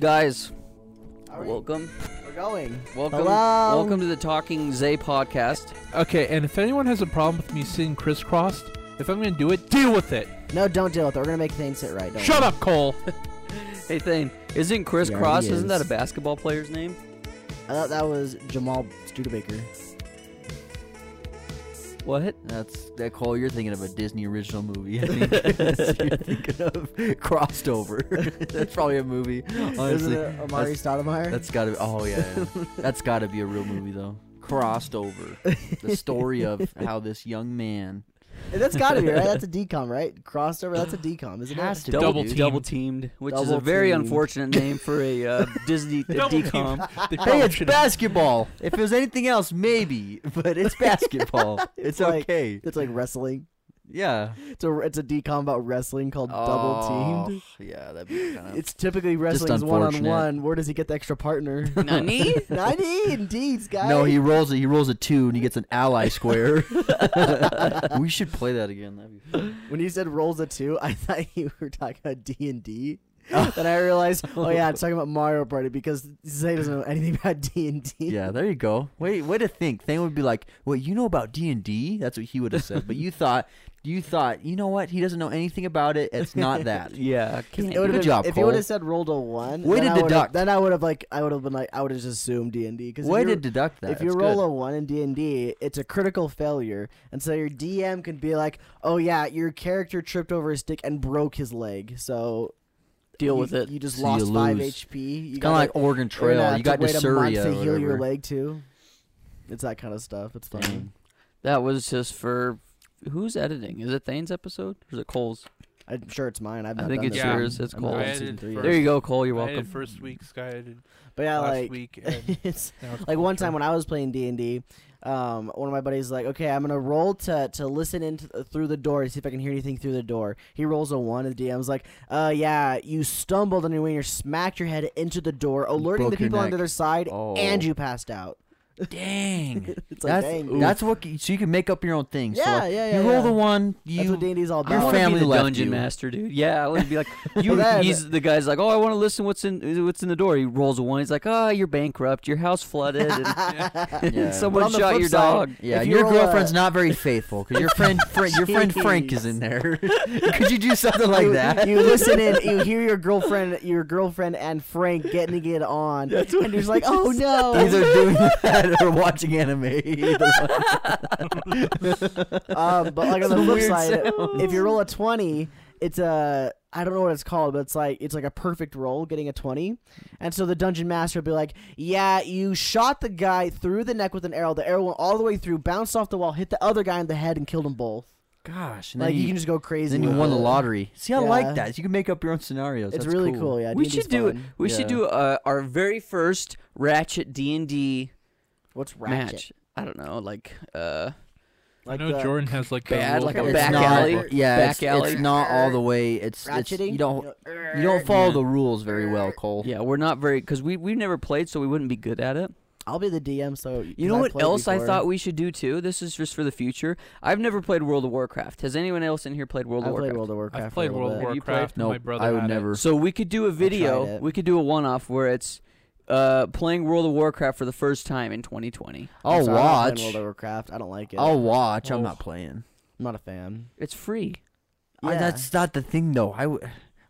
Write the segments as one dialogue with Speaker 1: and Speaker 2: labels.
Speaker 1: Guys,
Speaker 2: All right,
Speaker 1: welcome,
Speaker 2: we're going.
Speaker 1: welcome,
Speaker 2: Hello?
Speaker 1: welcome to the Talking Zay podcast.
Speaker 3: Okay, and if anyone has a problem with me sitting crisscrossed, if I'm gonna do it, deal with it.
Speaker 2: No, don't deal with it. We're gonna make things sit right. Don't
Speaker 3: Shut up, Cole.
Speaker 1: Hey, Thane, isn't Chris
Speaker 2: Yeah, he
Speaker 1: Cross? Isn't that a
Speaker 2: is.
Speaker 1: basketball player's name?
Speaker 2: I thought that was Jamal Studebaker.
Speaker 1: What?
Speaker 4: That's that call. You're thinking of a Disney original movie. I think That's- you're thinking of crossed over. that's probably a movie.
Speaker 2: Isn't
Speaker 4: Honestly,
Speaker 2: it Amari
Speaker 4: that's,
Speaker 2: Stoudemire?
Speaker 4: that's gotta. Be, oh yeah, yeah. that's gotta be a real movie though. Crossed over. The story of how this young man
Speaker 2: that's gotta be right. That's a decom, right? Crossed over. That's a decom, isn't
Speaker 4: has
Speaker 2: it?
Speaker 4: to
Speaker 1: Double,
Speaker 3: Double
Speaker 1: teamed.
Speaker 3: teamed.
Speaker 1: double teamed, which is a
Speaker 2: Double
Speaker 1: very
Speaker 2: teamed.
Speaker 1: unfortunate name for a uh, Disney a
Speaker 3: Double
Speaker 1: decom.
Speaker 3: team. They
Speaker 4: Hey,
Speaker 3: probably
Speaker 4: it's
Speaker 3: should've-
Speaker 4: basketball. if it was anything else, maybe, but it's basketball. it's
Speaker 2: like-
Speaker 4: okay.
Speaker 2: It's like wrestling.
Speaker 4: Yeah.
Speaker 2: It's a it's a decom about wrestling called Double Teamed.
Speaker 4: Oh, Yeah, that'd be kind of.
Speaker 2: It's typically wrestling's one on
Speaker 4: unfortunate.
Speaker 2: one. Where does he get the extra partner?
Speaker 1: Nani?
Speaker 2: Ninety indeed, guys.
Speaker 4: No, he rolls it. He rolls a two and he gets an ally square. we should play that again. That'd be fun.
Speaker 2: When you said rolls a two, I thought you were talking about D and D. Then I realized, oh yeah, I'm talking about Mario Party because Zay doesn't know anything about D and D.
Speaker 4: Yeah, there you go. Wait, way to think. Thane would be like, "Well, you know about D and D." That's what he would have said. But you thought, you thought, you know what? He doesn't know anything about it. It's not that.
Speaker 1: yeah, can't
Speaker 2: It would've
Speaker 4: Good
Speaker 2: been-
Speaker 4: job,
Speaker 2: If you
Speaker 4: Cole.
Speaker 2: would have said rolled a one,
Speaker 4: Way
Speaker 2: then
Speaker 4: to
Speaker 2: I would've-
Speaker 4: deduct.
Speaker 2: Then I would have like, I would have been like, I would have just assumed D and D because
Speaker 4: Way to deduct that.
Speaker 2: if you
Speaker 4: That's
Speaker 2: roll
Speaker 4: good.
Speaker 2: a one in D and D, it's a critical failure, and so your DM can be like, "Oh yeah, your character tripped over a stick and broke his leg, so
Speaker 1: deal
Speaker 2: you-
Speaker 1: with it.
Speaker 2: You just
Speaker 4: So you
Speaker 2: lost five
Speaker 4: lose.
Speaker 2: HP. You
Speaker 4: it's kind of like Oregon
Speaker 2: you're gonna
Speaker 4: Trail.
Speaker 2: have
Speaker 4: You got
Speaker 2: to wait a month
Speaker 4: dysuria.
Speaker 2: to
Speaker 4: or
Speaker 2: heal your
Speaker 4: whatever.
Speaker 2: leg too. It's that kind of stuff. It's funny.
Speaker 4: Dang.
Speaker 1: That was just for who's editing? Is it Thane's episode or is it Cole's?
Speaker 2: I'm sure it's mine. I've
Speaker 1: I
Speaker 2: not
Speaker 1: think
Speaker 2: done
Speaker 1: it's
Speaker 2: this
Speaker 3: Yeah.
Speaker 1: yours.
Speaker 2: one.
Speaker 1: It's
Speaker 2: I'm not
Speaker 1: Cole's.
Speaker 2: on
Speaker 3: I
Speaker 2: season
Speaker 3: edited
Speaker 2: three
Speaker 3: first.
Speaker 1: There you go, Cole. You're
Speaker 3: I
Speaker 1: welcome.
Speaker 3: did first week, Sky did
Speaker 2: But yeah,
Speaker 3: last
Speaker 2: like
Speaker 3: week, and
Speaker 2: it's
Speaker 3: now it's
Speaker 2: like one
Speaker 3: culture.
Speaker 2: time when I was playing D and D, um, one of my buddies is like, okay, I'm gonna roll to to listen into through the door to see if I can hear anything through the door. He rolls a one, and the DM's like, uh, yeah, you stumbled on your way, and you smacked your head into the door, alerting the
Speaker 4: broke your
Speaker 2: people on the
Speaker 4: neck.
Speaker 2: other side,
Speaker 4: Oh.
Speaker 2: and you passed out.
Speaker 4: Dang.
Speaker 2: It's like,
Speaker 4: that's
Speaker 2: dang.
Speaker 4: that's what. So you can make up your own thing. so
Speaker 2: Yeah,
Speaker 4: like,
Speaker 2: yeah, yeah,
Speaker 4: You roll
Speaker 2: yeah.
Speaker 4: the one.
Speaker 2: that's
Speaker 4: You
Speaker 2: what D and D's all
Speaker 4: I
Speaker 1: I
Speaker 2: about.
Speaker 1: wanna be
Speaker 4: family
Speaker 1: the
Speaker 4: left
Speaker 1: dungeon
Speaker 4: you.
Speaker 1: master, dude. Yeah, I want to be like you.
Speaker 2: Then-
Speaker 1: he's the guy's like, oh, I want to listen. What's in what's in the door? He rolls a one. He's like, ah, you're bankrupt. Your house flooded. And, and
Speaker 4: Yeah.
Speaker 2: But
Speaker 1: someone
Speaker 2: on the
Speaker 1: shot
Speaker 2: flip
Speaker 1: your
Speaker 2: side-
Speaker 1: dog.
Speaker 4: Yeah,
Speaker 2: If you
Speaker 4: your
Speaker 2: roll a-
Speaker 4: girlfriend's not very faithful because your friend, Fra- your friend Frank is in there. Could you do something like
Speaker 2: you,
Speaker 4: that?
Speaker 2: You listen in, you hear your girlfriend, your girlfriend and Frank getting it on, and you're just like, oh no.
Speaker 4: Either doing that or watching anime. Either one.
Speaker 2: um, but like on
Speaker 4: It's
Speaker 2: the
Speaker 4: a
Speaker 2: flip
Speaker 4: weird
Speaker 2: side,
Speaker 4: sound.
Speaker 2: if you roll a twenty, it's a I don't know what it's called, but it's like it's like a perfect roll, getting a twenty. And so the dungeon master will be like, "Yeah, you shot the guy through the neck with an arrow. The arrow went all the way through, bounced off the wall, hit the other guy in the head, and killed them both.
Speaker 4: Gosh, and then
Speaker 2: Like you,
Speaker 4: you,
Speaker 2: can just go crazy.
Speaker 4: then you
Speaker 2: with
Speaker 4: won
Speaker 2: it.
Speaker 4: the lottery. See, I
Speaker 2: Yeah.
Speaker 4: like that. You can make up your own scenarios.
Speaker 2: It's
Speaker 4: That's
Speaker 2: really cool. Yeah,
Speaker 1: We
Speaker 2: D&D's
Speaker 1: should do it.
Speaker 2: fun.
Speaker 1: We should
Speaker 4: Yeah.
Speaker 1: do uh, our very first Ratchet D and D
Speaker 2: What's ratchet?
Speaker 1: match. I don't know, like uh,
Speaker 2: Like
Speaker 3: I know
Speaker 2: the-
Speaker 3: Jordan has like
Speaker 1: bad,
Speaker 3: a
Speaker 1: like a
Speaker 3: rule
Speaker 2: It's
Speaker 1: back
Speaker 2: not-
Speaker 1: alley.
Speaker 4: Yeah,
Speaker 1: back
Speaker 4: it's,
Speaker 1: alley.
Speaker 4: it's not all the way. It's, it's
Speaker 2: ratcheting.
Speaker 4: you er, don't
Speaker 2: know,
Speaker 4: you don't follow
Speaker 1: Yeah.
Speaker 4: the rules very well, Cole.
Speaker 1: Yeah, we're not very because we we've never played, so we wouldn't be good at it.
Speaker 2: I'll be the DM. So
Speaker 1: You know what else I thought we should do too? This is just for the future. I've never played World of Warcraft. Has anyone else in here played World
Speaker 2: I
Speaker 1: of
Speaker 2: played
Speaker 1: Warcraft?
Speaker 2: World of Warcraft.
Speaker 3: I've played
Speaker 2: for a
Speaker 3: World
Speaker 2: little
Speaker 3: of
Speaker 2: bit.
Speaker 1: Have you played-
Speaker 3: Warcraft. and
Speaker 4: Nope,
Speaker 3: my brother
Speaker 4: I would
Speaker 3: had it.
Speaker 4: never.
Speaker 1: So we could do a video.
Speaker 2: it.
Speaker 1: We could do a one-off where it's uh, playing World of Warcraft for the first time in 2020.
Speaker 2: I'm sorry, I'm
Speaker 4: I'll
Speaker 2: not playing
Speaker 4: watch.
Speaker 2: World of Warcraft. I don't like it.
Speaker 4: I'll watch. I'm
Speaker 3: Oh.
Speaker 4: not playing.
Speaker 2: I'm not a fan.
Speaker 1: It's free.
Speaker 4: I,
Speaker 2: Yeah.
Speaker 4: that's not the thing, though. I, w-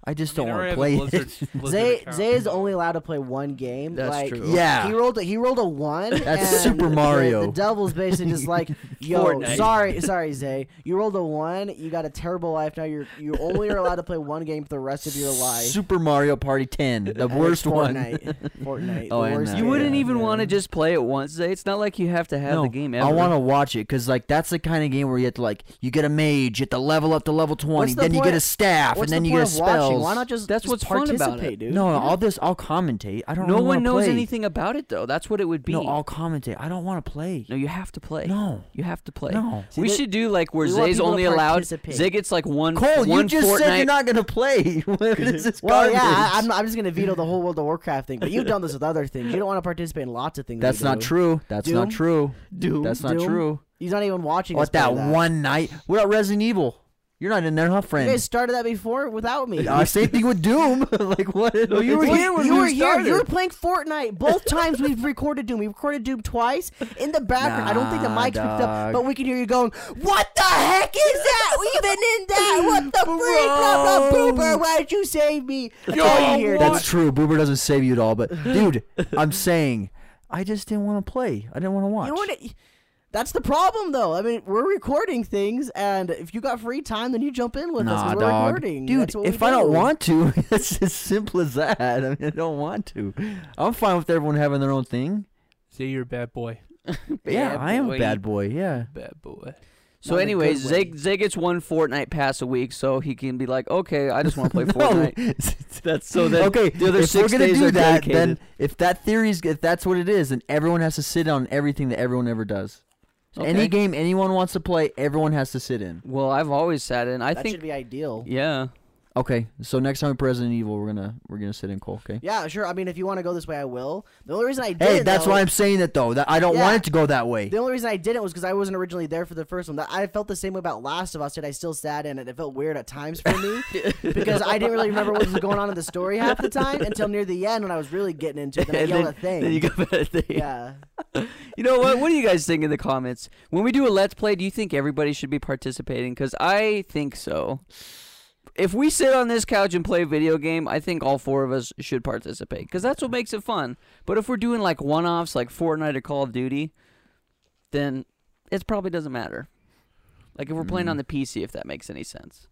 Speaker 4: I just
Speaker 3: I mean,
Speaker 4: don't
Speaker 3: I
Speaker 4: want to play
Speaker 3: already have a
Speaker 4: it.
Speaker 3: Blizzard- Blizzard
Speaker 2: Zay,
Speaker 3: account.
Speaker 2: Zay is only allowed to play one game.
Speaker 1: That's
Speaker 2: like,
Speaker 1: true.
Speaker 4: Yeah.
Speaker 2: He rolled a, he rolled a one.
Speaker 4: That's
Speaker 2: and
Speaker 4: Super
Speaker 2: the- The,
Speaker 4: Mario.
Speaker 2: devil's basically just like, yo,
Speaker 1: Fortnite.
Speaker 2: sorry, sorry, Zay. You rolled a one. You got a terrible life. Now you're you only are allowed to play one game for the rest of your life.
Speaker 4: Super Mario Party 10, the
Speaker 2: And it's
Speaker 4: worst one.
Speaker 2: Fortnite. Fortnite.
Speaker 4: Oh,
Speaker 2: the
Speaker 4: and
Speaker 2: worst
Speaker 4: that.
Speaker 1: You
Speaker 2: game.
Speaker 1: wouldn't even
Speaker 2: Yeah.
Speaker 1: want to just play it once. Zay. It's not like you have to have the game ever.
Speaker 4: I want to watch it because like that's the kind of game where you have to like you get a mage, you have to level up to level twenty,
Speaker 2: the
Speaker 4: then you
Speaker 2: point-
Speaker 4: get a staff,
Speaker 2: What's
Speaker 4: and then
Speaker 2: the
Speaker 4: you get a
Speaker 2: point of watching?
Speaker 4: spells.
Speaker 2: Why not just
Speaker 1: That's
Speaker 2: just
Speaker 1: what's fun about it.
Speaker 2: participate, dude?
Speaker 4: No, no, all this I'll commentate. I don't.
Speaker 1: No
Speaker 4: really
Speaker 1: one
Speaker 4: wanna
Speaker 1: knows
Speaker 4: play.
Speaker 1: anything about it though. That's what it would be.
Speaker 4: No, I'll commentate. I don't want to play.
Speaker 1: No, you have to play.
Speaker 4: No.
Speaker 1: You have to play.
Speaker 4: No.
Speaker 2: See,
Speaker 1: we
Speaker 2: they-
Speaker 1: should do like where
Speaker 2: we want
Speaker 1: Zay's
Speaker 2: people to
Speaker 1: only allowed.
Speaker 2: participate.
Speaker 1: Zay gets like one.
Speaker 4: Cole,
Speaker 1: one
Speaker 4: you just
Speaker 1: Fortnite.
Speaker 4: said you're not gonna play. What is this
Speaker 2: Well, yeah,
Speaker 4: garbage?
Speaker 2: I, I'm, I'm just gonna veto the whole World of Warcraft thing. But you've done this with other things. You don't want to participate in lots of things.
Speaker 4: That's
Speaker 2: we
Speaker 4: not
Speaker 2: do.
Speaker 4: true. That's
Speaker 2: Doom?
Speaker 4: not true.
Speaker 2: Doom.
Speaker 4: That's not
Speaker 2: Doom?
Speaker 4: true.
Speaker 2: He's not even watching. us
Speaker 4: What
Speaker 2: play
Speaker 4: that
Speaker 2: that
Speaker 4: one night? What about Resident Evil? You're not in there, huh,
Speaker 2: You
Speaker 4: friend?
Speaker 2: guys started that before without me.
Speaker 4: Uh, same thing with Doom. like what?
Speaker 1: No, you were
Speaker 2: You
Speaker 1: here
Speaker 2: were-
Speaker 1: when
Speaker 2: you
Speaker 1: we
Speaker 2: were here.
Speaker 1: started.
Speaker 2: You were playing Fortnite. Both times we've recorded Doom. We recorded Doom twice in the background. I don't think the
Speaker 4: Nah,
Speaker 2: mic's picked up,
Speaker 4: dog.
Speaker 2: but we can hear you going, "What the heck is that? We even in that? What the freak? Blah, blah,
Speaker 4: Whoa.
Speaker 2: boober, why did you save me?" That's all you hear.
Speaker 4: That's true. Boober doesn't save you at all, but dude, I'm saying, I just didn't want to play. I didn't want to watch.
Speaker 2: You know what? it- That's the problem, though. I mean, we're recording things, and if you got free time, then you jump in with us.
Speaker 4: Nah,
Speaker 2: 'cause We're
Speaker 4: dog.
Speaker 2: recording,
Speaker 4: Dude,
Speaker 2: That's what we
Speaker 4: if I don't
Speaker 2: do.
Speaker 4: want to, it's as simple as that. I mean, I don't want to. I'm fine with everyone having their own thing.
Speaker 3: Say you're a bad boy.
Speaker 4: But yeah, I am a
Speaker 1: boy.
Speaker 4: bad boy. Yeah.
Speaker 3: Bad boy.
Speaker 1: So,
Speaker 2: Not in a good
Speaker 1: anyways,
Speaker 2: way.
Speaker 1: Zay, Zay gets one Fortnite pass a week, so he can be like, okay, I just want to play Fortnite. That's so that
Speaker 4: okay,
Speaker 1: the other
Speaker 4: if we're
Speaker 1: 6
Speaker 4: gonna
Speaker 1: days
Speaker 4: do
Speaker 1: are
Speaker 4: that,
Speaker 1: dedicated.
Speaker 4: then if that theory is if that's what it is, then everyone has to sit on everything that everyone ever does. So Any
Speaker 1: Okay.
Speaker 4: game anyone wants to play, everyone has to sit in.
Speaker 1: well, I've always sat in. I
Speaker 2: That
Speaker 1: think,
Speaker 2: should be ideal.
Speaker 1: yeah.
Speaker 4: Okay, so next time President Evil, we're gonna we're gonna sit in Cole. Okay.
Speaker 2: Yeah, sure. I mean, if you want to go this way, I will. The only reason I did
Speaker 4: Hey, that's
Speaker 2: though,
Speaker 4: why I'm saying that though. That I don't want
Speaker 2: Yeah.
Speaker 4: it to go that way.
Speaker 2: The only reason I didn't was because I wasn't originally there for the first one. That- I felt the same way about Last of Us, and I still sat in it. It felt weird at times for me because I didn't really remember what was going on in the story half the time until near the end when I was really getting into it. Then I
Speaker 1: And
Speaker 2: yelled
Speaker 1: then,
Speaker 2: at things.
Speaker 1: then you go at a thing.
Speaker 2: yeah.
Speaker 1: You know what? What do you guys think in the comments? When we do a let's play, do you think everybody should be participating? Because I think so. If we sit on this couch and play a video game, I think all four of us should participate because that's what makes it fun. But if we're doing like one-offs, like Fortnite or Call of Duty, then it probably doesn't matter. Like if we're playing
Speaker 4: Mm.
Speaker 1: on the PC, if that makes any sense.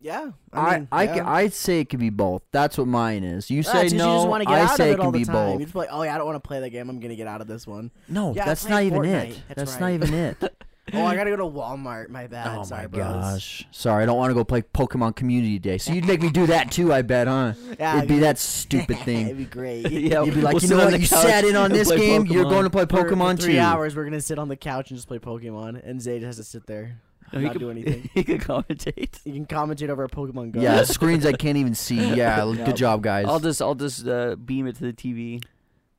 Speaker 2: Yeah.
Speaker 4: I,
Speaker 2: mean,
Speaker 4: I,
Speaker 2: yeah.
Speaker 4: c- I'd say it could be both. That's what mine is.
Speaker 2: Yeah,
Speaker 4: You say
Speaker 2: it's just
Speaker 4: no,
Speaker 2: Ah, you just wanna get
Speaker 4: I
Speaker 2: out of
Speaker 4: say
Speaker 2: it,
Speaker 4: it
Speaker 2: all
Speaker 4: can be
Speaker 2: the time.
Speaker 4: both.
Speaker 2: You're just like, oh yeah, I don't want to play the game. I'm gonna get out of this one.
Speaker 4: No,
Speaker 2: Yeah, I
Speaker 4: that's
Speaker 2: play
Speaker 4: not even
Speaker 2: Fortnite.
Speaker 4: it.
Speaker 2: That's
Speaker 4: That's
Speaker 2: right.
Speaker 4: not even it.
Speaker 2: Oh, I gotta go to Walmart. My bad.
Speaker 4: oh
Speaker 2: Sorry,
Speaker 4: my
Speaker 2: bros.
Speaker 4: gosh. Sorry, I don't want to go play Pokemon Community Day. So you'd make me do that too, I bet, huh?
Speaker 2: Yeah,
Speaker 4: It'd be that stupid
Speaker 2: It'd
Speaker 4: thing.
Speaker 2: be great.
Speaker 1: Yeah,
Speaker 4: You'd be like,
Speaker 1: we'll
Speaker 4: you
Speaker 1: sit
Speaker 4: know
Speaker 1: on
Speaker 4: what?
Speaker 1: the
Speaker 4: You
Speaker 1: couch
Speaker 4: sat in on
Speaker 1: and
Speaker 4: this
Speaker 1: play
Speaker 4: game. You're
Speaker 1: Pokemon.
Speaker 4: going to play
Speaker 2: For- for
Speaker 4: Pokemon
Speaker 2: three
Speaker 4: too.
Speaker 2: hours. We're gonna sit on the couch and just play Pokemon, and Zayd has to sit there,
Speaker 1: Oh,
Speaker 2: not
Speaker 1: could,
Speaker 2: do anything.
Speaker 1: He could commentate.
Speaker 2: You can commentate over a Pokemon Go.
Speaker 4: Yeah, screens I can't even see. Yeah, l- good job, guys.
Speaker 1: I'll just I'll just uh, beam it to the TV.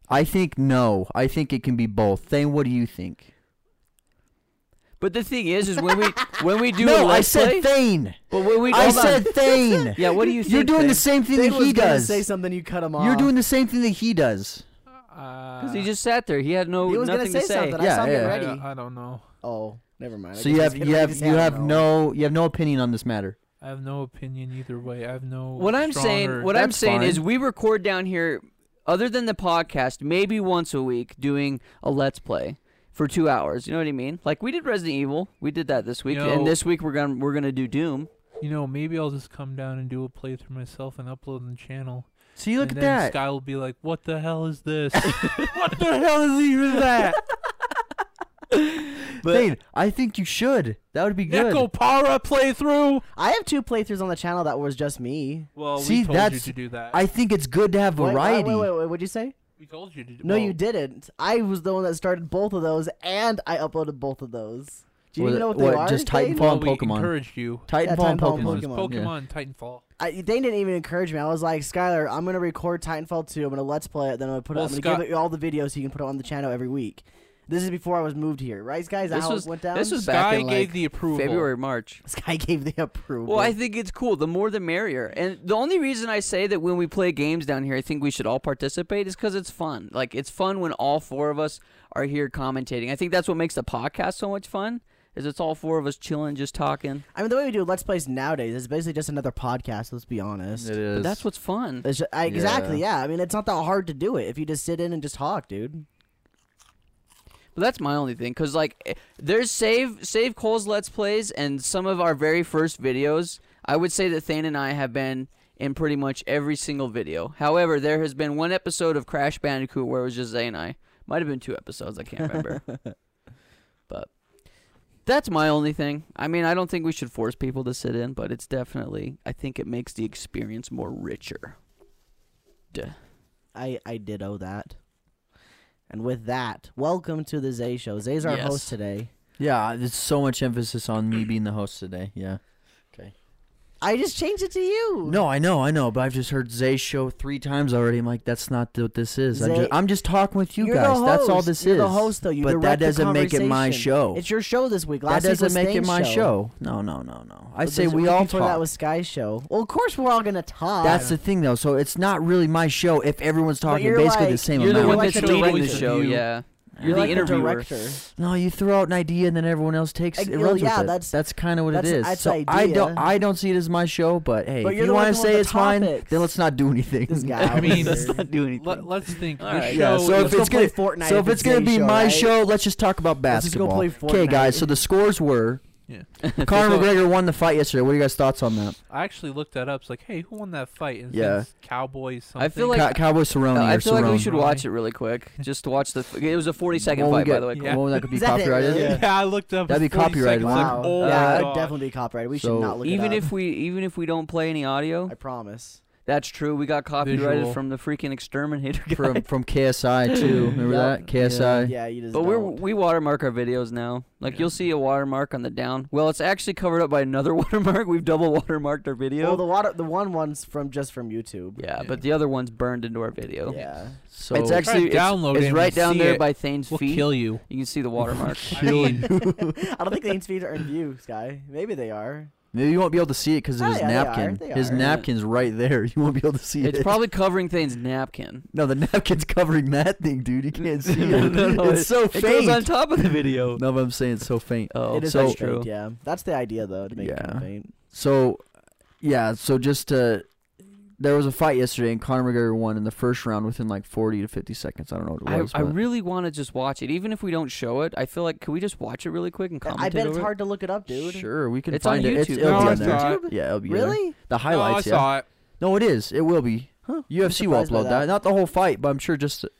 Speaker 4: I think no. I think it can be both. Thane, what do you think?
Speaker 1: But the thing is, is when we when we do a
Speaker 4: no, I
Speaker 1: let's
Speaker 4: said
Speaker 1: play,
Speaker 4: Thane.
Speaker 1: But when we
Speaker 4: I
Speaker 1: hold on.
Speaker 4: said Thane.
Speaker 1: yeah, what do you think?
Speaker 4: You're doing the same thing
Speaker 2: Zayd
Speaker 4: that
Speaker 2: was
Speaker 4: he
Speaker 2: gonna
Speaker 4: does.
Speaker 2: Say something. You cut him off.
Speaker 4: You're doing the same thing that he does.
Speaker 3: Uh,
Speaker 1: because he just sat there. He had no
Speaker 2: He was gonna
Speaker 1: nothing
Speaker 2: say
Speaker 1: to say.
Speaker 2: something. I
Speaker 4: Yeah,
Speaker 2: saw him
Speaker 4: yeah.
Speaker 2: get
Speaker 3: I,
Speaker 2: ready.
Speaker 3: don't- I don't know.
Speaker 2: Oh, never mind. I
Speaker 4: So
Speaker 2: guess
Speaker 4: you
Speaker 2: he's
Speaker 4: have
Speaker 2: hitting
Speaker 4: you
Speaker 2: me
Speaker 4: have
Speaker 2: with his
Speaker 4: you
Speaker 2: hand.
Speaker 4: have no you have no opinion on this matter.
Speaker 3: I have no opinion either way. I have no.
Speaker 1: What I'm saying,
Speaker 3: stronger-
Speaker 1: what I'm
Speaker 4: That's
Speaker 1: saying is,
Speaker 4: fine.
Speaker 1: we record down here, other than the podcast, maybe once a week, doing a let's play for two hours. You know what I mean? Like we did Resident Evil. We did that this week,
Speaker 3: You know-
Speaker 1: and this week we're gonna we're gonna do Doom.
Speaker 3: you know, maybe I'll just come down and do a playthrough myself and upload on the channel.
Speaker 4: See, look
Speaker 3: and
Speaker 4: at
Speaker 3: then
Speaker 4: that.
Speaker 3: Sky will be like, "What the hell is this? what the hell is even that?
Speaker 1: But
Speaker 4: Thane, I think you should. That would be good.
Speaker 3: Neko Para playthrough."
Speaker 2: I have two playthroughs on the channel that was just me. uh,
Speaker 3: Well,
Speaker 4: See,
Speaker 3: we told you
Speaker 4: that's-
Speaker 3: to do that.
Speaker 4: I think it's good to have
Speaker 2: Wait, wait,
Speaker 4: variety.
Speaker 2: Wait, wait, wait. What'd you say?
Speaker 3: we told you to do.
Speaker 2: No,
Speaker 3: well,
Speaker 2: you didn't. I was the one that started both of those, and I uploaded both of those. Do you
Speaker 4: What-
Speaker 2: even know what,
Speaker 4: what,
Speaker 2: they are?
Speaker 4: just
Speaker 2: Dane?
Speaker 4: Titanfall?
Speaker 3: Well,
Speaker 4: on
Speaker 3: we
Speaker 4: Pokemon.
Speaker 3: encouraged you.
Speaker 4: Titanfall
Speaker 2: Yeah,
Speaker 4: and
Speaker 2: Titanfall
Speaker 4: Pokemon.
Speaker 2: and
Speaker 3: This is
Speaker 4: Pokemon, yeah.
Speaker 3: Pokemon Titanfall.
Speaker 2: I, they didn't even encourage me. I was like, Skylar, I'm gonna record Titanfall 2. I'm gonna let's play it. Then I'm gonna put
Speaker 3: Well,
Speaker 2: it. I'm
Speaker 3: Sky-
Speaker 2: gonna give you all the videos so you can put it on the channel every week. This is before I was moved here, right, guys?
Speaker 1: This
Speaker 2: how
Speaker 1: was-
Speaker 2: it went down.
Speaker 1: this was back
Speaker 3: Sky
Speaker 1: in
Speaker 3: gave
Speaker 1: like
Speaker 3: the approval.
Speaker 1: February, March.
Speaker 2: Sky gave the approval.
Speaker 1: Well, I think it's cool. The more, the merrier. And the only reason I say that when we play games down here, I think we should all participate is because it's fun. Like it's fun when all four of us are here commentating. I think that's what makes the podcast so much fun. Is it's all four of us chilling, just talking.
Speaker 2: I mean, the way we do let's plays nowadays is basically just another podcast. Let's be honest.
Speaker 4: It is.
Speaker 1: But that's what's fun.
Speaker 2: It's ju- I, Exactly. Yeah. I mean, it's not that hard to do it if you just sit in and just talk, dude.
Speaker 1: But that's my only thing, cause like eh, there's save save Cole's let's plays and some of our very first videos. I would say that Thane and I have been in pretty much every single video. However, there has been one episode of Crash Bandicoot where it was just Zay and I. Might have been two episodes. I can't remember. but that's my only thing. I mean, I don't think we should force people to sit in, but it's definitely. I think it makes the experience more richer.
Speaker 2: I I did owe that. And with that, welcome to the Zay Show. Zay's our
Speaker 1: Yes.
Speaker 2: host today.
Speaker 4: Yeah, there's so much emphasis on me being the host today. Yeah.
Speaker 2: I just changed it to you.
Speaker 4: No, I know, I know, but I've just heard Zay's show three times already. I'm like, that's not what this is. I'm
Speaker 2: Zay-
Speaker 4: just, I'm just talking with you
Speaker 2: You're the
Speaker 4: guys. That's all
Speaker 2: host.
Speaker 4: this
Speaker 2: You're
Speaker 4: is.
Speaker 2: the host, though. You
Speaker 4: but
Speaker 2: direct
Speaker 4: that
Speaker 2: the
Speaker 4: doesn't make it my
Speaker 2: conversation.
Speaker 4: show.
Speaker 2: It's your show this week.
Speaker 4: that
Speaker 2: Last week
Speaker 4: doesn't
Speaker 2: was
Speaker 4: make it
Speaker 2: Thane's
Speaker 4: my show. No, no, no, no. I
Speaker 2: But
Speaker 4: say
Speaker 2: this
Speaker 4: we
Speaker 2: week
Speaker 4: all
Speaker 2: before
Speaker 4: talk.
Speaker 2: That was Sky's show. Well, of course we're all gonna talk.
Speaker 4: that's the thing, though. So it's not really my show if everyone's talking
Speaker 2: you're
Speaker 4: basically the
Speaker 2: like-
Speaker 4: same
Speaker 1: You're the
Speaker 4: amount.
Speaker 1: one
Speaker 2: like
Speaker 1: that's
Speaker 2: the
Speaker 1: leading the
Speaker 2: director.
Speaker 1: show.
Speaker 3: You-
Speaker 1: Yeah,
Speaker 2: You're
Speaker 1: the
Speaker 2: like
Speaker 1: interviewer.
Speaker 2: director.
Speaker 4: No, you throw out an idea and then everyone else takes
Speaker 2: Like,
Speaker 4: it.
Speaker 2: well,
Speaker 4: Runs
Speaker 2: yeah,
Speaker 4: with it.
Speaker 2: that's-
Speaker 4: that's kind of what
Speaker 2: that's-
Speaker 4: it is.
Speaker 2: that's
Speaker 4: so I
Speaker 2: idea.
Speaker 4: don't I don't see it as my show, but hey,
Speaker 2: But
Speaker 4: if
Speaker 2: you're
Speaker 4: you
Speaker 2: the
Speaker 4: want
Speaker 2: one
Speaker 4: to
Speaker 2: with
Speaker 4: say
Speaker 2: the
Speaker 4: it's mine,
Speaker 2: topics.
Speaker 4: then let's not do anything.
Speaker 2: This guy.
Speaker 3: I mean-
Speaker 2: over
Speaker 4: let's
Speaker 2: here.
Speaker 4: not do anything.
Speaker 3: Let, us think.
Speaker 1: All
Speaker 3: This
Speaker 1: right.
Speaker 4: Yeah,
Speaker 3: show-
Speaker 4: so
Speaker 2: let's
Speaker 4: if
Speaker 2: go
Speaker 4: it's
Speaker 2: Oh, play
Speaker 4: gonna,
Speaker 2: Fortnite
Speaker 4: so
Speaker 2: if
Speaker 4: if
Speaker 2: it's
Speaker 4: it's
Speaker 2: Zay's
Speaker 4: gonna be
Speaker 2: show,
Speaker 4: my
Speaker 2: right?
Speaker 4: show, let's just talk about
Speaker 2: Let's just go
Speaker 4: basketball.
Speaker 2: play
Speaker 4: Okay, guys.
Speaker 2: Fortnite.
Speaker 4: So the scores were:
Speaker 3: yeah.
Speaker 4: Conor
Speaker 3: So-
Speaker 4: McGregor won the fight yesterday. What are you guys' thoughts on that?
Speaker 3: I actually looked that up. It's like, hey, who won that fight? And
Speaker 4: Yeah.
Speaker 3: it's Cowboys. Something.
Speaker 1: I feel like-
Speaker 4: Cow- Cowboy Cerrone.
Speaker 1: Uh, I
Speaker 4: or
Speaker 1: feel like we
Speaker 4: Cerrone.
Speaker 1: should watch it really quick. Just to watch the. F- it was a 40 second
Speaker 4: Won't we
Speaker 1: fight, by
Speaker 4: get-
Speaker 1: the way.
Speaker 3: Yeah.
Speaker 4: Well, that could be
Speaker 2: Is that it,
Speaker 4: copyrighted.
Speaker 2: really?
Speaker 3: yeah.
Speaker 2: Yeah.
Speaker 3: I looked up.
Speaker 4: That'd
Speaker 3: it's
Speaker 4: be
Speaker 3: 40
Speaker 4: copyrighted,
Speaker 3: seconds,
Speaker 4: wouldn't
Speaker 3: like,
Speaker 2: Wow.
Speaker 3: oh my
Speaker 2: yeah,
Speaker 3: gosh.
Speaker 2: it'd definitely be copyrighted. We
Speaker 4: So-
Speaker 2: should not look it
Speaker 1: Even
Speaker 2: up.
Speaker 1: if we even if we don't play any audio,
Speaker 2: I promise.
Speaker 1: that's true. We got copyrighted
Speaker 3: Visual.
Speaker 1: from the freaking exterminator guy.
Speaker 4: From from KSI too. Remember
Speaker 2: Yeah.
Speaker 4: that KSI?
Speaker 2: Yeah, you just.
Speaker 1: but we
Speaker 2: don't.
Speaker 1: we watermark our videos now. Like
Speaker 3: Yeah.
Speaker 1: you'll see a watermark on the down. Well, it's actually covered up by another watermark. We've double watermarked our video.
Speaker 2: Well, the water, the one one's from just from YouTube.
Speaker 1: yeah,
Speaker 3: Yeah.
Speaker 1: but the other one's burned into our video.
Speaker 2: Yeah.
Speaker 4: So
Speaker 1: It's
Speaker 3: Try to
Speaker 1: actually it's,
Speaker 3: download
Speaker 1: it's
Speaker 3: it and
Speaker 1: right
Speaker 3: we'll
Speaker 1: down
Speaker 3: Oh, see
Speaker 1: there
Speaker 3: it.
Speaker 1: by Thane's
Speaker 3: We'll
Speaker 1: feet.
Speaker 3: kill you.
Speaker 1: You can see the watermark.
Speaker 3: I mean,
Speaker 2: I don't think the feeds are in view, Sky. Maybe they are.
Speaker 4: maybe you won't be able to see it because of
Speaker 2: Oh,
Speaker 4: his
Speaker 2: yeah, they are,
Speaker 4: napkin.
Speaker 2: they
Speaker 4: His
Speaker 2: are.
Speaker 4: napkin's right there. You won't be able to see
Speaker 1: it's
Speaker 4: it.
Speaker 1: probably covering Thane's napkin.
Speaker 4: no, the napkin's covering that thing, dude. You can't see
Speaker 1: No,
Speaker 4: it.
Speaker 1: no, no,
Speaker 4: it's so
Speaker 1: It goes
Speaker 4: faint.
Speaker 1: on top of the video.
Speaker 4: no, but I'm saying it's so faint.
Speaker 1: Oh,
Speaker 2: it is
Speaker 4: so-
Speaker 2: so
Speaker 1: that's true.
Speaker 2: Yeah, that's the idea though. To make it
Speaker 4: Yeah.
Speaker 2: kinda faint.
Speaker 4: So, yeah. So just to, there was a fight yesterday, and Conor McGregor won in the first round within like 40 to 50 seconds. I don't know what it
Speaker 1: I,
Speaker 4: was.
Speaker 1: I
Speaker 4: but-
Speaker 1: really want to just watch it, even if we don't show it. I feel like could we just watch it really quick and
Speaker 2: I-
Speaker 1: comment?
Speaker 2: I bet it's hard to look it up, dude.
Speaker 4: Sure, we can
Speaker 1: It's on
Speaker 4: find it. It's,
Speaker 1: YouTube.
Speaker 4: it'll
Speaker 3: No,
Speaker 4: be on
Speaker 3: it's
Speaker 4: there.
Speaker 3: not.
Speaker 4: Yeah, it'll be there.
Speaker 2: Really?
Speaker 3: no,
Speaker 4: The
Speaker 3: I
Speaker 4: highlights. yeah.
Speaker 3: saw it.
Speaker 4: No, it is. It will be.
Speaker 2: Huh.
Speaker 4: UFC will
Speaker 2: surprised by
Speaker 4: upload that.
Speaker 2: that.
Speaker 4: Not the whole fight, but I'm sure just a,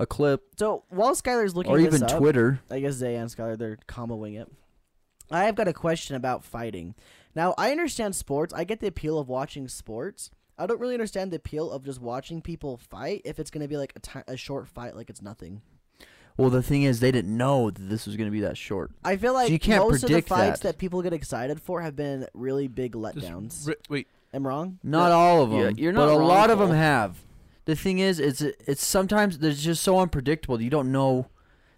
Speaker 4: a clip
Speaker 2: So while Skylar's looking
Speaker 4: or
Speaker 2: this
Speaker 4: even
Speaker 2: up,
Speaker 4: Twitter.
Speaker 2: I guess Zay and Skylar they're comboing it. I have got a question about fighting. Now I understand sports. I get the appeal of watching sports. I don't really understand the appeal of just watching people fight if it's gonna be like a ti- a short fight, like it's nothing.
Speaker 4: Well, the thing is, they didn't know that this was going to be that short.
Speaker 2: I feel like
Speaker 4: you can't
Speaker 2: most of the
Speaker 4: predict
Speaker 2: fights
Speaker 4: that.
Speaker 2: that. people get excited for have been really big
Speaker 3: Just
Speaker 2: letdowns.
Speaker 3: ri- wait,
Speaker 2: Am I wrong?
Speaker 4: Not all of them.
Speaker 1: Yeah, you're
Speaker 4: but
Speaker 1: not
Speaker 4: a
Speaker 1: wrong,
Speaker 4: lot of them
Speaker 1: Cole.
Speaker 4: have. The thing is, it's it's sometimes there's just so unpredictable. You don't know.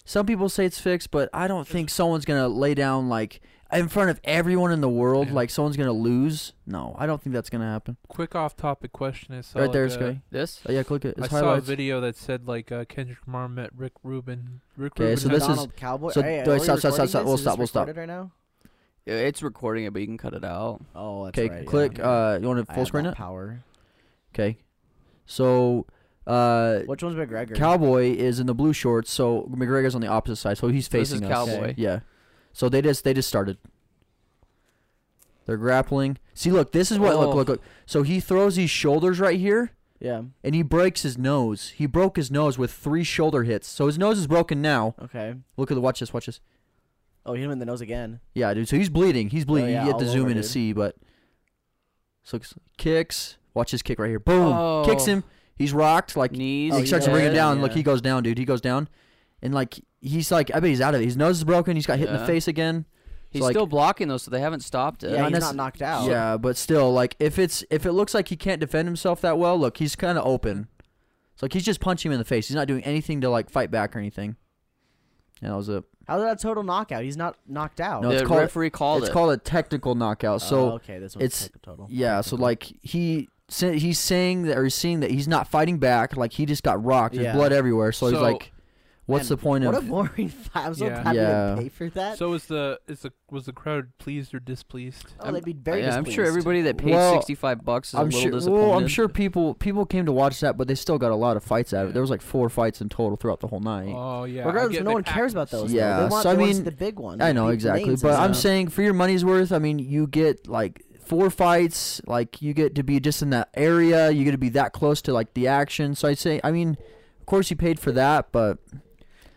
Speaker 4: Some people say it's fixed, but I don't think someone's gonna lay down like in front of everyone in the world.
Speaker 3: Yeah.
Speaker 4: Like someone's gonna lose. No, I don't think that's gonna happen.
Speaker 3: quick off-topic question. I saw
Speaker 4: right there,
Speaker 3: like, uh,
Speaker 4: Sky.
Speaker 1: This
Speaker 4: Oh, yeah, click it. It's
Speaker 3: I saw a
Speaker 4: highlights.
Speaker 3: video that said like uh, Kendrick Lamar met Rick Rubin. Rick
Speaker 4: Okay,
Speaker 3: Rubin
Speaker 4: so
Speaker 3: had-
Speaker 4: this is-
Speaker 2: Donald Cowboy.
Speaker 4: so-
Speaker 2: Hey,
Speaker 4: do I
Speaker 2: are we
Speaker 4: stop, stop,
Speaker 2: recording
Speaker 4: stop,
Speaker 2: this?
Speaker 4: we'll
Speaker 2: Is
Speaker 4: stop,
Speaker 2: this
Speaker 4: we'll stop.
Speaker 2: recorded Right now.
Speaker 1: it's recording it, but you can cut it out.
Speaker 2: Oh, that's
Speaker 4: Okay,
Speaker 2: right, yeah.
Speaker 4: click.
Speaker 1: yeah.
Speaker 4: Uh, you want
Speaker 2: I
Speaker 4: to full
Speaker 2: have
Speaker 4: screen
Speaker 2: that
Speaker 4: it?
Speaker 2: Power.
Speaker 4: Okay. So, uh,
Speaker 2: Which one's McGregor?
Speaker 4: Cowboy is in the blue shorts, so McGregor's on the opposite side, so he's
Speaker 1: So this
Speaker 4: facing
Speaker 1: is
Speaker 4: us.
Speaker 1: Cowboy.
Speaker 4: Yeah. So they just they just started. They're grappling. See, look, this is what look
Speaker 1: Oh.
Speaker 4: look look. So he throws these shoulders right here,
Speaker 2: yeah.
Speaker 4: and he breaks his nose. He broke his nose with three shoulder hits. So his nose is broken now.
Speaker 2: Okay.
Speaker 4: Look at the watch this, watch this.
Speaker 2: Oh, hit him in the nose again.
Speaker 4: Yeah, dude. So he's bleeding.
Speaker 1: Oh,
Speaker 4: He's bleeding.
Speaker 2: yeah,
Speaker 4: you have to
Speaker 2: all
Speaker 4: zoom
Speaker 2: over,
Speaker 4: in
Speaker 2: dude.
Speaker 4: to see, but so kicks. Watch his kick right here. Boom. Kicks
Speaker 1: Oh.
Speaker 4: him. He's rocked. Like
Speaker 1: Knees.
Speaker 4: he
Speaker 2: Oh,
Speaker 4: starts to
Speaker 2: yeah.
Speaker 4: bring him down.
Speaker 2: Yeah.
Speaker 4: Look, he goes down, dude. He goes down, and like he's like, I bet he's out of it. His nose is broken. He's got hit in
Speaker 1: Yeah.
Speaker 4: the face again.
Speaker 1: He's
Speaker 4: like-
Speaker 1: still blocking though, so they haven't stopped it.
Speaker 2: Yeah,
Speaker 4: not
Speaker 2: he's
Speaker 4: necess-
Speaker 2: not knocked out.
Speaker 4: Yeah, but still, like if it's if it looks like he can't defend himself that well, look, he's kind of open. It's like he's just punching him in the face. He's not doing anything to like fight back or anything. Yeah, that was it.
Speaker 2: How's that a total knockout? He's not knocked out.
Speaker 4: No,
Speaker 1: the
Speaker 4: it's called-
Speaker 1: referee called
Speaker 4: it's
Speaker 1: it.
Speaker 4: called a technical knockout.
Speaker 2: Oh,
Speaker 4: So
Speaker 2: okay, this one's
Speaker 4: it's-
Speaker 2: like a total.
Speaker 4: yeah, so like he sa- he's saying that or he's seeing that he's not fighting back. Like he just got rocked. There's
Speaker 2: Yeah.
Speaker 4: blood everywhere. So, he's
Speaker 3: So-
Speaker 4: like, what's
Speaker 2: Man,
Speaker 4: the point
Speaker 2: What a
Speaker 4: of?
Speaker 2: boring fight. I'm so
Speaker 3: Yeah.
Speaker 2: happy
Speaker 4: Yeah.
Speaker 2: to pay for that.
Speaker 3: So is the is the was the crowd pleased or displeased?
Speaker 2: oh, they'd be very.
Speaker 1: yeah, I'm sure
Speaker 2: displeased.
Speaker 1: everybody that paid
Speaker 4: Well,
Speaker 1: 65 bucks is a
Speaker 4: I'm
Speaker 1: little
Speaker 4: sure.
Speaker 1: disappointed.
Speaker 4: Well, I'm sure people people came to watch that, but they still got a lot of fights out of it. There was like four fights in total throughout the whole night.
Speaker 3: Oh yeah. I
Speaker 2: Regardless,
Speaker 3: get
Speaker 2: no
Speaker 3: the
Speaker 2: one cares about
Speaker 3: package.
Speaker 2: those.
Speaker 4: Yeah,
Speaker 2: though. They want,
Speaker 4: so I
Speaker 2: they want
Speaker 4: mean-
Speaker 2: the big one.
Speaker 4: I know exactly, but I'm
Speaker 1: stuff.
Speaker 4: saying for your money's worth, I mean, you get like four fights, like you get to be just in that area, you get to be that close to like the action. So I'd say, I mean, of course you paid for that, but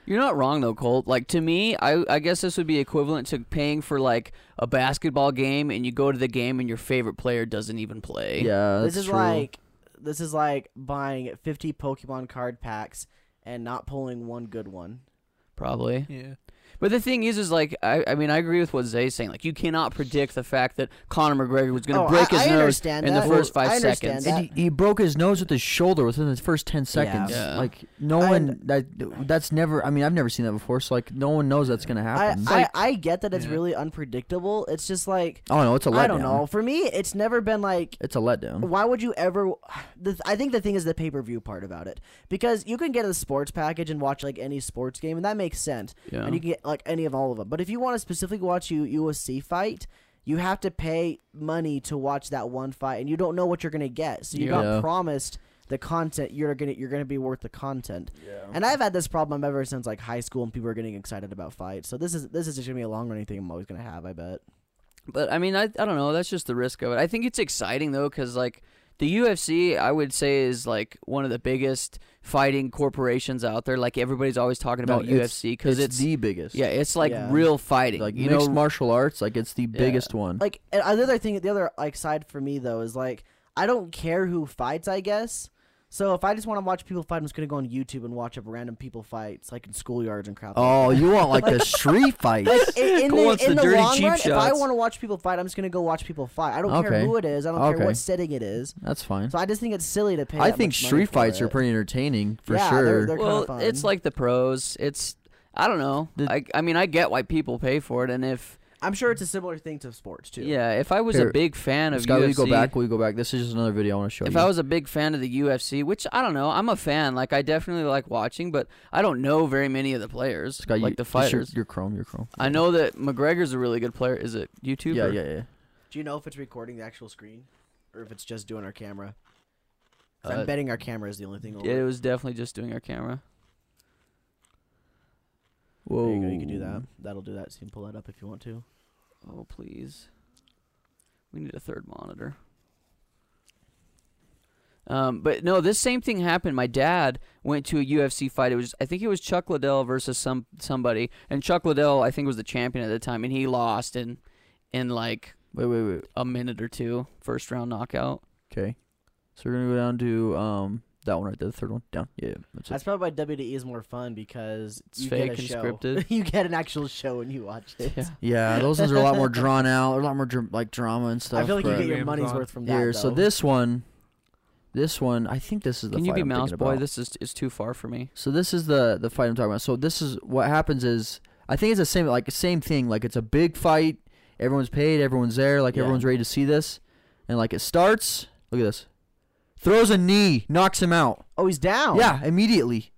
Speaker 1: You're not wrong though, Colt. Like to me, I I guess this would be equivalent to paying for like a basketball game, and you go to the game, and your favorite player doesn't even play.
Speaker 4: yeah,
Speaker 2: this
Speaker 4: that's
Speaker 2: is
Speaker 4: true.
Speaker 2: like this is like buying 50 Pokemon card packs and not pulling one good one.
Speaker 1: probably.
Speaker 3: Yeah.
Speaker 1: But the thing is, is like I, I mean, I agree with what Zay's saying. Like, you cannot predict the fact that Conor McGregor was going to
Speaker 2: Oh,
Speaker 1: break
Speaker 2: I-
Speaker 1: his
Speaker 2: I
Speaker 1: nose
Speaker 2: understand
Speaker 1: in
Speaker 2: that.
Speaker 1: the first
Speaker 2: I
Speaker 1: five
Speaker 2: understand
Speaker 1: seconds.
Speaker 2: that.
Speaker 4: And he, he broke his nose with his shoulder within the first ten seconds.
Speaker 1: Yeah.
Speaker 4: Like no
Speaker 2: I-
Speaker 4: one that that's never. I mean, I've never seen that before. So like, no one knows that's gonna
Speaker 2: I,
Speaker 4: happen.
Speaker 2: I, I get that it's
Speaker 3: Yeah.
Speaker 2: really unpredictable. It's just like
Speaker 4: oh no, it's a letdown.
Speaker 2: I don't know. For me, it's never been like
Speaker 4: It's a letdown.
Speaker 2: why would you ever the, th- i think the thing is the pay-per-view part about it because you can get a sports package and watch like any sports game and that makes sense
Speaker 1: Yeah.
Speaker 2: and you can get like any of all of them but if you want to specifically watch you ufc fight you have to pay money to watch that one fight and you don't know what you're gonna get so you're
Speaker 4: Yeah.
Speaker 2: not promised the content you're gonna you're gonna be worth the content and i've had this problem ever since like high school and people are getting excited about fights so this is this is just gonna be a long running thing i'm always gonna have i bet
Speaker 1: But I mean, I, I don't know. That's just the risk of it. I think it's exciting though, because like the UFC, I would say is like one of the biggest fighting corporations out there. Like everybody's always talking
Speaker 4: No,
Speaker 1: about
Speaker 4: it's-
Speaker 1: UFC because it's,
Speaker 4: the biggest.
Speaker 1: yeah, it's like
Speaker 2: Yeah.
Speaker 1: real fighting.
Speaker 4: like
Speaker 1: you know,
Speaker 4: mixed martial arts. Like it's the biggest one.
Speaker 2: like and the other thing the other like side for me though is like i don't care who fights i guess so if i just want to watch people fight i'm just gonna go on youtube and watch up random people fights like in schoolyards and crap
Speaker 4: oh, you want like the street fights?
Speaker 2: like, in, in
Speaker 1: Who
Speaker 2: the,
Speaker 1: wants
Speaker 2: in
Speaker 1: the
Speaker 2: the,
Speaker 1: dirty
Speaker 2: long
Speaker 1: cheap
Speaker 2: run if i
Speaker 1: shots?
Speaker 2: want to watch people fight i'm just gonna go watch people fight i don't care
Speaker 4: Okay.
Speaker 2: who it is i don't
Speaker 4: Okay.
Speaker 2: care what setting it is
Speaker 4: That's fine.
Speaker 2: so i just think it's silly to pay
Speaker 4: I
Speaker 2: that
Speaker 4: think
Speaker 2: much money
Speaker 4: street
Speaker 2: for
Speaker 4: fights are
Speaker 2: it.
Speaker 4: pretty entertaining for
Speaker 2: Yeah,
Speaker 4: sure.
Speaker 2: they're- they're kinda
Speaker 1: well,
Speaker 2: fun.
Speaker 1: it's like the pros. It's I don't know.
Speaker 4: The-
Speaker 1: I I mean, I get why people pay for it, and if
Speaker 2: i'm sure it's a similar thing to sports too
Speaker 1: yeah, if I was
Speaker 4: Here,
Speaker 1: a big fan of
Speaker 4: Scott,
Speaker 1: UFC,
Speaker 4: will you go back? Will you go back? This is just another video I want to show
Speaker 1: if
Speaker 4: you.
Speaker 1: I was a big fan of the UFC, which I don't know, I'm a fan. Like I definitely like watching, but I don't know very many of the players,
Speaker 4: Scott,
Speaker 1: like
Speaker 4: you,
Speaker 1: the
Speaker 4: just your-
Speaker 1: fighters.
Speaker 4: Your, Chrome, your Chrome.
Speaker 1: I know that McGregor's a really good player. Is it YouTube?
Speaker 4: Yeah,
Speaker 1: or-
Speaker 4: yeah, yeah.
Speaker 2: do you know if it's recording the actual screen or if it's just doing our camera 'Cause
Speaker 1: Uh,
Speaker 2: i'm betting our camera is the only thing that'll
Speaker 1: Yeah, it
Speaker 2: work.
Speaker 1: was definitely just doing our camera.
Speaker 4: Whoa.
Speaker 2: there you go you can do that that'll do that so you can pull that up if you want to
Speaker 1: Oh please, we need a third monitor. Um, but no, this same thing happened. My dad went to a UFC fight. It was I think it was Chuck Liddell versus some somebody, and Chuck Liddell I think was the champion at the time, and he lost in in like
Speaker 4: Wait, wait, wait.
Speaker 1: a minute or two, first round knockout.
Speaker 4: Okay. So we're gonna go down to um that one right there, the third one down. Yeah, that's it.
Speaker 2: That's probably why WDE is more fun because
Speaker 1: It's
Speaker 2: you
Speaker 1: fake
Speaker 2: get a
Speaker 1: and
Speaker 2: show.
Speaker 1: scripted.
Speaker 2: you get an actual show and you watch it.
Speaker 1: Yeah.
Speaker 4: Yeah, those ones are a lot more drawn out. They're a lot more dr- like drama and stuff.
Speaker 2: I feel like you
Speaker 4: but-
Speaker 2: get your
Speaker 3: Amazon.
Speaker 2: money's worth from that.
Speaker 4: here. So
Speaker 2: though.
Speaker 4: this one, this one, I think this is the.
Speaker 1: Can you
Speaker 4: fight
Speaker 1: be
Speaker 4: I'm
Speaker 1: mouse
Speaker 4: thinking
Speaker 1: boy?
Speaker 4: about.
Speaker 1: This is is too far for me.
Speaker 4: So this is the the fight I'm talking about. So this is what happens is I think it's the same like same thing. Like it's a big fight. Everyone's paid. Everyone's there. Like
Speaker 2: Yeah.
Speaker 4: everyone's ready to see this. And like it starts. Look at this. Throws a knee, knocks him out.
Speaker 2: oh, he's down.
Speaker 4: Yeah, immediately.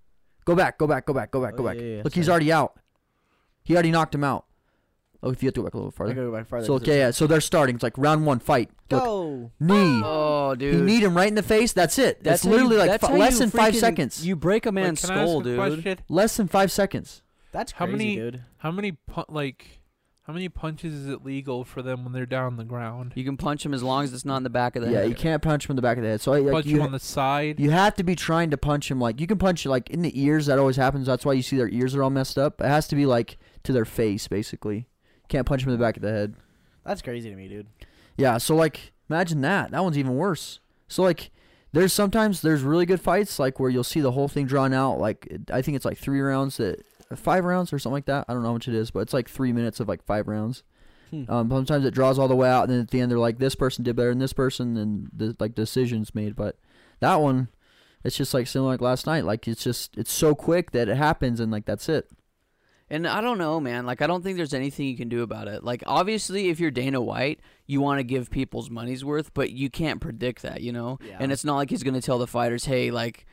Speaker 4: Go back. Go back. Go back. Go back. Go
Speaker 2: Oh,
Speaker 4: back.
Speaker 2: yeah, yeah, yeah,
Speaker 4: Look, he's
Speaker 2: sorry.
Speaker 4: already out. He already knocked him out. Oh, if you have to go back a little
Speaker 2: I
Speaker 4: farther.
Speaker 2: gotta go back farther.
Speaker 4: So
Speaker 2: 'cause
Speaker 4: okay, yeah. So they're starting. It's like round one fight. Look,
Speaker 2: Go.
Speaker 4: knee.
Speaker 1: Oh,
Speaker 4: He
Speaker 1: dude.
Speaker 4: kneed him right in the face. That's it. That's,
Speaker 1: how you-
Speaker 4: literally like
Speaker 1: that's
Speaker 4: fi-
Speaker 1: how
Speaker 4: less
Speaker 1: you
Speaker 4: than five
Speaker 1: freaking-
Speaker 4: seconds.
Speaker 1: You break a man's
Speaker 3: can I ask
Speaker 1: skull,
Speaker 3: a
Speaker 1: dude.
Speaker 3: question?
Speaker 4: less than five seconds.
Speaker 2: That's
Speaker 3: How
Speaker 2: crazy,
Speaker 3: many-
Speaker 2: dude.
Speaker 3: How many pu- like how many punches is it legal for them when they're down on the ground?
Speaker 1: You can punch him as long as it's not in the back of the
Speaker 4: Yeah,
Speaker 1: head.
Speaker 4: you can't punch him in the back of the head. So like,
Speaker 3: Punch
Speaker 4: you,
Speaker 3: him on the side.
Speaker 4: you have to be trying to punch him like you can punch like in the ears. That always happens. That's why you see their ears are all messed up. It has to be like to their face basically. Can't punch him in the back of the head.
Speaker 2: That's crazy to me, dude.
Speaker 4: Yeah. So like imagine that. That one's even worse. So like there's sometimes there's really good fights like where you'll see the whole thing drawn out. Like I think it's like three rounds that five rounds or something like that. I don't know how much it is, but it's like three minutes of like five rounds.
Speaker 2: Hmm.
Speaker 4: Um, sometimes it draws all the way out, and then at the end they're like, "This person did better than this person," and the like decisions made. But that one, it's just like similar like last night. Like it's just it's so quick that it happens, and like that's it.
Speaker 1: And I don't know, man. Like, I don't think there's anything you can do about it. Like, obviously, if you're Dana White, you want to give people's money's worth, but you can't predict that, you know?
Speaker 2: Yeah.
Speaker 1: And it's not like he's going to tell the fighters, hey, like,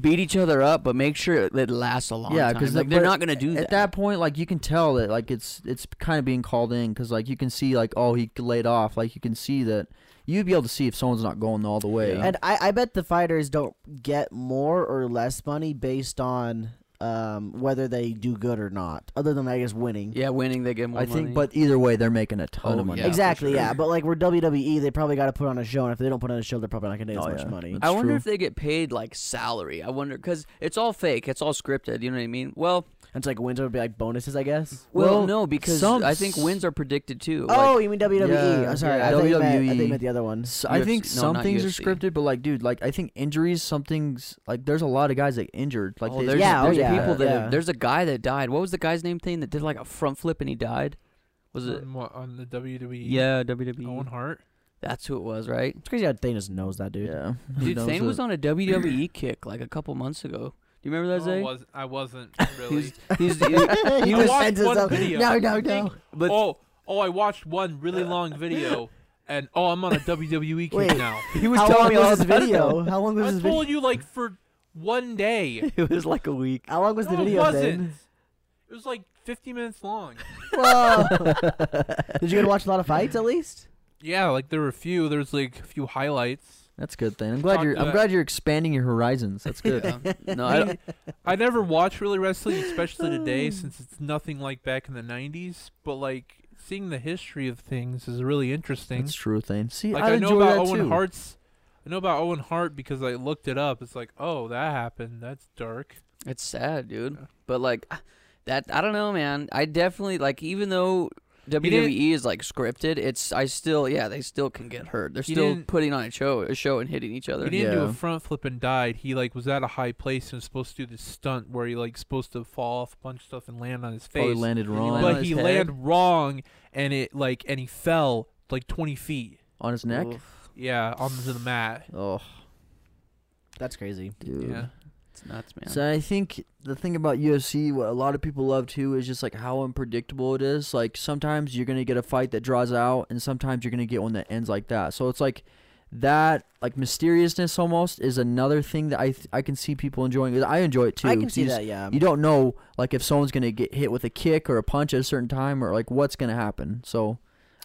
Speaker 1: beat each other up, but make sure it, it lasts a long
Speaker 4: yeah,
Speaker 1: time.
Speaker 4: because
Speaker 1: like, they're not going to do
Speaker 4: at that point. Like you can tell that like it's it's kind of being called in because like you can see like oh he laid off. Like you can see that you'd be able to see if someone's not going all the way.
Speaker 1: Yeah.
Speaker 2: And I, I bet the fighters don't get more or less money based on um, whether they do good or not, other than I guess winning.
Speaker 1: Yeah, winning, they get more
Speaker 4: I think,
Speaker 1: money.
Speaker 4: but either way, they're making a ton
Speaker 1: Oh,
Speaker 4: of money.
Speaker 1: yeah, for
Speaker 2: exactly.
Speaker 1: sure.
Speaker 2: Yeah, but like we're WWE, E, they probably got to put on a show, and if they don't put on a show, they're probably not gonna get as
Speaker 4: Oh,
Speaker 2: much
Speaker 4: yeah.
Speaker 2: money.
Speaker 4: That's
Speaker 1: I wonder
Speaker 4: true.
Speaker 1: if they get paid, like, salary. I wonder, because it's all fake, it's all scripted, you know what I mean? Well,
Speaker 2: And so like wins would be like bonuses, I guess.
Speaker 1: well,
Speaker 4: Well,
Speaker 1: no, because
Speaker 4: some
Speaker 1: I think
Speaker 4: s-
Speaker 1: wins are predicted too.
Speaker 2: Oh,
Speaker 1: like,
Speaker 2: you mean WWE?
Speaker 4: Yeah, E.
Speaker 2: I'm sorry,
Speaker 1: yeah,
Speaker 2: I, thought you meant, I thought you
Speaker 4: WWE.
Speaker 2: meant the other one.
Speaker 4: S- I think
Speaker 1: UFC. No,
Speaker 4: some
Speaker 1: not
Speaker 4: things
Speaker 1: UFC.
Speaker 4: are scripted, but like, dude, like I think injuries, some things, like there's a lot of guys that injured, like
Speaker 1: Oh,
Speaker 4: they,
Speaker 1: there's-
Speaker 2: Yeah, oh,
Speaker 1: there's
Speaker 2: yeah.
Speaker 4: Yeah,
Speaker 1: people that
Speaker 2: yeah.
Speaker 1: there's a guy that died. What was the guy's name thing that did like a front flip and he died? Was it?
Speaker 3: on, what- on the WWE?
Speaker 1: Yeah,
Speaker 3: Owen
Speaker 1: WWE.
Speaker 3: Hart.
Speaker 1: That's who it was, right?
Speaker 2: It's crazy how Thanos knows that, dude.
Speaker 4: Yeah. Who
Speaker 1: Dude,
Speaker 4: knows
Speaker 1: Thane
Speaker 4: what-
Speaker 1: was on a WWE kick like a couple months ago. Do you remember that,
Speaker 3: No, I
Speaker 1: Zay?
Speaker 3: was I wasn't
Speaker 1: He
Speaker 3: really.
Speaker 1: was, he was, he-
Speaker 2: he
Speaker 3: I
Speaker 2: was
Speaker 3: watched
Speaker 2: senses
Speaker 3: one
Speaker 2: of-
Speaker 3: video.
Speaker 2: No, no, no.
Speaker 3: I think-
Speaker 1: but
Speaker 3: oh, oh, I watched one really long video, and oh, I'm on a WWE kick
Speaker 2: Wait.
Speaker 3: now.
Speaker 1: he was
Speaker 2: How
Speaker 1: telling
Speaker 2: long
Speaker 1: me all
Speaker 2: was this
Speaker 1: about it,
Speaker 2: video?
Speaker 1: though.
Speaker 2: How long was
Speaker 3: I
Speaker 2: this video?
Speaker 3: told you like for one day.
Speaker 1: It was like a week.
Speaker 2: How long was the
Speaker 3: No, it
Speaker 2: video
Speaker 3: wasn't.
Speaker 2: then?
Speaker 3: It was like 50 minutes long.
Speaker 2: Did you get to watch a lot of fights at least?
Speaker 3: yeah, like there were a few. There was like a few highlights.
Speaker 4: That's good thing. I'm glad
Speaker 3: Talk
Speaker 4: you're.
Speaker 3: to
Speaker 4: I'm
Speaker 3: that.
Speaker 4: glad you're expanding your horizons. That's good.
Speaker 1: No, I
Speaker 3: I,
Speaker 1: don't,
Speaker 3: mean, I never watch really wrestling, especially today, since it's nothing like back in the 90s. But like seeing the history of things is really interesting.
Speaker 4: That's true, Thane. See,
Speaker 3: Like
Speaker 4: I,
Speaker 3: I, know
Speaker 4: enjoy
Speaker 3: about
Speaker 4: that
Speaker 3: Owen
Speaker 4: too.
Speaker 3: Hart's. I know about Owen Hart because I looked it up. It's like, oh, that happened. That's dark.
Speaker 1: it's sad, dude.
Speaker 3: Yeah.
Speaker 1: But like ah, that, I don't know, man. I definitely like even though
Speaker 3: didn't-
Speaker 1: WWE is like scripted, it's I still yeah they still can get hurt. They're
Speaker 3: He
Speaker 1: still
Speaker 3: didn't-
Speaker 1: putting on a show, a show and hitting each other.
Speaker 3: He didn't do
Speaker 4: Uh, Yeah.
Speaker 3: a front flip and died. He like was at a high place and was supposed to do this stunt where he like supposed to fall off a bunch of stuff and land on his
Speaker 4: Probably
Speaker 3: face.
Speaker 4: landed
Speaker 1: Did he
Speaker 4: wrong
Speaker 1: land on
Speaker 3: but
Speaker 1: his
Speaker 3: he
Speaker 1: head?
Speaker 3: landed wrong and it like and he fell like 20 feet.
Speaker 4: on his neck.
Speaker 1: Oof,
Speaker 3: Yeah, onto the mat.
Speaker 4: Oh,
Speaker 2: That's crazy.
Speaker 4: dude.
Speaker 3: Yeah.
Speaker 1: it's nuts, man.
Speaker 4: So I think the thing about UFC, what a lot of people love too, is just like how unpredictable it is. Like sometimes you're gonna get a fight that draws out, and sometimes you're gonna get one that ends like that. So it's like that, like mysteriousness almost, is another thing that I th- I can see people enjoying. I enjoy it too.
Speaker 2: I can
Speaker 4: 'cause
Speaker 2: see
Speaker 4: you just-
Speaker 2: that, yeah.
Speaker 4: You don't know like if someone's gonna get hit with a kick or a punch at a certain time, or like what's gonna happen. So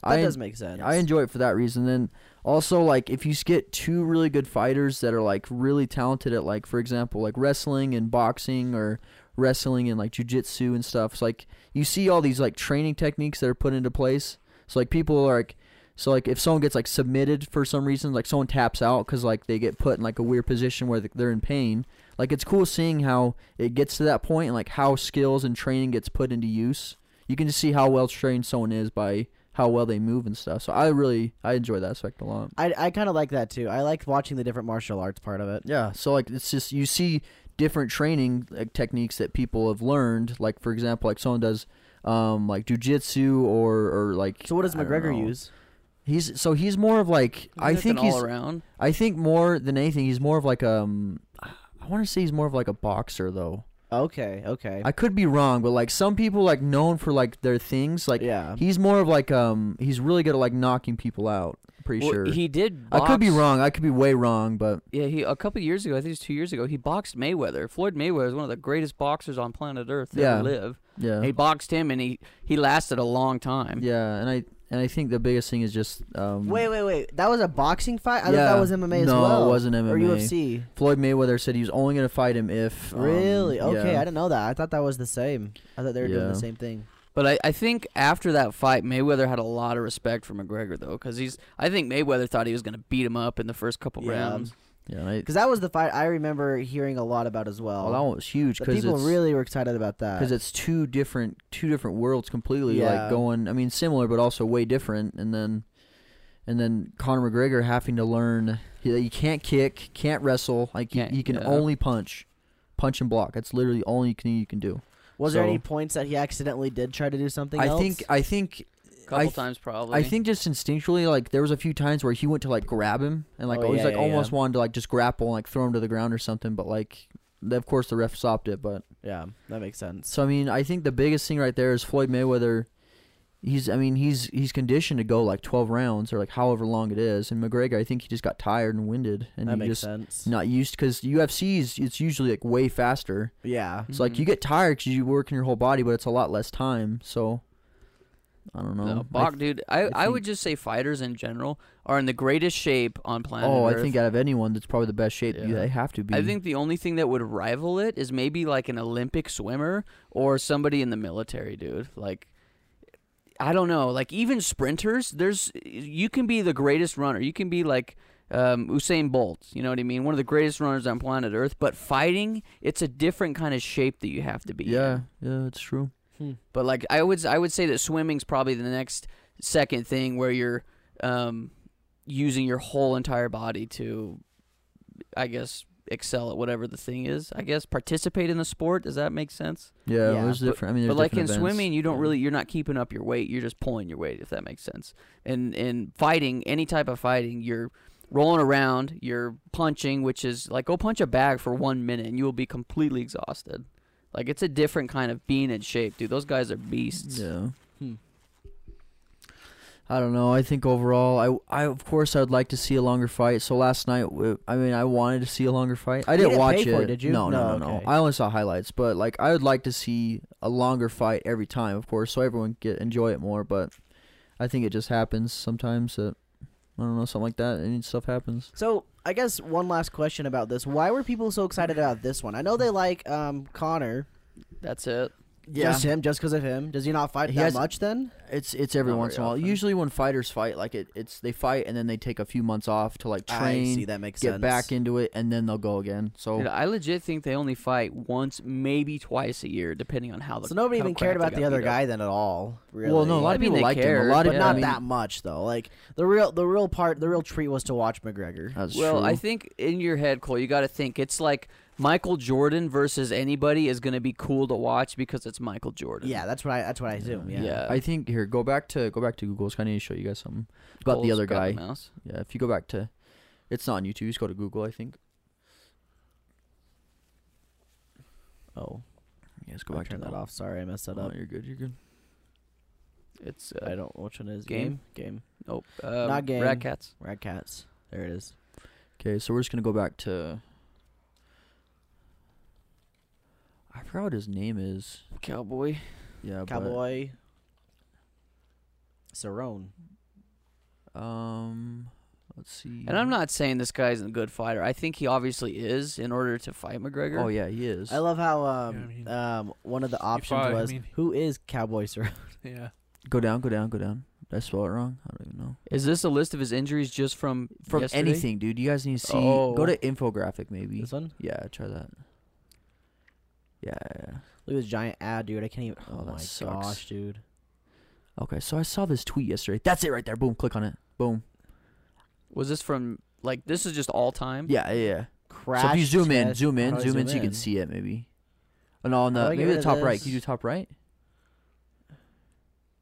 Speaker 2: That
Speaker 4: I
Speaker 2: does make sense.
Speaker 4: I enjoy it for that reason. Then also like if you s- get two really good fighters that are like really talented at like for example like wrestling and boxing or wrestling and like jujitsu and stuff. It's like you see all these like training techniques that are put into place. So like people are like so like if someone gets like submitted for some reason, like someone taps out because like they get put in like a weird position where th- they're in pain. Like it's cool seeing how it gets to that point and like how skills and training gets put into use. You can just see how well trained someone is by how well they move and stuff. So I really I enjoy that aspect a lot.
Speaker 2: I, I kind of like that too. I liked watching the different martial arts part of it.
Speaker 4: Yeah. So like it's just you see different training like techniques that people have learned. Like for example, like someone does um like jujitsu or or like
Speaker 2: So what does
Speaker 4: I don't
Speaker 2: McGregor
Speaker 4: know.
Speaker 2: use?
Speaker 4: He's so he's more of like I
Speaker 1: He's like
Speaker 4: think
Speaker 1: an
Speaker 4: he's
Speaker 1: all around.
Speaker 4: I think more than anything he's more of like um I want to say he's more of like a boxer though.
Speaker 2: Okay, okay.
Speaker 4: I could be wrong, but like some people like known for like their things like
Speaker 2: yeah.
Speaker 4: he's more of like um he's really good at like knocking people out. I'm Pretty
Speaker 1: Well,
Speaker 4: sure.
Speaker 1: he did.
Speaker 4: I could be
Speaker 1: box-
Speaker 4: wrong. I could be way wrong, but
Speaker 1: Yeah, he a couple years ago, I think it was two years ago, he boxed Mayweather. Floyd Mayweather is one of the greatest boxers on planet Earth that
Speaker 4: Yeah.
Speaker 1: ever live.
Speaker 4: yeah,
Speaker 1: He boxed him, and he he lasted a long time.
Speaker 4: yeah, and I and I think the biggest thing is just um,
Speaker 2: wait, wait, wait. That was a boxing fight? I thought
Speaker 4: Yeah.
Speaker 2: that was MMA as
Speaker 4: No, it
Speaker 2: well.
Speaker 4: wasn't
Speaker 2: Or
Speaker 4: MMA.
Speaker 2: UFC.
Speaker 4: Floyd Mayweather said he was only gonna fight him if um,
Speaker 2: really? Okay,
Speaker 4: yeah.
Speaker 2: I didn't know that. I thought that was the same. I thought they were doing
Speaker 4: Yeah.
Speaker 2: the same thing.
Speaker 1: But I, I think after that fight, Mayweather had a lot of respect for McGregor though, because he's I think Mayweather thought he was gonna beat him up in the first couple
Speaker 2: Yeah.
Speaker 1: rounds.
Speaker 4: yeah, I,
Speaker 2: Because that was the fight I remember hearing a lot about as well.
Speaker 4: well, that one was huge
Speaker 2: The
Speaker 4: because
Speaker 2: people
Speaker 4: it's
Speaker 2: really were excited about that.
Speaker 4: because it's two different two different worlds completely
Speaker 2: Yeah.
Speaker 4: like going. I mean, similar but also way different, and then and then Conor McGregor having to learn he, he can't kick, can't wrestle, like he,
Speaker 1: Can't-
Speaker 4: he can
Speaker 1: yeah.
Speaker 4: only punch, punch and block. That's literally the only thing you can do.
Speaker 2: was there
Speaker 4: so-
Speaker 2: any points that he accidentally did try to do something
Speaker 4: I
Speaker 2: else?
Speaker 4: think I think
Speaker 1: Couple
Speaker 4: th-
Speaker 1: times probably.
Speaker 4: I think just instinctually, like there was a few times where he went to like grab him and like
Speaker 2: Oh,
Speaker 4: oh, he's
Speaker 2: yeah,
Speaker 4: like
Speaker 2: yeah,
Speaker 4: almost wanted to like just grapple and like throw him to the ground or something, but like th- of course the ref stopped it. But
Speaker 2: Yeah, that makes sense.
Speaker 4: so I mean, I think the biggest thing right there is Floyd Mayweather. He's I mean he's he's conditioned to go like twelve rounds or like however long it is, and McGregor I think he just got tired and winded and
Speaker 2: That
Speaker 4: he
Speaker 2: makes
Speaker 4: just
Speaker 2: sense.
Speaker 4: not used because UFC's it's usually like way faster.
Speaker 2: Yeah.
Speaker 4: So like you get tired because you work in your whole body, but it's a lot less time. So I don't know.
Speaker 1: No,
Speaker 4: I
Speaker 1: Bach, dude, I, I,
Speaker 4: I
Speaker 1: would
Speaker 4: think-
Speaker 1: just say fighters in general are in the greatest shape on planet
Speaker 4: Oh,
Speaker 1: Earth.
Speaker 4: I think out of anyone, that's probably the best shape.
Speaker 1: Yeah.
Speaker 4: You, they have to be.
Speaker 1: I think the only thing that would rival it is maybe like an Olympic swimmer or somebody in the military, dude. Like I don't know, like even sprinters, there's you can be the greatest runner. You can be like um, Usain Bolt, you know what I mean? One of the greatest runners on planet Earth, but fighting, it's a different kind of shape that you have to be. in.
Speaker 4: Yeah, yeah, it's true.
Speaker 1: But like I would I would say that swimming's probably the next second thing where you're um using your whole entire body to I guess excel at whatever the thing is. I guess participate in the sport. Does that make sense?
Speaker 4: Yeah,
Speaker 2: Yeah,
Speaker 4: there's
Speaker 1: but-
Speaker 4: different. I mean, there's
Speaker 1: but like in
Speaker 4: different events.
Speaker 1: swimming, you don't
Speaker 4: Yeah.
Speaker 1: really you're not keeping up your weight. You're just pulling your weight, if that makes sense. And in fighting, any type of fighting, you're rolling around, you're punching, which is like go punch a bag for one minute and you will be completely exhausted. Like it's a different kind of being in shape, dude. Those guys are beasts.
Speaker 4: Yeah.
Speaker 2: Hmm.
Speaker 4: I don't know. I think overall, I, I of course I would like to see a longer fight. So last night, w- I mean, I wanted to see a longer fight. I
Speaker 2: You
Speaker 4: didn't,
Speaker 2: didn't
Speaker 4: watch
Speaker 2: pay
Speaker 4: it.
Speaker 2: for it, did you?
Speaker 4: No, no,
Speaker 2: No,
Speaker 4: no, no.
Speaker 2: okay.
Speaker 4: I only saw highlights, but like I would like to see a longer fight every time, of course, so everyone get enjoy it more. But I think it just happens sometimes that I don't know something like that. and stuff happens.
Speaker 2: So I guess one last question about this: Why were people so excited about this one? I know they like um, Connor.
Speaker 1: That's it.
Speaker 2: Just him, just because of him. Does he not fight
Speaker 4: He
Speaker 2: that
Speaker 4: has-
Speaker 2: much then?
Speaker 4: It's it's every
Speaker 1: Not
Speaker 4: once in
Speaker 1: very
Speaker 4: a while.
Speaker 1: often.
Speaker 4: Usually when fighters fight, like it, it's they fight and then they take a few months off to like
Speaker 2: I see
Speaker 4: train,
Speaker 2: that makes
Speaker 4: get
Speaker 2: sense.
Speaker 4: back into it, and then they'll go again.
Speaker 2: Oh.
Speaker 4: So
Speaker 1: Dude, I legit think they only fight once, maybe twice a year, depending on how the
Speaker 2: So nobody
Speaker 1: how
Speaker 2: even
Speaker 1: crap
Speaker 2: cared
Speaker 1: they
Speaker 2: about
Speaker 1: got
Speaker 2: the other
Speaker 1: beat up.
Speaker 2: guy then at all. Really.
Speaker 4: Well, no, a lot
Speaker 1: I
Speaker 4: of
Speaker 1: mean,
Speaker 4: people
Speaker 1: they
Speaker 4: liked him.
Speaker 1: cared,
Speaker 4: A lot of
Speaker 2: but
Speaker 4: people,
Speaker 2: not
Speaker 4: I mean,
Speaker 2: that much though. Like the real, the real part, the real treat was to watch McGregor.
Speaker 4: That's
Speaker 1: well,
Speaker 4: true.
Speaker 1: I think in your head, Cole, you got to think it's like Michael Jordan versus anybody is going to be cool to watch because it's Michael Jordan.
Speaker 2: Yeah, that's what I. That's what I assume. Yeah.
Speaker 1: Yeah.
Speaker 4: I think here go back to go back to Google's kind of need to show you guys something about
Speaker 1: Cole's
Speaker 4: the other
Speaker 1: got
Speaker 4: guy.
Speaker 1: mouse.
Speaker 4: yeah, if you go back to, it's not on YouTube. Just go to Google. I think.
Speaker 2: Oh,
Speaker 4: Yeah, just go
Speaker 2: I
Speaker 4: back to
Speaker 2: turned that off. Sorry, I messed that
Speaker 4: Oh,
Speaker 2: up.
Speaker 4: you're good. You're good.
Speaker 1: It's
Speaker 2: I
Speaker 1: uh,
Speaker 2: don't. Which one is it?
Speaker 1: Game?
Speaker 2: Game.
Speaker 1: nope. Um,
Speaker 2: Not game.
Speaker 1: Rat cats.
Speaker 2: Rat cats. There it is.
Speaker 4: Okay, so we're just gonna go back to. I forgot what his name is.
Speaker 1: Cowboy.
Speaker 4: Yeah,
Speaker 2: Cowboy. Cerrone.
Speaker 4: But, um, let's see.
Speaker 1: And I'm not saying this guy's a good fighter. I think he obviously is in order to fight McGregor.
Speaker 4: Oh yeah, he is.
Speaker 2: I love how um,
Speaker 3: I mean,
Speaker 2: um one of the options
Speaker 3: I
Speaker 2: was
Speaker 3: mean-
Speaker 2: who is Cowboy Cerrone.
Speaker 3: Yeah.
Speaker 4: go down, go down, go down. Did I spell it wrong? I don't even know.
Speaker 1: Is this a list of his injuries just from
Speaker 4: From
Speaker 1: yesterday?
Speaker 4: anything, dude. You guys need to see. Go
Speaker 1: Oh.
Speaker 4: to infographic maybe.
Speaker 2: This one.
Speaker 4: Yeah, try that. Yeah, yeah, yeah.
Speaker 2: Look at this giant ad, dude. I can't even.
Speaker 4: Oh,
Speaker 2: Oh,
Speaker 4: that
Speaker 2: my
Speaker 4: sucks.
Speaker 2: gosh, dude.
Speaker 4: Okay, so I saw this tweet yesterday. That's it right there. Boom, click on it. Boom.
Speaker 1: Was this from like this is just all time?
Speaker 4: Yeah, yeah. yeah.
Speaker 2: Crash.
Speaker 4: So if you zoom in,
Speaker 2: test-
Speaker 4: zoom in,
Speaker 2: how do I
Speaker 4: zoom, in, so you can see it maybe. Oh, no, on
Speaker 2: How do
Speaker 4: the
Speaker 2: I get
Speaker 4: maybe
Speaker 2: rid
Speaker 4: the
Speaker 2: of
Speaker 4: top right.
Speaker 2: this?
Speaker 4: Can you do top right?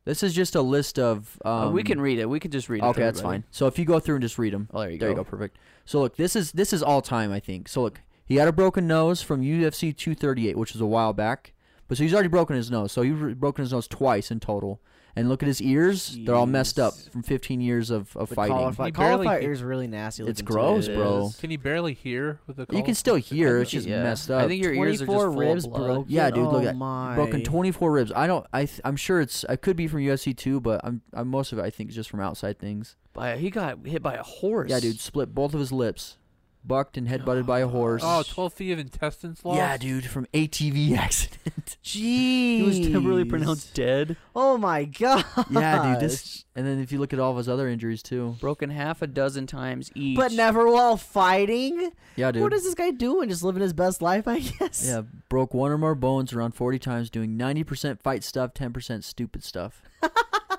Speaker 4: This is just a list of. Um,
Speaker 1: Uh, we can read it. We can just read it.
Speaker 4: Okay,
Speaker 1: for
Speaker 4: that's
Speaker 1: everybody.
Speaker 4: fine. So if you go through and just read them,
Speaker 1: Oh, there you
Speaker 4: there you
Speaker 1: go.
Speaker 4: go, perfect. So look, this is this is all time, I think. So look, he had a broken nose from UFC 238, which was a while back. But so he's already broken his nose. So he's re- broken his nose twice in total. And look at his ears; they're all messed up
Speaker 2: Jeez.
Speaker 4: from 15 years of, of
Speaker 2: The
Speaker 4: fighting.
Speaker 2: Cauliflower,
Speaker 3: He barely
Speaker 2: cauliflower
Speaker 3: can-
Speaker 2: ear is really nasty.
Speaker 4: It's
Speaker 2: looking,
Speaker 4: gross,
Speaker 2: too.
Speaker 4: bro.
Speaker 3: Can you barely hear with the call?
Speaker 4: You can still hear; it's just
Speaker 1: Yeah.
Speaker 4: messed up.
Speaker 1: I think your ears are just
Speaker 2: Twenty-four
Speaker 1: full of
Speaker 2: ribs
Speaker 1: blood.
Speaker 2: broken.
Speaker 4: Yeah, dude, look
Speaker 2: oh
Speaker 4: at-
Speaker 2: my.
Speaker 4: broken 24 ribs. I don't. I th- I'm sure it's. I could be from UFC too, but I'm. I'm most of it. I think is just from outside things.
Speaker 1: By, he got hit by a horse.
Speaker 4: Yeah, dude, split both of his lips, bucked and headbutted by a horse.
Speaker 3: Oh, 12 feet of intestines lost?
Speaker 4: yeah, dude, from ATV accident.
Speaker 2: Jeez.
Speaker 1: He was temporarily pronounced dead.
Speaker 2: Oh my god.
Speaker 4: yeah, dude. This. And then if you look at all of his other injuries too.
Speaker 1: Broken half a dozen times each.
Speaker 2: But never while fighting.
Speaker 4: Yeah, dude.
Speaker 2: What is this guy doing? Just living his best life, I guess.
Speaker 4: Yeah, broke one or more bones around 40 times, doing 90% fight stuff, 10% stupid stuff.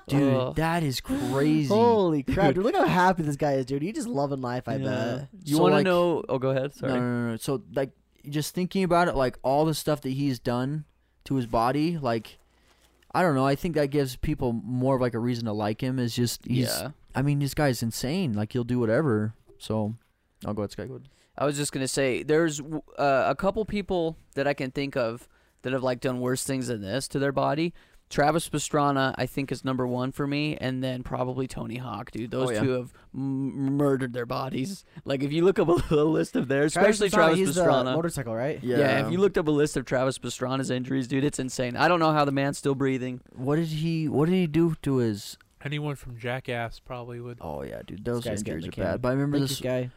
Speaker 4: Dude,
Speaker 1: Ugh.
Speaker 4: that is crazy.
Speaker 2: Holy crap, dude! Look how happy this guy is, dude. He just loving life, I
Speaker 1: Yeah.
Speaker 2: bet.
Speaker 1: You
Speaker 4: So,
Speaker 1: want to
Speaker 4: like-
Speaker 1: know? Oh, go ahead. Sorry.
Speaker 4: No, no, no, no. So, like, just thinking about it, like, all the stuff that he's done to his body, like, I don't know. I think that gives people more of, like, a reason to like him. Is just, he's,
Speaker 1: yeah.
Speaker 4: I mean, this guy's insane. Like, he'll do whatever. So, I'll go ahead, Sky. Go ahead.
Speaker 1: I was just gonna say there's w- uh, a couple people that I can think of that have like done worse things than this to their body. Travis Pastrana, I think, is number one for me, and then probably Tony Hawk, dude. Those
Speaker 4: Oh, yeah.
Speaker 1: two have m- murdered their bodies. Like if you look up a, a list of theirs, especially Travis
Speaker 2: he's the
Speaker 1: Pastrana.
Speaker 2: motorcycle, right?
Speaker 1: yeah. if you looked up a list of Travis Pastrana's injuries, dude, it's insane. I don't know how the man's still breathing.
Speaker 4: What did he, what did he do to his,
Speaker 3: Anyone from Jackass probably would.
Speaker 4: Oh yeah, dude, those
Speaker 2: guy's getting
Speaker 4: injuries are
Speaker 2: the
Speaker 4: bad.
Speaker 2: can.
Speaker 4: But I remember
Speaker 2: Thank
Speaker 4: this.
Speaker 2: you, guy.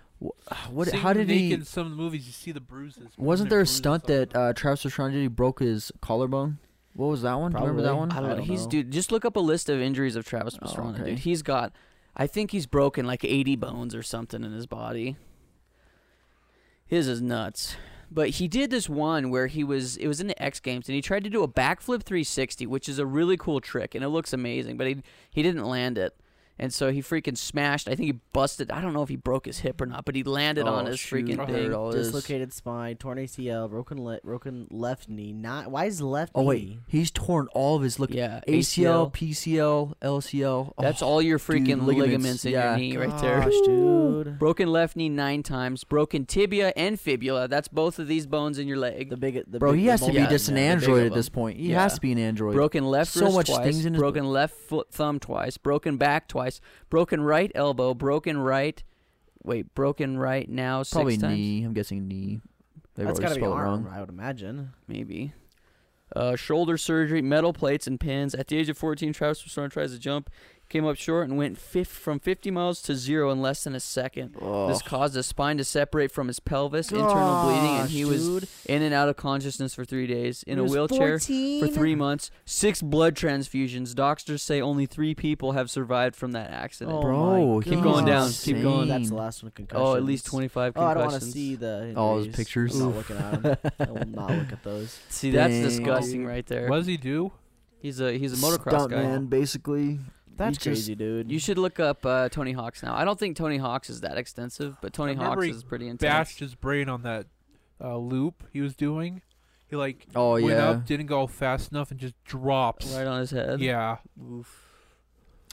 Speaker 4: What?
Speaker 3: Seeing
Speaker 4: How did
Speaker 3: Nick
Speaker 4: he?
Speaker 3: In some movies, you see the bruises.
Speaker 4: Wasn't
Speaker 3: permanent
Speaker 4: there a
Speaker 3: bruises
Speaker 4: stunt
Speaker 3: on
Speaker 4: that
Speaker 3: them.
Speaker 4: uh, Travis Pastrana did? He broke his collarbone. What was that one? Do you Remember that
Speaker 2: Probably.
Speaker 4: one?
Speaker 1: I don't,
Speaker 2: I
Speaker 1: know.
Speaker 2: don't
Speaker 1: He's
Speaker 2: know.
Speaker 1: dude. Just look up a list of injuries of Travis
Speaker 4: Oh,
Speaker 1: Pastrana,
Speaker 4: okay.
Speaker 1: dude. He's got, I think he's broken like 80 bones or something in his body. His is nuts. But he did this one where he was. It was in the X Games, and he tried to do a backflip 360, which is a really cool trick, and it looks amazing. But he he didn't land it, And so he freaking smashed. I think he busted. I don't know if he broke his hip or not, but he landed on
Speaker 4: Oh,
Speaker 1: his
Speaker 4: shoot.
Speaker 1: freaking
Speaker 4: There it
Speaker 1: thing.
Speaker 4: all is.
Speaker 2: Dislocated spine, torn ACL, broken le- broken left knee. Not why is left?
Speaker 4: Oh wait,
Speaker 2: knee?
Speaker 4: he's torn all of his look.
Speaker 1: Yeah,
Speaker 4: ACL, PCL, LCL. Oh,
Speaker 1: That's all your freaking
Speaker 4: dude,
Speaker 1: ligaments,
Speaker 4: ligaments.
Speaker 1: in
Speaker 4: Yeah.
Speaker 1: your knee right there.
Speaker 2: Gosh, dude.
Speaker 1: Broken left knee nine times. Broken tibia and fibula. That's both of these bones in your leg.
Speaker 2: The big, the
Speaker 4: bro.
Speaker 2: big,
Speaker 4: He
Speaker 2: the
Speaker 4: has to be
Speaker 2: multi-
Speaker 4: just an
Speaker 2: yeah, the big
Speaker 4: android
Speaker 1: of
Speaker 4: at this point. He has
Speaker 1: Yeah.
Speaker 4: to be an android.
Speaker 1: broken left
Speaker 4: So
Speaker 1: wrist
Speaker 4: much
Speaker 1: twice.
Speaker 4: things in his-
Speaker 1: broken left foot thumb twice. Broken back twice. Broken right elbow. Broken right. Wait, broken right now six
Speaker 4: Probably
Speaker 1: times.
Speaker 4: knee. I'm guessing knee. They
Speaker 2: That's
Speaker 4: always
Speaker 2: gotta be
Speaker 4: spell it
Speaker 2: arm,
Speaker 4: wrong.
Speaker 2: I would imagine.
Speaker 1: maybe. Uh, shoulder surgery, metal plates, and pins. At the age of 14, Travis Pastrana tries to jump, came up short, and went fif- from 50 miles to zero in less than a second.
Speaker 2: Oh,
Speaker 1: This caused his spine to separate from his pelvis, internal bleeding, and
Speaker 2: Gosh,
Speaker 1: he was
Speaker 2: dude.
Speaker 1: in and out of consciousness for three days in
Speaker 2: He
Speaker 1: a
Speaker 2: was
Speaker 1: wheelchair
Speaker 2: 14?
Speaker 1: for three months, six blood transfusions. Doctors say only three people have survived from that accident.
Speaker 2: Oh
Speaker 4: Bro,
Speaker 2: my
Speaker 4: keep
Speaker 1: going down,
Speaker 2: gosh.
Speaker 1: keep going.
Speaker 2: That's the
Speaker 4: Insane.
Speaker 2: last one. Concussion.
Speaker 1: Oh, at least 25
Speaker 2: Oh,
Speaker 1: concussions.
Speaker 2: I don't want to see the.
Speaker 4: All those
Speaker 2: injuries.
Speaker 4: pictures.
Speaker 2: I'm not looking at them. I will not look at those.
Speaker 1: See, that's
Speaker 4: Dang,
Speaker 1: disgusting
Speaker 2: dude.
Speaker 1: right there.
Speaker 3: What does he do?
Speaker 1: He's a he's a motocross
Speaker 4: Stunt
Speaker 1: guy.
Speaker 4: man, basically.
Speaker 2: That's
Speaker 4: just-
Speaker 2: crazy, dude.
Speaker 1: You should look up uh, Tony Hawk's now. I don't think Tony Hawk's is that extensive, but Tony
Speaker 3: remember
Speaker 1: Hawk's
Speaker 3: he
Speaker 1: is pretty intense.
Speaker 3: Bashed his brain on that uh, loop he was doing. He like
Speaker 4: Oh
Speaker 3: went
Speaker 4: yeah.
Speaker 3: up, didn't go fast enough, and just drops.
Speaker 1: Right on his head.
Speaker 3: Yeah.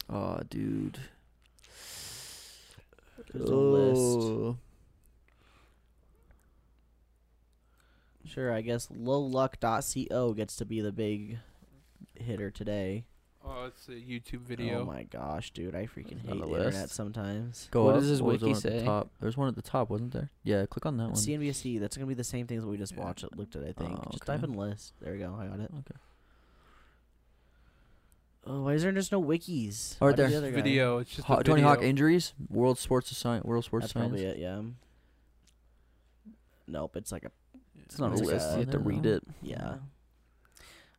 Speaker 4: Oh dude.
Speaker 2: There's a list.
Speaker 4: Oh.
Speaker 2: Sure, I guess lowluck.co gets to be the big hitter today.
Speaker 3: Oh, it's a YouTube video.
Speaker 2: Oh my gosh, dude, I freaking
Speaker 1: On
Speaker 2: hate
Speaker 1: the
Speaker 2: the internet
Speaker 1: list.
Speaker 2: sometimes.
Speaker 4: Go
Speaker 1: What
Speaker 4: up.
Speaker 1: does his
Speaker 4: What was the
Speaker 1: wiki
Speaker 4: one at the
Speaker 1: say?
Speaker 4: top? There's one at the top, wasn't there? Yeah, click on that one.
Speaker 2: CNBC, that's gonna be the same things we just
Speaker 4: Yeah.
Speaker 2: watched, looked at. I think.
Speaker 4: Oh,
Speaker 2: Just type
Speaker 4: okay.
Speaker 2: in list. There we go. I got it.
Speaker 4: Okay.
Speaker 2: Oh, why is there just no wikis?
Speaker 4: All
Speaker 2: Why
Speaker 4: right,
Speaker 2: did
Speaker 4: there.
Speaker 2: the other guy-
Speaker 3: video. It's just a
Speaker 4: Ho- Tony Hawk
Speaker 3: video.
Speaker 4: injuries. World Sports Science. World Sports
Speaker 2: That's
Speaker 4: Science.
Speaker 2: probably it. Yeah. Nope, it's like a
Speaker 1: It's not a
Speaker 2: It's like
Speaker 1: list.
Speaker 2: a-
Speaker 1: you have to read it.
Speaker 2: yeah.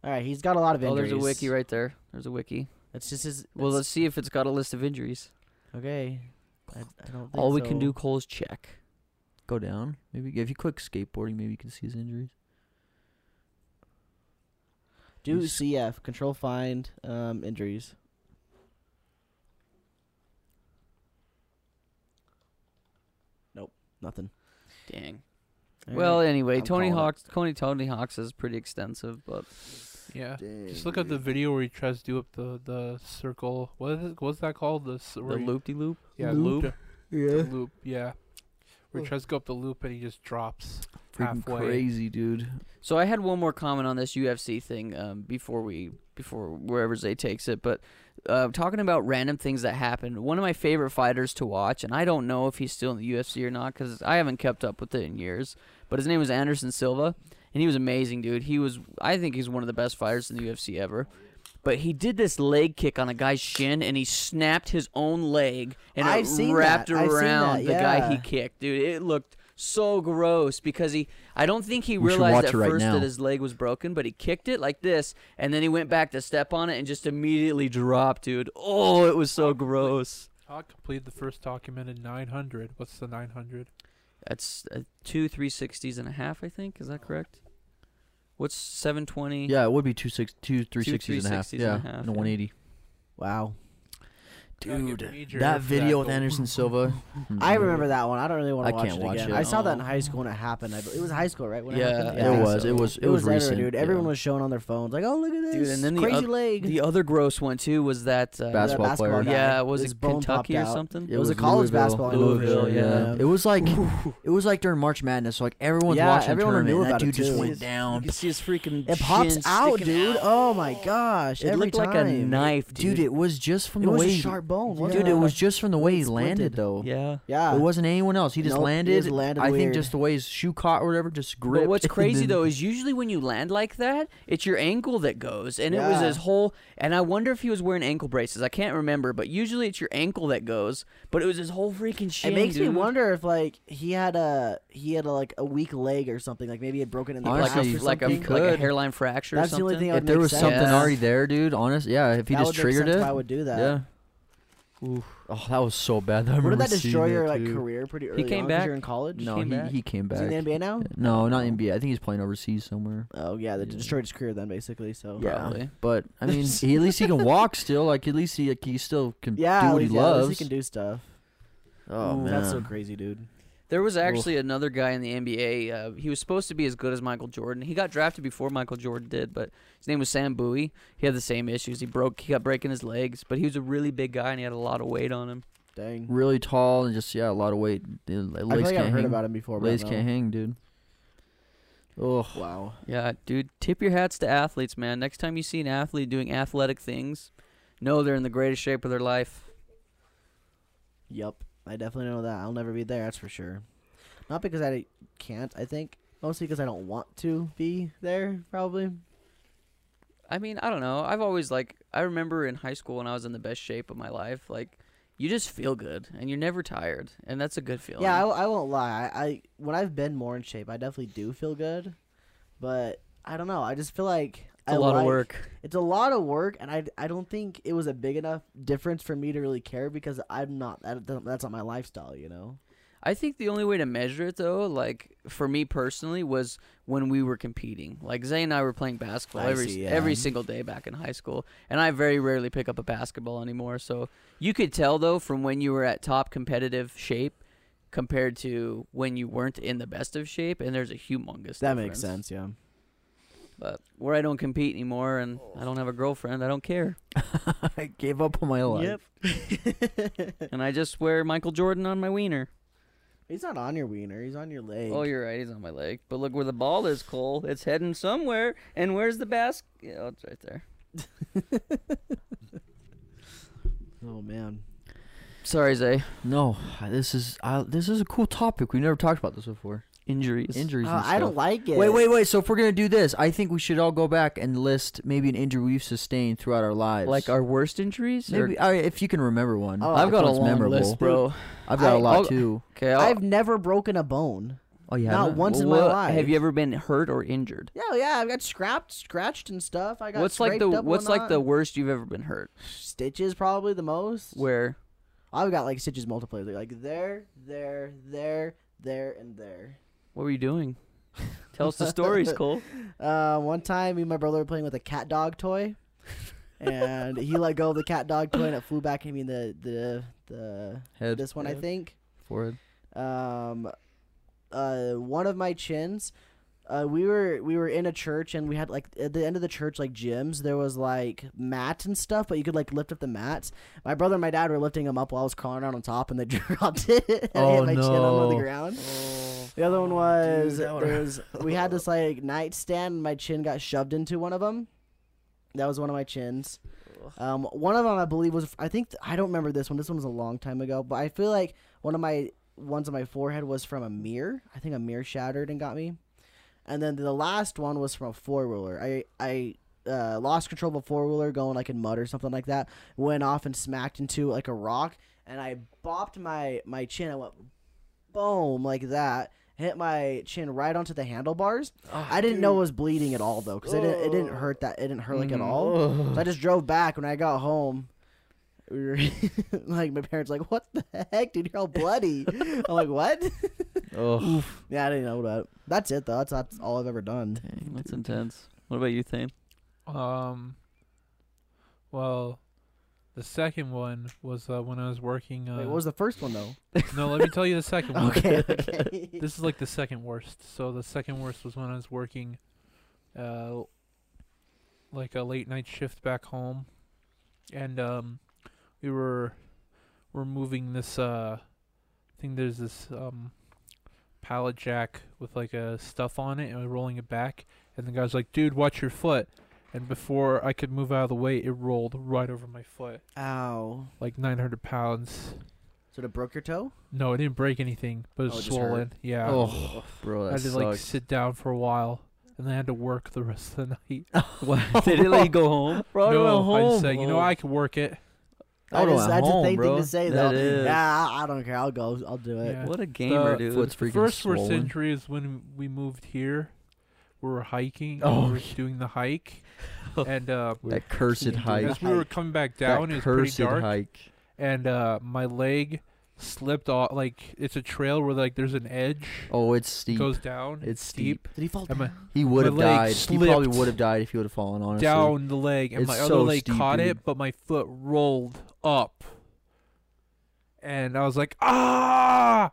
Speaker 2: All right, he's got a lot of
Speaker 1: Oh,
Speaker 2: injuries.
Speaker 1: there's a wiki right there. There's a wiki.
Speaker 2: It's just his.
Speaker 1: Well,
Speaker 2: it's-
Speaker 1: let's see if it's got a list of injuries.
Speaker 2: okay. I, I don't. Think
Speaker 1: All we can
Speaker 2: so.
Speaker 1: do, Cole's check.
Speaker 4: Go down. Maybe if you click skateboarding, maybe you can see his injuries.
Speaker 2: Do
Speaker 4: is-
Speaker 2: CF control find um, injuries. Nope, nothing.
Speaker 1: Dang.
Speaker 2: All
Speaker 1: Well,
Speaker 2: right.
Speaker 1: anyway,
Speaker 2: I'm
Speaker 1: Tony
Speaker 2: calling it.
Speaker 1: Hawk's Tony Tony Hawk's is pretty extensive, but
Speaker 3: Yeah. Just look up the video where he tries to do up the the circle. What is it, what's that called? The, s-
Speaker 1: the
Speaker 3: where he-
Speaker 1: loop de loop.
Speaker 3: Yeah,
Speaker 4: Loop?
Speaker 3: loop.
Speaker 4: Yeah.
Speaker 3: The loop. Yeah.
Speaker 4: Oh.
Speaker 3: Where he tries to go up the loop and he just drops.
Speaker 4: Freaking
Speaker 3: halfway.
Speaker 4: crazy, dude.
Speaker 1: So I had one more comment on this UFC thing um, before we before wherever Zay takes it, but uh, talking about random things that happen. One of my favorite fighters to watch, and I don't know if he's still in the UFC or not because I haven't kept up with it in years. But his name was Anderson Silva, and he was amazing, dude. He was I think he's one of the best fighters in the UFC ever. But he did this leg kick on a guy's shin, and he snapped his own leg, and it
Speaker 2: I've seen
Speaker 1: wrapped
Speaker 2: that. I've seen
Speaker 1: around
Speaker 2: that,
Speaker 1: the guy
Speaker 2: yeah.
Speaker 1: he kicked, dude. It looked so gross because he. I don't think he
Speaker 4: We should watch
Speaker 1: realized at
Speaker 4: it right
Speaker 1: first
Speaker 4: now.
Speaker 1: that his leg was broken, but he kicked it like this, and then he went back to step on it and just immediately dropped, dude. Oh, it was so gross.
Speaker 3: Hawk completed the first documented 900. What's the 900?
Speaker 1: That's uh, two 360s and a half, I think. Is that correct? What's 720?
Speaker 4: Yeah, it would be two six two three
Speaker 1: Two
Speaker 4: sixties and a half.
Speaker 1: 360s and a
Speaker 4: Yeah,
Speaker 1: half,
Speaker 4: and a
Speaker 1: yeah.
Speaker 4: one eighty.
Speaker 2: Wow,
Speaker 3: Gotta get
Speaker 4: Dude,
Speaker 3: major
Speaker 4: that
Speaker 3: for
Speaker 4: video with
Speaker 3: though.
Speaker 4: Anderson Silva.
Speaker 2: I remember that one. I don't really want
Speaker 4: I
Speaker 2: to watch
Speaker 4: can't
Speaker 2: it
Speaker 4: watch
Speaker 2: again.
Speaker 4: it.
Speaker 2: I saw that in
Speaker 1: No.
Speaker 2: high school when it happened. I, bel- it was high school, right? When
Speaker 1: Yeah,
Speaker 2: it, happened?
Speaker 1: I
Speaker 4: It
Speaker 1: think
Speaker 4: was.
Speaker 1: so.
Speaker 4: It was. It,
Speaker 2: It was, everywhere,
Speaker 4: recent.
Speaker 2: dude. Everyone
Speaker 4: yeah.
Speaker 2: was showing on their phones, like, "Oh, look at this
Speaker 1: Dude, and then the
Speaker 2: crazy
Speaker 1: oth-
Speaker 2: leg."
Speaker 1: The other gross one too was that uh,
Speaker 4: Basketball player.
Speaker 2: guy.
Speaker 1: Yeah, was
Speaker 2: His
Speaker 1: it
Speaker 2: bone popped
Speaker 1: Kentucky or
Speaker 2: out.
Speaker 1: something?
Speaker 2: It was a college
Speaker 4: Louisville.
Speaker 2: basketball in
Speaker 1: Louisville,
Speaker 4: Louisville, yeah.
Speaker 2: yeah.
Speaker 4: It was like it was like during March Madness. So like everyone's
Speaker 2: Yeah,
Speaker 4: watching
Speaker 2: everyone
Speaker 4: the tournament.
Speaker 2: knew
Speaker 4: and
Speaker 2: about
Speaker 4: that
Speaker 2: it,
Speaker 4: dude just
Speaker 2: too.
Speaker 4: went
Speaker 1: You
Speaker 4: down.
Speaker 1: can see his freaking
Speaker 2: It pops
Speaker 1: shin
Speaker 2: out,
Speaker 1: sticking
Speaker 2: dude.
Speaker 1: out.
Speaker 2: Oh my gosh!
Speaker 1: It
Speaker 2: Every
Speaker 1: looked
Speaker 2: time.
Speaker 1: like a knife, dude.
Speaker 4: Dude, it was just from
Speaker 2: It
Speaker 4: the
Speaker 2: was
Speaker 4: way
Speaker 2: a sharp bone, wasn't
Speaker 4: Dude, it
Speaker 2: it?
Speaker 4: was just from the way he landed
Speaker 2: Splinted.
Speaker 4: though.
Speaker 1: yeah.
Speaker 2: Yeah.
Speaker 4: It wasn't anyone else. He just
Speaker 2: Nope, he
Speaker 4: landed.
Speaker 2: just landed
Speaker 4: I think
Speaker 2: weird.
Speaker 4: just the way his shoe caught or whatever just gripped.
Speaker 1: But what's
Speaker 4: and
Speaker 1: crazy
Speaker 4: then-
Speaker 1: though is usually when you land like that, it's your ankle that goes, and it was
Speaker 2: Yeah.
Speaker 1: his whole. And I wonder if he was wearing ankle braces. I can't remember, but usually it's your ankle that goes. But it was his whole freaking
Speaker 2: It
Speaker 1: shin.
Speaker 2: makes me
Speaker 1: dude.
Speaker 2: wonder if like he had a he had a, like a weak leg or something. Like maybe he had broken in the
Speaker 1: Like
Speaker 2: past
Speaker 1: a,
Speaker 2: or
Speaker 1: like a
Speaker 2: something.
Speaker 1: like a
Speaker 4: could.
Speaker 1: hairline fracture.
Speaker 2: That's
Speaker 1: or
Speaker 2: the
Speaker 1: something.
Speaker 2: only thing I
Speaker 4: if
Speaker 2: would
Speaker 4: there
Speaker 2: make
Speaker 4: was
Speaker 2: sense.
Speaker 4: something
Speaker 1: Yeah.
Speaker 4: already there, dude. Honest, yeah. If he
Speaker 2: That
Speaker 4: just
Speaker 2: would make
Speaker 4: triggered
Speaker 2: sense
Speaker 4: it,
Speaker 2: why I would do that.
Speaker 4: yeah. Oh, that was so bad. I
Speaker 2: What
Speaker 4: remember
Speaker 2: did that
Speaker 4: seeing
Speaker 2: destroy your
Speaker 4: that,
Speaker 2: like
Speaker 4: dude.
Speaker 2: career pretty early?
Speaker 1: came
Speaker 2: on 'cause
Speaker 1: back.
Speaker 2: You're in college.
Speaker 4: No,
Speaker 1: Came
Speaker 4: he,
Speaker 1: back?
Speaker 4: he came
Speaker 2: Is
Speaker 4: back.
Speaker 2: he in the NBA now?
Speaker 4: No, not NBA. I think he's playing overseas somewhere.
Speaker 2: Oh yeah, they
Speaker 4: Yeah.
Speaker 2: destroyed his career then basically. So
Speaker 4: Yeah.
Speaker 1: Probably.
Speaker 4: But I mean, he, at least he can walk still. Like at least he like, he still can
Speaker 2: yeah,
Speaker 4: do
Speaker 2: at
Speaker 4: what
Speaker 2: least,
Speaker 4: he
Speaker 2: yeah, at least
Speaker 4: loves.
Speaker 2: he can do stuff.
Speaker 4: oh
Speaker 2: Ooh,
Speaker 4: man,
Speaker 2: that's so crazy, dude.
Speaker 1: There was actually another guy in the NBA. Uh, he was supposed to be as good as Michael Jordan. He got drafted before Michael Jordan did, but his name was Sam Bowie. He had the same issues. He broke. He got breaking his legs, but he was a really big guy and he had a lot of weight on him.
Speaker 2: Dang.
Speaker 4: really tall and just yeah, a lot of weight. The
Speaker 2: I feel
Speaker 4: Legs
Speaker 2: like
Speaker 4: can't
Speaker 2: I've heard
Speaker 4: hang.
Speaker 2: about him before. but I
Speaker 4: Legs
Speaker 2: don't
Speaker 4: can't
Speaker 2: know.
Speaker 4: hang, dude. Oh,
Speaker 2: Wow.
Speaker 1: Yeah, dude. Tip your hats to athletes, man. Next time you see an athlete doing athletic things, know they're in the greatest shape of their life.
Speaker 2: Yep. I definitely know that. I'll never be there. That's for sure. Not because I can't. I think mostly because I don't want to be there. Probably.
Speaker 1: I mean, I don't know. I've always like I remember in high school when I was in the best shape of my life, like you just feel good and you're never tired, and that's a good feeling.
Speaker 2: Yeah, I, w- I won't lie. I, I when I've been more in shape, I definitely do feel good, but I don't know. I just feel like
Speaker 1: it's
Speaker 2: I
Speaker 1: a lot
Speaker 2: like-
Speaker 1: of work.
Speaker 2: It's a lot of work, and I, I don't think it was a big enough difference for me to really care because I'm not that, that- that's not my lifestyle, you know.
Speaker 1: I think the only way to measure it though, like for me personally, was when we were competing. Like Zay and I were playing basketball
Speaker 2: I
Speaker 1: every
Speaker 2: see, yeah.
Speaker 1: every single day back in high school, and I very rarely pick up a basketball anymore. So you could tell though from when you were at top competitive shape compared to when you weren't in the best of shape, and there's a humongous.
Speaker 2: That makes
Speaker 1: difference.
Speaker 2: sense, yeah.
Speaker 1: But where I don't compete anymore and I don't have a girlfriend, I don't care.
Speaker 4: I gave up on my life.
Speaker 2: Yep.
Speaker 1: And I just wear Michael Jordan on my wiener.
Speaker 2: he's not on your wiener. He's on your leg.
Speaker 1: Oh, you're right. He's on my leg. But look where the ball is, Cole. It's heading somewhere. And where's the basket? Oh, it's right there.
Speaker 2: oh man.
Speaker 1: Sorry, Zay.
Speaker 4: No, this is I, this is a cool topic. We never talked about this before.
Speaker 1: Injuries.
Speaker 4: Injuries.
Speaker 2: Uh,
Speaker 4: and
Speaker 2: I don't
Speaker 4: stuff.
Speaker 2: like it.
Speaker 4: Wait, wait, wait. So if we're gonna do this, I think we should all go back and list maybe an injury we've sustained throughout our lives.
Speaker 1: Like our worst injuries? Or-
Speaker 4: maybe all right, if you can remember one.
Speaker 2: Oh,
Speaker 1: I've
Speaker 4: If
Speaker 1: got a
Speaker 4: one's
Speaker 1: long list, bro.
Speaker 4: I've got a
Speaker 2: I-
Speaker 4: lot
Speaker 1: I'll-
Speaker 4: too.
Speaker 1: Okay. I'll,
Speaker 2: I've never broken a bone.
Speaker 4: Oh yeah.
Speaker 2: Not once in my
Speaker 1: Well,
Speaker 2: life.
Speaker 1: Have you ever been hurt or injured?
Speaker 2: Yeah, yeah. I've got scrapped, scratched, and stuff. I got
Speaker 1: What's like
Speaker 2: scraped
Speaker 1: the
Speaker 2: up
Speaker 1: What's like
Speaker 2: whatnot.
Speaker 1: the worst you've ever been hurt?
Speaker 2: stitches probably the most.
Speaker 1: Where?
Speaker 2: I've got like stitches multiplied, They're like there, there, there, there, and there.
Speaker 1: What were you doing? Tell us the stories, Cole.
Speaker 2: Uh, one time, me and my brother were playing with a cat dog toy, and he let go of the cat dog toy, and it flew back at me in the the the
Speaker 4: Head,
Speaker 2: this one I
Speaker 1: Yeah.
Speaker 2: think.
Speaker 4: forehead.
Speaker 2: Um, uh, one of my chins. Uh, we were we were in a church and we had like at the end of the church like gyms there was like mats and stuff but you could like lift up the mats. My brother and my dad were lifting them up while I was crawling around on top and they dropped it and I
Speaker 4: Oh,
Speaker 2: hit my chin on the
Speaker 4: no.
Speaker 2: ground.
Speaker 4: Oh.
Speaker 2: The other one was
Speaker 4: Dude, that would
Speaker 2: there was we had this like nightstand and my chin got shoved into one of them. That was one of my chins. Um, one of them I believe was I think I don't remember this one. This one was a long time ago, but I feel like one of my ones on my forehead was from a mirror. I think a mirror shattered and got me. And then the last one was from a four wheeler. I I uh, lost control of a four wheeler going like in mud or something like that. Went off and smacked into like a rock, and I bopped my my chin. I went boom like that. Hit my chin right onto the handlebars.
Speaker 4: Oh.
Speaker 2: I didn't know it was bleeding at all though, because it didn't, it didn't hurt that it didn't hurt like at
Speaker 4: Oh.
Speaker 2: all. So I just drove back. When I got home, we were like my parents like, "What the heck, dude? You're all bloody." I'm like, "What?"
Speaker 4: Oh,
Speaker 2: Yeah, I didn't know that. That's it though. That's, that's all I've ever done.
Speaker 1: That's intense. What about you, Thane?
Speaker 3: Um. Well, the second one was uh, when I was working. Uh,
Speaker 2: Wait, what was the first one though?
Speaker 3: no, let me tell you the second one.
Speaker 2: Okay, okay.
Speaker 3: This is like the second worst. So the second worst was when I was working, uh, like a late night shift back home, and um, we were we're moving this uh, I think there's this um, pallet jack with like a stuff on it, and we're rolling it back, and the guy's like, "Dude, watch your foot." And before I could move out of the way, it rolled right over my foot,
Speaker 2: Ow.
Speaker 3: like 900 pounds.
Speaker 2: So it broke your toe?
Speaker 3: No, it didn't break anything, but it's
Speaker 2: Oh, it just hurt.
Speaker 3: swollen. Yeah.
Speaker 4: oh, bro, that
Speaker 3: I had to
Speaker 4: sucks.
Speaker 3: like sit down for a while, and then I had to work the rest of the night.
Speaker 1: What? They didn't let you go home?
Speaker 4: bro,
Speaker 3: no,
Speaker 4: I went Oh, home. Oh.
Speaker 3: I just said, you know, I could work it.
Speaker 2: That
Speaker 4: I went
Speaker 2: is- that's a
Speaker 4: home,
Speaker 2: thing,
Speaker 4: bro.
Speaker 2: thing to say though.
Speaker 1: That is.
Speaker 2: Yeah, I, I don't care. I'll go. I'll do it.
Speaker 3: Yeah.
Speaker 1: What a gamer,
Speaker 3: The
Speaker 1: dude.
Speaker 4: Foot's freaking
Speaker 3: First worst
Speaker 4: swollen.
Speaker 3: injury is when we moved here. We were hiking. and
Speaker 4: Oh,
Speaker 3: we were doing the hike, and uh,
Speaker 4: That cursed
Speaker 2: Dude,
Speaker 4: hike.
Speaker 3: as we were coming back down,
Speaker 4: that
Speaker 3: it was
Speaker 4: cursed
Speaker 3: pretty dark.
Speaker 4: hike.
Speaker 3: and uh, my leg slipped off. Like it's a trail where like there's an edge,
Speaker 4: Oh, it's steep.
Speaker 3: goes down.
Speaker 4: it's steep.
Speaker 2: Did he fall
Speaker 3: Am I-
Speaker 2: down?
Speaker 4: He would have
Speaker 3: My leg
Speaker 4: died. He probably
Speaker 3: slipped
Speaker 4: would have died if he would have fallen. Honestly,
Speaker 3: down the leg, and
Speaker 4: It's
Speaker 3: my
Speaker 4: so
Speaker 3: other leg
Speaker 4: steep,
Speaker 3: caught
Speaker 4: dude.
Speaker 3: it, but my foot rolled up, and I was like, ah!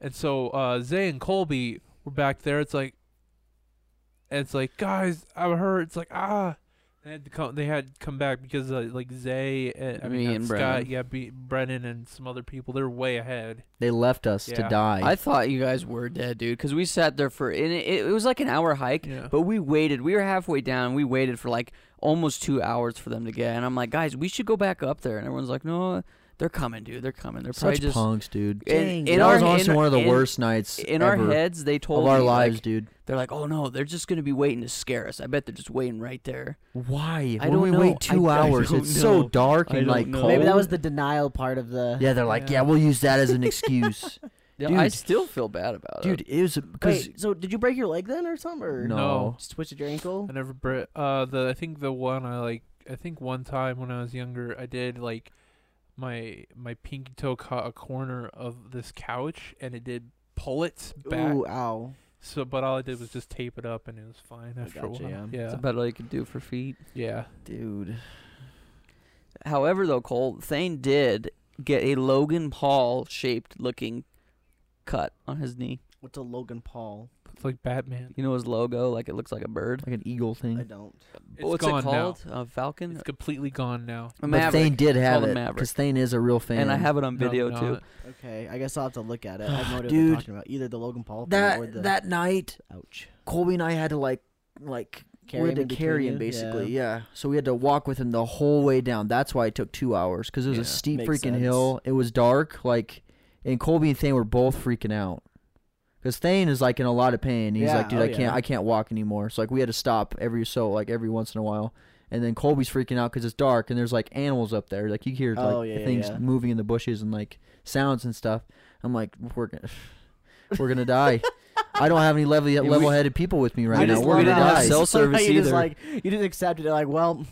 Speaker 3: And so uh, Zay and Colby were back there. It's like, and it's like, guys, I'm hurt. It's like, ah. They had to come. They had to come back because uh, like Zay and I
Speaker 1: Me
Speaker 3: mean, not
Speaker 1: and
Speaker 3: Scott,
Speaker 1: Brennan.
Speaker 3: yeah, B- Brennan and some other people. They're way ahead.
Speaker 4: they left us to
Speaker 3: Yeah.
Speaker 4: die.
Speaker 1: I thought you guys were dead, dude, because we sat there for and it, it was like an hour hike,
Speaker 3: Yeah.
Speaker 1: but we waited. We were halfway down. We waited for like almost two hours for them to get. And I'm like, guys, we should go back up there. And everyone's like, no, they're coming, dude. They're coming. They're probably
Speaker 4: Such
Speaker 1: just.
Speaker 4: punks, dude.
Speaker 1: In,
Speaker 2: Dang,
Speaker 1: in
Speaker 4: that
Speaker 1: our,
Speaker 4: was honestly
Speaker 1: in,
Speaker 4: one of the
Speaker 1: in-
Speaker 4: worst nights
Speaker 1: In
Speaker 4: ever
Speaker 1: our heads, they told
Speaker 4: of our
Speaker 1: me, like,
Speaker 4: lives, dude.
Speaker 1: they're like, oh no, they're just gonna be waiting to scare us. I bet they're just waiting right there.
Speaker 4: Why?
Speaker 1: I
Speaker 4: when
Speaker 1: don't
Speaker 4: we
Speaker 1: know.
Speaker 4: wait two
Speaker 1: I- I
Speaker 4: hours,
Speaker 1: don't
Speaker 4: it's
Speaker 1: know.
Speaker 4: so dark
Speaker 1: I
Speaker 4: and
Speaker 1: don't
Speaker 4: like
Speaker 1: know.
Speaker 4: cold.
Speaker 2: Maybe that was the denial part of the.
Speaker 4: yeah, they're like,
Speaker 3: Yeah.
Speaker 4: yeah, we'll use that as an excuse,
Speaker 1: Yeah, I
Speaker 4: Dude.
Speaker 1: still feel bad about it.
Speaker 4: dude. It was because
Speaker 2: Wait, so did you break your leg then or something? Or
Speaker 4: no.
Speaker 3: No.
Speaker 2: Just twisted your ankle?
Speaker 3: I never bre- uh the I think the one I like I think one time when I was younger I did like my my pinky toe caught a corner of this couch and it did pull it back.
Speaker 2: Ooh, ow.
Speaker 3: So but all I did was just tape it up and it was fine after
Speaker 4: gotcha,
Speaker 3: a
Speaker 4: yeah.
Speaker 3: while.
Speaker 4: It's
Speaker 1: That's
Speaker 3: Yeah.
Speaker 1: about all you can do for feet.
Speaker 3: Yeah.
Speaker 4: dude,
Speaker 1: However, though, Cole, Thane did get a Logan Paul shaped looking cut on his knee.
Speaker 2: What's a Logan Paul?
Speaker 3: It's like Batman.
Speaker 1: You know his logo, like it looks like a bird.
Speaker 4: like an eagle
Speaker 2: I
Speaker 4: thing.
Speaker 2: don't.
Speaker 3: It's
Speaker 1: What's
Speaker 3: gone
Speaker 1: it called? A
Speaker 3: now.
Speaker 4: uh,
Speaker 1: Falcon?
Speaker 3: It's completely gone now.
Speaker 1: A
Speaker 4: But
Speaker 1: Maverick.
Speaker 4: Thane did have
Speaker 1: called a
Speaker 4: it
Speaker 1: Maverick.
Speaker 4: because Thane is a real fan.
Speaker 1: and I have it on
Speaker 3: No,
Speaker 1: video too.
Speaker 3: not.
Speaker 2: Okay, I guess I'll have to look at it. I have no idea what
Speaker 4: Dude.
Speaker 2: you're talking about. Either the Logan Paul thing or the
Speaker 4: that that night.
Speaker 2: ouch.
Speaker 4: Colby and I had to like like
Speaker 2: Carry
Speaker 4: we
Speaker 2: him
Speaker 4: had
Speaker 2: in
Speaker 4: to
Speaker 2: between
Speaker 4: carry him
Speaker 2: you?
Speaker 4: basically.
Speaker 2: Yeah.
Speaker 4: Yeah. So we had to walk with him the whole way down. That's why it took two hours because it was a
Speaker 3: Yeah,
Speaker 4: steep
Speaker 2: makes
Speaker 4: freaking
Speaker 2: sense.
Speaker 4: hill. It was dark. Like, and Colby and Thane were both freaking out. Cause Thane is like in a lot of pain. He's
Speaker 2: Yeah,
Speaker 4: like, dude,
Speaker 2: oh
Speaker 4: I can't,
Speaker 2: yeah.
Speaker 4: I can't walk anymore. So like, we had to stop every so like every once in a while. And then Colby's freaking out because it's dark and there's like animals up there. Like you hear like
Speaker 2: Oh, yeah, yeah,
Speaker 4: things
Speaker 2: yeah.
Speaker 4: moving in the bushes and like sounds and stuff. I'm like, we're gonna, we're gonna die. I don't have any level
Speaker 1: we-
Speaker 4: level headed people with me right
Speaker 1: we
Speaker 4: now.
Speaker 1: just
Speaker 4: We're
Speaker 1: love
Speaker 4: gonna
Speaker 1: that.
Speaker 4: die.
Speaker 1: Cell
Speaker 2: Just like how
Speaker 1: service
Speaker 2: you Just
Speaker 1: either.
Speaker 2: like you just accepted it. Like, well,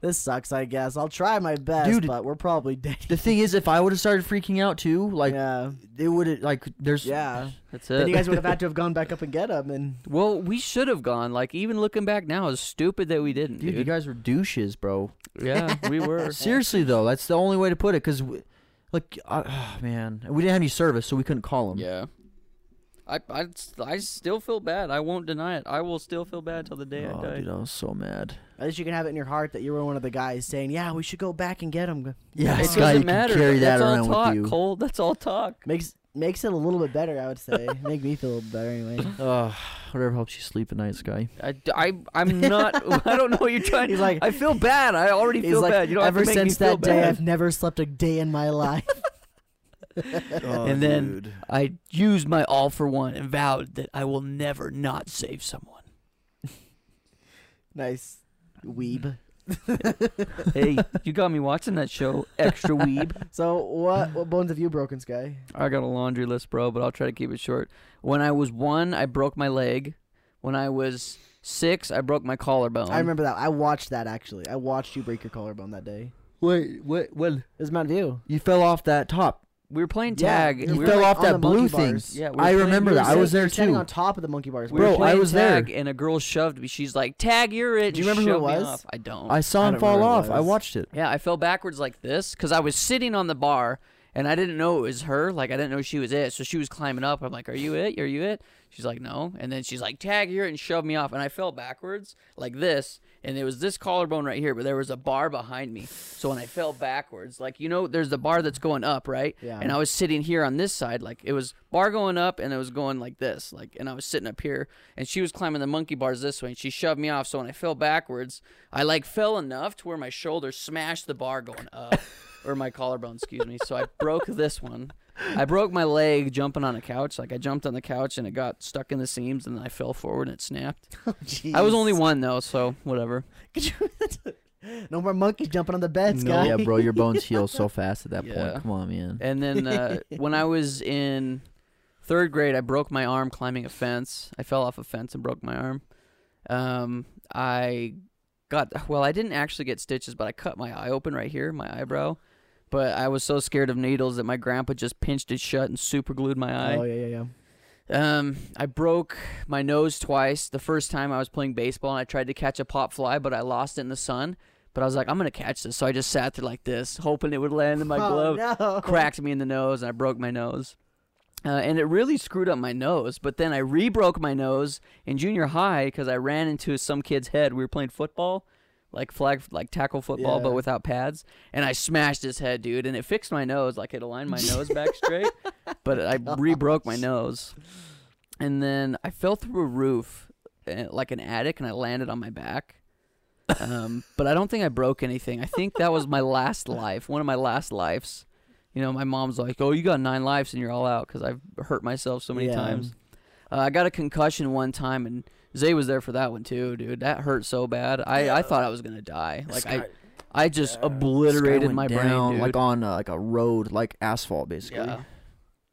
Speaker 2: this sucks. I guess I'll try my best,
Speaker 4: Dude.
Speaker 2: but we're probably dead.
Speaker 4: The thing is, if I would have started freaking out too, like
Speaker 2: yeah,
Speaker 4: it would have like there's
Speaker 2: yeah.
Speaker 1: That's
Speaker 2: then
Speaker 1: it.
Speaker 2: you guys would have had to have gone back up and get him, and
Speaker 1: well, we should have gone. Like even looking back now, it's stupid that we didn't,
Speaker 4: Dude, you
Speaker 1: dude.
Speaker 4: guys were douches, bro.
Speaker 1: yeah, we were.
Speaker 4: Seriously though, that's the only way to put it. Cause, we, like, uh, oh, man, we didn't have any service, so we couldn't call them.
Speaker 1: Yeah. I, I, I still feel bad. I won't deny it. I will still feel bad till the day I
Speaker 4: Oh,
Speaker 1: die.
Speaker 4: dude, I was so mad.
Speaker 2: at least you can have it in your heart that you were one of the guys saying, "Yeah, we should go back and get him."
Speaker 4: Yeah,
Speaker 1: It
Speaker 3: Wow.
Speaker 4: Scott, you
Speaker 1: doesn't
Speaker 4: can
Speaker 1: matter.
Speaker 4: carry that
Speaker 1: That's all
Speaker 4: around
Speaker 1: talk,
Speaker 4: with you.
Speaker 1: Cole. That's all talk.
Speaker 2: Makes makes it a little bit better, I would say. Make me feel a little better anyway.
Speaker 4: Ugh, whatever helps you sleep at night, Sky.
Speaker 1: I, I, I'm not. I don't know what you're trying.
Speaker 2: He's like-
Speaker 1: I feel bad. I already
Speaker 2: He's
Speaker 1: feel
Speaker 2: like,
Speaker 1: bad. You don't have to
Speaker 2: ever
Speaker 1: make me
Speaker 2: since
Speaker 1: feel
Speaker 2: that day,
Speaker 1: bad."
Speaker 2: I've never slept a day in my life. Oh,
Speaker 1: And then- I used my all for one and vowed that I will never not save someone.
Speaker 2: nice, weeb.
Speaker 1: Hey, you got me watching that show, Extra Weeb.
Speaker 2: So what what bones have you broken, Sky?
Speaker 1: I got a laundry list, bro, but I'll try to keep it short. When I was one, I broke my leg. When I was six, I broke my collarbone.
Speaker 2: I remember that. I watched that actually. I watched you break your collarbone that day.
Speaker 4: wait, wait, well,
Speaker 2: It was Mountain View.
Speaker 4: you fell off that top.
Speaker 1: we were playing
Speaker 2: Yeah,
Speaker 1: tag.
Speaker 2: you
Speaker 1: and
Speaker 4: You
Speaker 1: we
Speaker 2: fell
Speaker 1: were,
Speaker 4: fell
Speaker 2: like, on
Speaker 4: off
Speaker 2: the
Speaker 4: that
Speaker 2: monkey
Speaker 4: blue
Speaker 2: bars.
Speaker 4: thing.
Speaker 1: Yeah, we were
Speaker 4: I
Speaker 1: playing-
Speaker 4: remember
Speaker 1: we
Speaker 4: that.
Speaker 1: were
Speaker 4: I was
Speaker 2: Sit-
Speaker 4: there
Speaker 2: Standing on
Speaker 4: too.
Speaker 2: top of the monkey bars.
Speaker 1: we
Speaker 2: bro.
Speaker 1: were
Speaker 4: Bro, I
Speaker 1: playing
Speaker 4: was
Speaker 1: tag,
Speaker 4: there.
Speaker 1: and a girl shoved me. She's like, "Tag, you're it."
Speaker 2: Do you
Speaker 1: and
Speaker 2: remember who
Speaker 1: shoved
Speaker 2: it
Speaker 1: me
Speaker 2: was?
Speaker 1: off. I don't.
Speaker 4: I
Speaker 2: I
Speaker 4: saw him
Speaker 2: don't
Speaker 4: fall
Speaker 2: remember
Speaker 4: off.
Speaker 2: what it
Speaker 4: I
Speaker 2: was.
Speaker 4: watched it.
Speaker 1: Yeah, I fell backwards like this because I was sitting on the bar and I didn't know it was her. Like I didn't know she was it. So she was climbing up. I'm like, "Are you it? Are you it?" She's like, "No." And then she's like, "Tag here," and shoved me off. And I fell backwards like this. And it was this collarbone right here, but there was a bar behind me. So when I fell backwards, like you know, there's the bar that's going up, right?
Speaker 2: Yeah.
Speaker 1: And I was sitting here on this side, like it was bar going up, and it was going like this, like, and I was sitting up here, and she was climbing the monkey bars this way, and she shoved me off. So when I fell backwards, I like fell enough to where my shoulder smashed the bar going up, or my collarbone, excuse me. So I broke this one. I broke my leg jumping on a couch. Like I jumped on the couch and it got stuck in the seams, and then I fell forward and it snapped.
Speaker 2: Oh,
Speaker 1: I was only one though, so whatever.
Speaker 2: no more monkeys jumping on the bed, Sky.
Speaker 4: Yeah, bro, your bones heal so fast at that
Speaker 1: Yeah.
Speaker 4: point. Come on, man.
Speaker 1: And then uh, when I was in third grade, I broke my arm climbing a fence. I fell off a fence and broke my arm. Um, I got well. I didn't actually get stitches, but I cut my eye open right here, my eyebrow. But I was so scared of needles that my grandpa just pinched it shut and super glued my eye.
Speaker 2: oh yeah, yeah, yeah.
Speaker 1: Um, I broke my nose twice. The first time I was playing baseball and I tried to catch a pop fly, but I lost it in the sun. But I was like, I'm gonna catch this, so I just sat there like this, hoping it would land in my glove.
Speaker 2: Oh, no.
Speaker 1: Cracked me in the nose, and I broke my nose. Uh, and it really screwed up my nose. But then I re broke my nose in junior high because I ran into some kid's head. We were playing football, like flag, like tackle football,
Speaker 2: Yeah.
Speaker 1: but without pads. And I smashed his head, dude. And it fixed my nose, like it aligned my nose back straight. But I re broke my nose. And then I fell through a roof, eh, like an attic, and I landed on my back. Um, but I don't think I broke anything. I think that was my last life, one of my last lives. You know, my mom's like, "Oh, you got nine lives and you're all out," because I've hurt myself so many
Speaker 2: Yeah.
Speaker 1: times. Uh, I got a concussion one time, and Zay was there for that one too, dude. That hurt so bad. I, I thought I was gonna die. Like
Speaker 4: Sky-
Speaker 1: I, I just
Speaker 4: Yeah. Sky
Speaker 1: obliterated
Speaker 4: went
Speaker 1: my
Speaker 4: down,
Speaker 1: brain, dude.
Speaker 4: like on uh, like a road, like asphalt, basically.
Speaker 1: yeah.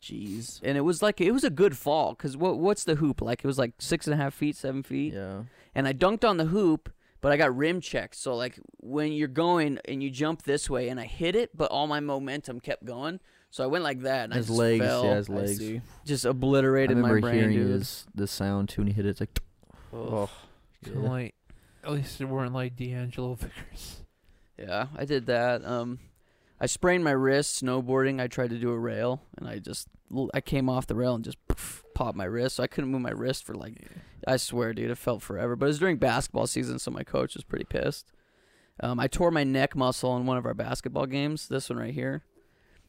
Speaker 2: Jeez.
Speaker 1: And it was like it was a good fall because what what's the hoop like? It was like six and a half feet, seven feet,
Speaker 4: Yeah.
Speaker 1: and I dunked on the hoop, but I got rim checked. So like when you're going and you jump this way, and I hit it, but all my momentum kept going. So I went like that, and I
Speaker 4: His
Speaker 1: just
Speaker 4: legs,
Speaker 1: fell,
Speaker 4: yeah, his
Speaker 2: I
Speaker 4: legs.
Speaker 2: see.
Speaker 1: just
Speaker 4: I
Speaker 1: obliterated my
Speaker 4: remember
Speaker 1: brain,
Speaker 4: hearing
Speaker 1: dude.
Speaker 4: his the sound too when he hit it. It's like, oh,
Speaker 3: Kinda
Speaker 4: yeah.
Speaker 3: like, at least it weren't like D'Angelo Vickers.
Speaker 1: Yeah, I did that. Um, I sprained my wrist snowboarding. I tried to do a rail, and I just l- I came off the rail and just poof, popped my wrist. So I couldn't move my wrist for like I swear, dude, it felt forever. But it was during basketball season, so my coach was pretty pissed. Um, I tore my neck muscle in one of our basketball games. This one right here.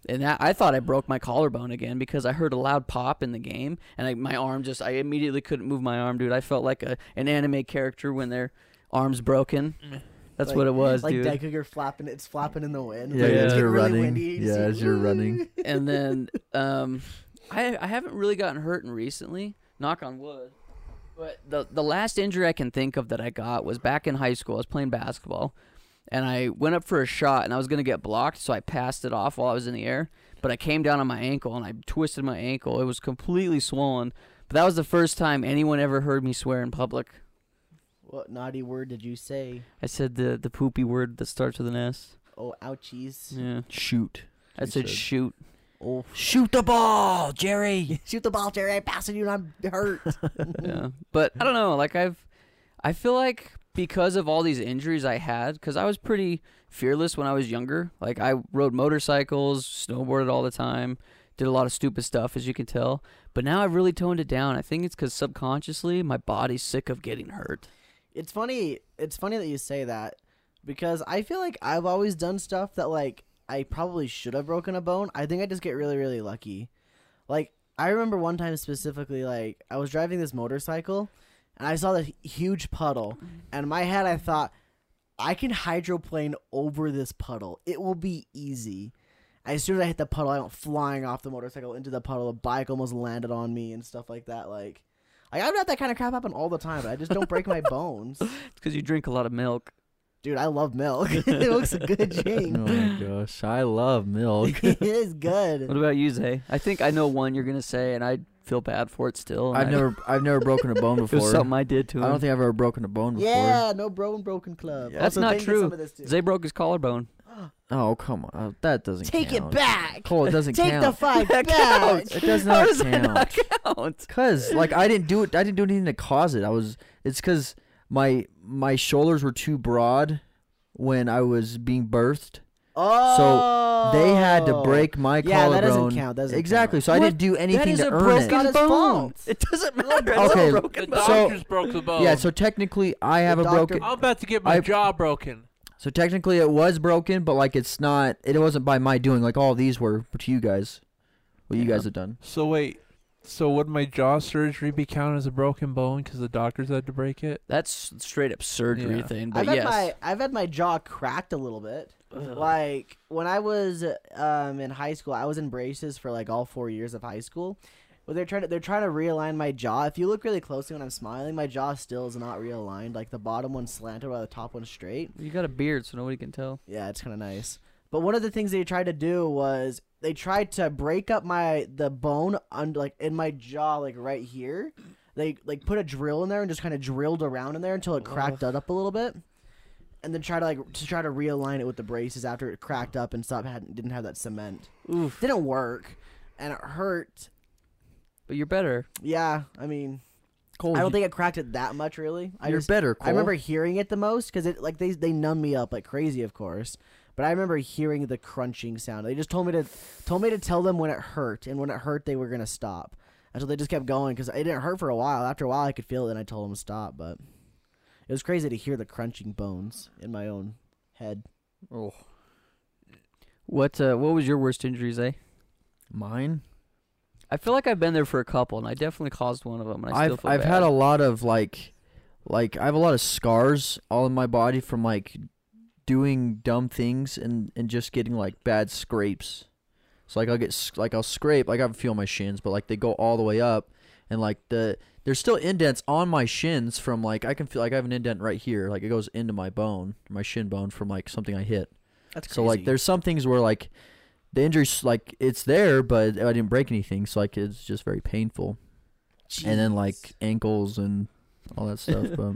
Speaker 1: And that, I thought I broke my collarbone again because I heard a loud pop in the game, and I, my arm just—I immediately couldn't move my arm, dude. I felt like a an anime character when their arm's broken. That's
Speaker 2: Like-
Speaker 1: what it was,
Speaker 2: like
Speaker 1: dude.
Speaker 2: Dekuger flapping, it's flapping in the wind.
Speaker 4: Yeah,
Speaker 2: Like,
Speaker 1: yeah,
Speaker 2: it's
Speaker 1: as
Speaker 2: getting
Speaker 4: you're
Speaker 2: really
Speaker 4: running.
Speaker 2: windy, you
Speaker 4: Yeah,
Speaker 2: see-
Speaker 4: as you're running.
Speaker 1: and then um, I I haven't really gotten hurt in recently. Knock on wood. But the the last injury I can think of that I got was back in high school. I was playing basketball, and I went up for a shot, and I was gonna get blocked, so I passed it off while I was in the air. But I came down on my ankle, and I twisted my ankle. It was completely swollen. But that was the first time anyone ever heard me swear in public.
Speaker 2: What naughty word did you say?
Speaker 1: I said the the poopy word that starts with an S.
Speaker 2: Oh, ouchies.
Speaker 1: Yeah,
Speaker 4: shoot.
Speaker 1: I
Speaker 4: He
Speaker 1: said
Speaker 4: said-
Speaker 1: shoot.
Speaker 2: Oh,
Speaker 4: Shoot the ball, Jerry.
Speaker 2: shoot the ball, Jerry. I'm passing you, and I'm hurt.
Speaker 1: yeah. But I don't know. Like I've, I feel like because of all these injuries I had, because I was pretty fearless when I was younger. Like I rode motorcycles, snowboarded all the time, did a lot of stupid stuff, as you can tell. But now I've really toned it down. I think it's because subconsciously my body's sick of getting hurt.
Speaker 2: It's funny. It's funny that you say that because I feel like I've always done stuff that like I probably should have broken a bone. I think I just get really really lucky. Like I remember one time specifically like I was driving this motorcycle and I saw this huge puddle and in my head I thought I can hydroplane over this puddle. It will be easy. As soon as I hit the puddle, I went flying off the motorcycle into the puddle. The bike almost landed on me and stuff like that. Like, like I've had that kind of crap happen all the time, but I just don't break my bones.
Speaker 1: It's because you drink a lot of milk.
Speaker 2: Dude, I love milk. it looks a good
Speaker 4: Oh
Speaker 2: drink.
Speaker 4: my gosh, I love milk.
Speaker 2: it is
Speaker 1: What
Speaker 2: good.
Speaker 1: about you, Zay? I think I know one you're gonna say, and I feel bad for it still. and
Speaker 4: I've
Speaker 1: I-
Speaker 4: never, I've never broken a bone
Speaker 1: It was
Speaker 4: before.
Speaker 1: something I did to him.
Speaker 4: I don't think I've ever broken a bone before.
Speaker 2: Yeah, no bro and broken club.
Speaker 1: That's
Speaker 2: Also,
Speaker 1: not
Speaker 2: thank you for
Speaker 1: true.
Speaker 2: some of this, too.
Speaker 1: Zay broke his collarbone.
Speaker 4: Oh come on, Uh, that doesn't.
Speaker 2: Take it
Speaker 4: count.
Speaker 2: back.
Speaker 4: Cole, it doesn't
Speaker 2: Take the
Speaker 4: count.
Speaker 2: fight
Speaker 1: That
Speaker 2: back.
Speaker 1: counts.
Speaker 4: it does
Speaker 1: How
Speaker 4: not
Speaker 1: does that
Speaker 4: count.
Speaker 1: not count?
Speaker 4: Cause like I didn't do it. I didn't do anything to cause it. I was. It's cause my my shoulders were too broad when I was being birthed.
Speaker 2: Oh.
Speaker 4: They had to break my
Speaker 2: Yeah,
Speaker 4: collarbone.
Speaker 2: that doesn't count. That doesn't
Speaker 4: exactly. So I
Speaker 1: What?
Speaker 4: didn't do anything
Speaker 1: that is
Speaker 4: to
Speaker 1: a
Speaker 4: earn
Speaker 1: broken
Speaker 4: it.
Speaker 2: Not his
Speaker 1: bone.
Speaker 2: fault.
Speaker 1: It doesn't matter. It's
Speaker 4: Okay,
Speaker 1: a broken
Speaker 4: The
Speaker 1: bone.
Speaker 4: So- doctors
Speaker 3: broke the bone.
Speaker 4: Yeah. So technically, I have
Speaker 2: The
Speaker 4: a
Speaker 2: doctor-
Speaker 4: broken.
Speaker 3: I'm about to get my
Speaker 4: I-
Speaker 3: jaw broken.
Speaker 4: So technically, it was broken, but like it's not. It wasn't by my doing. Like all these were to you guys. What you
Speaker 1: Yeah.
Speaker 4: guys have done.
Speaker 3: So wait, so would my jaw surgery be counted as a broken bone because the doctors had to break it?
Speaker 1: That's straight up surgery
Speaker 3: Yeah.
Speaker 1: thing. But
Speaker 2: I've had
Speaker 1: yes,
Speaker 2: my I've had my jaw cracked a little bit.
Speaker 1: Ugh.
Speaker 2: Like when I was um, in high school, I was in braces for like all four years of high school. But they're trying to they're trying to realign my jaw. If you look really closely when I'm smiling, my jaw still is not realigned. Like the bottom one's slanted while the top one's straight.
Speaker 1: you got a beard, so nobody can tell.
Speaker 2: Yeah, it's kind of nice. But one of the things they tried to do was they tried to break up my the bone under like in my jaw like right here. They like put a drill in there and just kind of drilled around in there until it cracked it up a little bit. and then try to like to try to realign it with the braces after it cracked up and stopped had didn't have that cement.
Speaker 1: Oof.
Speaker 2: Didn't work, and it hurt.
Speaker 1: But you're better.
Speaker 2: Yeah, I mean,
Speaker 4: Cole,
Speaker 2: I don't
Speaker 4: you,
Speaker 2: think it cracked it that much really. I
Speaker 4: you're
Speaker 2: just
Speaker 4: better. Cole.
Speaker 2: I remember hearing it the most because it like they they numb me up like crazy, of course. But I remember hearing the crunching sound. They just told me to told me to tell them when it hurt, and when it hurt, they were gonna stop. And so they just kept going because it didn't hurt for a while. After a while, I could feel it, and I told them to stop. But it was crazy to hear the crunching bones in my own head.
Speaker 4: Oh,
Speaker 1: What uh, what was your worst injuries, eh?
Speaker 4: mine.
Speaker 1: I feel like I've been there for a couple, and I definitely caused one of them. And I still
Speaker 4: I've
Speaker 1: feel
Speaker 4: I've
Speaker 1: bad.
Speaker 4: had a lot of like, like I have a lot of scars all in my body from like doing dumb things and and just getting like bad scrapes. So like I'll get s- like I'll scrape like I can feel my shins, but like they go all the way up, and like the there's still indents on my shins from like I can feel like I have an indent right here, like it goes into my bone, my shin bone from like something I hit.
Speaker 2: That's
Speaker 4: So like there's some things where like the injuries like it's there, but I didn't break anything, so like it's just very painful and then like ankles and all that stuff. But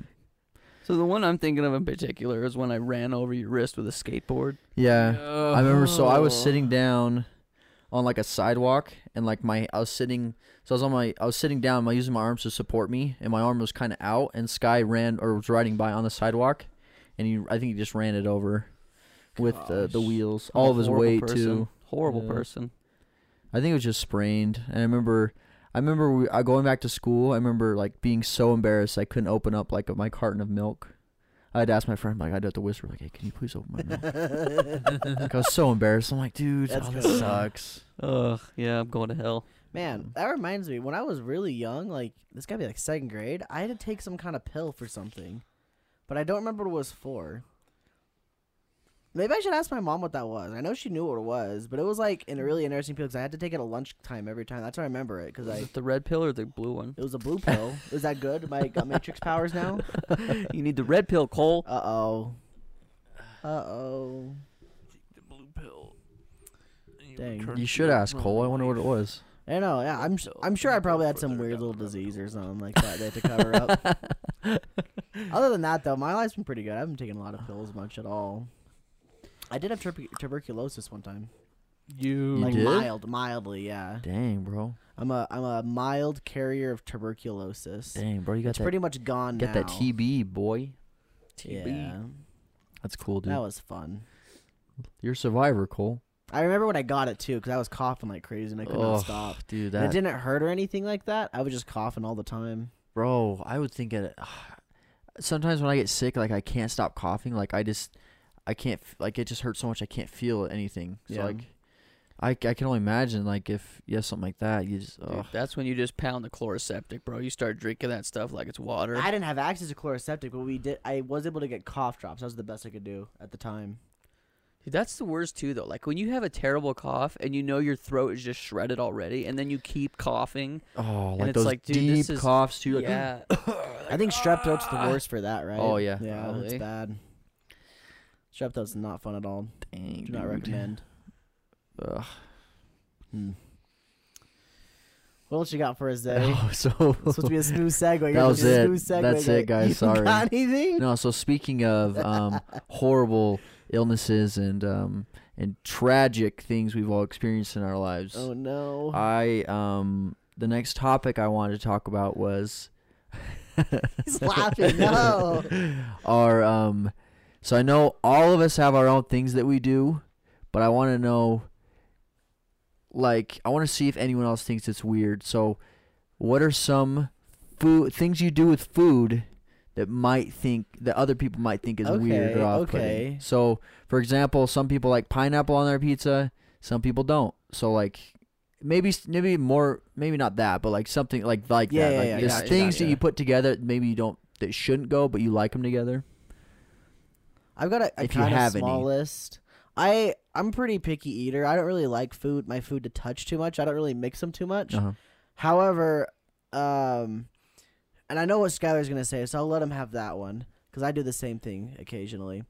Speaker 1: So the one I'm thinking of in particular is when I ran over your wrist with a skateboard.
Speaker 4: yeah, I remember. So I was
Speaker 3: Oh.
Speaker 4: sitting down on like a sidewalk, and like my I was sitting. So I was on my I was sitting down. I using my arms to support me, and my arm was kind of out. And Sky ran or was riding by on the sidewalk, and he I think he just ran it over with uh, the
Speaker 1: Gosh.
Speaker 4: wheels,
Speaker 1: I'm a
Speaker 4: all of his
Speaker 1: horrible
Speaker 4: weight
Speaker 1: person.
Speaker 4: too.
Speaker 1: Horrible
Speaker 4: Yeah.
Speaker 1: person.
Speaker 4: I think it was just sprained. And I remember, I remember we, I going back to school. I remember like being so embarrassed I couldn't open up like my carton of milk. I'd ask my friend like I'd have to whisper like, "Hey, can you please open my milk?" like, I was so embarrassed. I'm like, "Dude,
Speaker 2: That's
Speaker 4: oh, this
Speaker 2: good.
Speaker 4: sucks."
Speaker 1: Ugh. Yeah, I'm going to hell.
Speaker 2: Man, that reminds me. When I was really young, like this gotta be like second grade, I had to take some kind of pill for something, but I don't remember what it was for. Maybe I should ask my mom what that was. I know she knew what it was, but it was like in a really interesting pill because I had to take it at lunchtime every time. That's how I remember it because
Speaker 1: Is
Speaker 2: I
Speaker 1: it the red pill or the blue one?
Speaker 2: it was a blue pill. Is that good? Am I got matrix powers now?
Speaker 1: you need the red pill, Cole.
Speaker 2: Uh oh. Uh oh.
Speaker 3: the blue pill. And you
Speaker 2: Dang.
Speaker 3: return
Speaker 4: You
Speaker 3: to
Speaker 4: should
Speaker 3: your
Speaker 4: ask Cole. I
Speaker 3: normal
Speaker 4: wonder what it
Speaker 3: life.
Speaker 4: was.
Speaker 2: I know. Yeah, I'm. s- I'm sure I probably had some
Speaker 3: Further
Speaker 2: weird
Speaker 3: down the
Speaker 2: little
Speaker 3: rabbit
Speaker 2: disease
Speaker 3: hole.
Speaker 2: or something like that they had to cover up. Other than that, though, my life's been pretty good. I haven't taken a lot of pills much at all. I did have tuber- tuberculosis one time,
Speaker 3: You,
Speaker 4: You
Speaker 2: like
Speaker 4: did?
Speaker 2: mild, mildly. Yeah,
Speaker 4: Dang, bro.
Speaker 2: I'm a I'm a mild carrier of tuberculosis.
Speaker 4: Dang, bro. You got
Speaker 2: It's
Speaker 4: that.
Speaker 2: pretty much gone.
Speaker 4: Get that
Speaker 2: now.
Speaker 4: TB, boy.
Speaker 2: Yeah,
Speaker 4: That's cool, dude.
Speaker 2: that was fun.
Speaker 4: You're a survivor, Cole.
Speaker 2: I remember when I got it too, because I was coughing like crazy and I could not
Speaker 4: Ugh,
Speaker 2: stop.
Speaker 4: dude.
Speaker 2: And
Speaker 4: That
Speaker 2: it didn't hurt or anything like that. I was just coughing all the time.
Speaker 4: Bro, I would think it. Sometimes when I get sick, like I can't stop coughing. Like I just, I can't. f- Like it just hurts so much. I can't feel anything. So
Speaker 2: Yeah.
Speaker 4: like, I, I can only imagine like if you have something like that, you just.
Speaker 1: Dude,
Speaker 4: ugh.
Speaker 1: that's when you just pound the chloroseptic, bro. You start drinking that stuff like it's water.
Speaker 2: I didn't have access to chloroseptic, but we did. I was able to get cough drops. That was the best I could do at the time.
Speaker 1: Dude, that's the worst too, though. Like when you have a terrible cough and you know your throat is just shredded already, and then you keep coughing.
Speaker 4: oh, like
Speaker 1: it's
Speaker 4: those
Speaker 1: like, dude,
Speaker 4: deep
Speaker 1: this is-
Speaker 4: coughs too. Like,
Speaker 1: yeah,
Speaker 2: I think strep throat's the worst for that, right?
Speaker 4: Ah. Oh, yeah,
Speaker 2: yeah, it's
Speaker 1: probably.
Speaker 2: bad. Strep throat's not fun at all.
Speaker 4: Dang,
Speaker 2: Do not
Speaker 4: dude.
Speaker 2: recommend.
Speaker 4: Ugh.
Speaker 2: Hmm. What else you got for us, Zay?
Speaker 4: Oh, so
Speaker 2: It's supposed to be a smooth segue. You're
Speaker 4: That was
Speaker 2: just a
Speaker 4: it.
Speaker 2: Smooth segue
Speaker 4: That's
Speaker 2: guy.
Speaker 4: it, guys.
Speaker 2: You
Speaker 4: Sorry.
Speaker 2: Got anything?
Speaker 4: No, so speaking of um, horrible illnesses and um, and tragic things we've all experienced in our lives.
Speaker 2: Oh no.
Speaker 4: I um the next topic I wanted to talk about was
Speaker 2: He's laughing. No.
Speaker 4: our um so I know all of us have our own things that we do, but I want to know like I want to see if anyone else thinks it's weird. So what are some food things you do with food that might think that other people might think is weird
Speaker 2: Okay,
Speaker 4: or off-putting?
Speaker 2: okay.
Speaker 4: So for example, some people like pineapple on their pizza, some people don't. So like maybe maybe more maybe not that, but like something like like
Speaker 2: Yeah,
Speaker 4: that.
Speaker 2: yeah,
Speaker 4: like
Speaker 2: yeah,
Speaker 4: there's
Speaker 1: gotcha,
Speaker 4: things that
Speaker 1: gotcha.
Speaker 4: you put together that maybe you don't that shouldn't go, but you like them together.
Speaker 2: I've got a, a
Speaker 4: If you
Speaker 2: kind of
Speaker 4: have any.
Speaker 2: small list. I I'm a pretty picky eater. I don't really like food, my food to touch too much. I don't really mix them too much.
Speaker 4: Uh-huh.
Speaker 2: However, um, and I know what Skylar's gonna say, so I'll let him have that one because I do the same thing occasionally.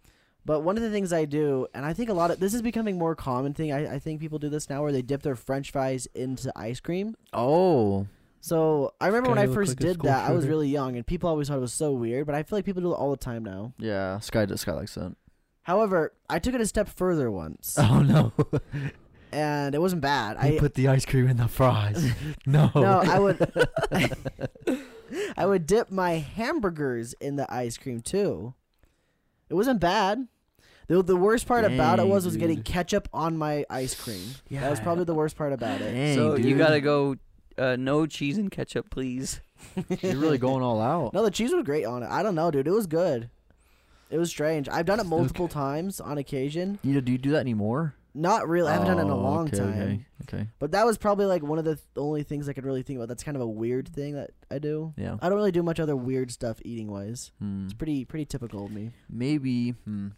Speaker 2: But one of the things I do, and I think a lot of this is becoming more common thing. I, I think people do this now, where they dip their French fries into ice cream.
Speaker 4: Oh,
Speaker 2: So I remember when
Speaker 3: guy
Speaker 2: I
Speaker 3: looked
Speaker 2: first
Speaker 3: like a
Speaker 2: did
Speaker 3: school
Speaker 2: that, I was
Speaker 3: shooter.
Speaker 2: really young, and people always thought it was so weird. But I feel like people do it all the time now.
Speaker 4: Yeah, Sky does Sky likes that.
Speaker 2: However, I took it a step further once,
Speaker 4: Oh no!
Speaker 2: and it wasn't bad. I
Speaker 4: put the ice cream in the fries. no.
Speaker 2: no, I would, I would dip my hamburgers in the ice cream too. It wasn't bad. The, the worst part about it
Speaker 4: Dang,
Speaker 2: was was getting
Speaker 4: dude.
Speaker 2: ketchup on my ice cream. That was
Speaker 4: Yeah.
Speaker 2: probably the worst part about it.
Speaker 4: Dang,
Speaker 1: so you
Speaker 4: dude.
Speaker 1: gotta go. Uh, no cheese and ketchup, please.
Speaker 4: You're really going all out.
Speaker 2: No, the cheese was great on it. I don't know, dude. It was good. It was strange. I've done it multiple
Speaker 3: Okay.
Speaker 2: times on occasion.
Speaker 4: You do you do that anymore?
Speaker 2: Not really. I haven't done it in a
Speaker 4: Oh,
Speaker 2: long
Speaker 4: okay,
Speaker 2: time.
Speaker 4: Okay. okay.
Speaker 2: But that was probably like one of the th- only things I could really think about. That's kind of a weird thing that I do.
Speaker 4: Yeah.
Speaker 2: I don't really do much other weird stuff eating wise.
Speaker 4: Hmm.
Speaker 2: Uh, It's pretty pretty typical of me.
Speaker 4: Maybe. Hmm.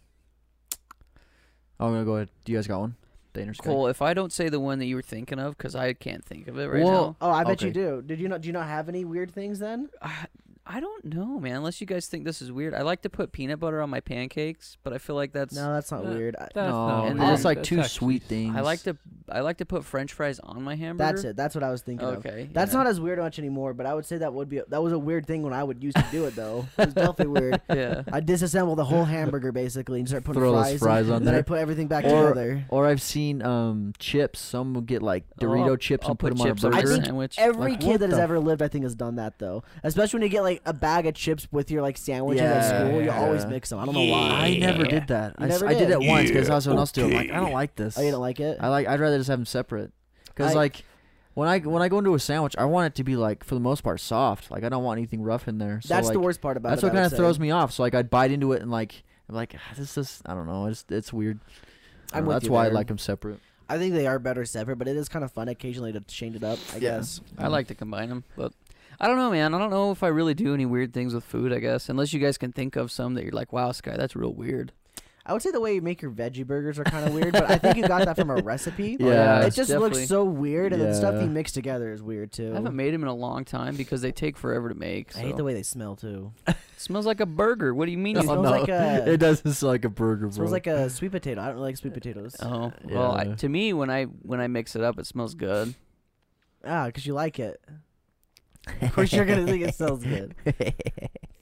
Speaker 4: Oh, I'm gonna go ahead. Do you guys got one? Dana or Sky?
Speaker 1: Cole, if I don't say the one that you were thinking of, because I can't think of it right
Speaker 4: Well-
Speaker 2: Oh, I bet you
Speaker 4: Okay.
Speaker 2: do. Did you not? Do you not have any weird things then?
Speaker 1: now. I, I don't know, man. Unless you guys think this is weird, I like to put peanut butter on my pancakes, but I feel like that's
Speaker 2: No, that's not
Speaker 3: Uh,
Speaker 2: weird. I,
Speaker 3: That's
Speaker 4: no,
Speaker 3: not
Speaker 1: and
Speaker 4: and
Speaker 1: then-
Speaker 4: that's like
Speaker 3: that's
Speaker 4: two
Speaker 3: actually-
Speaker 4: sweet things.
Speaker 1: I like to I like to put French fries on my hamburger.
Speaker 2: that's it. That's what I was thinking of.
Speaker 1: Okay,
Speaker 2: That's
Speaker 1: yeah.
Speaker 2: not as weird much anymore. But I would say that would be that was a weird thing when I would used to do it though. It was definitely weird.
Speaker 1: Yeah.
Speaker 2: I disassemble the whole hamburger basically and start putting
Speaker 4: Throw those
Speaker 2: fries,
Speaker 4: fries
Speaker 2: in,
Speaker 4: on
Speaker 2: Then I
Speaker 4: there.
Speaker 2: put everything back
Speaker 4: Or-
Speaker 2: together.
Speaker 4: Or I've seen um chips. Some will get like
Speaker 1: Oh,
Speaker 4: Dorito
Speaker 1: I'll-
Speaker 4: chips
Speaker 1: I'll
Speaker 4: and put,
Speaker 1: put
Speaker 4: them
Speaker 1: chips
Speaker 4: on a
Speaker 1: on
Speaker 2: I
Speaker 4: burger.
Speaker 1: burger.
Speaker 2: think
Speaker 1: think sandwich.
Speaker 2: every
Speaker 4: Like,
Speaker 2: kid
Speaker 4: what
Speaker 2: that has
Speaker 4: the-
Speaker 2: ever lived, I think, has done that though. Especially when you get like a bag of chips with your like sandwich at
Speaker 4: Yeah,
Speaker 2: school, you always
Speaker 4: yeah.
Speaker 2: mix them. I don't know why.
Speaker 4: I never
Speaker 1: Yeah.
Speaker 4: did that. I,
Speaker 2: You
Speaker 4: s-
Speaker 2: never
Speaker 4: I did
Speaker 2: did?
Speaker 4: it once because I was someone else do it. I'm like, I don't like this.
Speaker 2: Oh, you don't like it?
Speaker 4: I like. I'd rather just have them separate. Because
Speaker 2: I-
Speaker 4: like, when I when I go into a sandwich, I want it to be like for the most part soft. Like I don't want anything rough in there. So,
Speaker 2: that's the
Speaker 4: like,
Speaker 2: worst part about
Speaker 4: That's
Speaker 2: it.
Speaker 4: what kind of throws me off. So like, I'd bite into it and like, I'm like, "Ah, this is I don't know. It's it's weird. I
Speaker 2: I'm
Speaker 4: don't know,
Speaker 2: with
Speaker 4: that's
Speaker 2: you
Speaker 4: why I
Speaker 2: there.
Speaker 4: like them separate.
Speaker 2: I think they are better separate, but it is kind of fun occasionally to change it up. I
Speaker 4: Yeah.
Speaker 2: guess.
Speaker 1: I like to combine them, but I don't know, man. I don't know if I really do any weird things with food. I guess unless you guys can think of some that you're like, wow, Sky, that's real weird.
Speaker 2: I would say the way you make your veggie burgers are kind of weird, but I think you got that from a recipe.
Speaker 4: Yeah, yeah,
Speaker 2: it
Speaker 1: it's
Speaker 2: just
Speaker 1: definitely-
Speaker 2: looks so weird, and the stuff
Speaker 4: Yeah.
Speaker 2: you mix together is weird too.
Speaker 1: I haven't made them in a long time because they take forever to make.
Speaker 2: I hate
Speaker 1: so.
Speaker 2: the way they smell too.
Speaker 1: It smells like a burger. What do you mean?
Speaker 2: It
Speaker 1: you-
Speaker 2: smells like a-
Speaker 4: it doesn't smell like a burger, bro.
Speaker 2: It smells like a sweet potato. I don't really like sweet potatoes.
Speaker 1: Oh well, I,
Speaker 4: Yeah.
Speaker 1: to me when I when I mix it up, it smells good.
Speaker 2: Ah, because you like it. Of course, you're gonna think it smells good.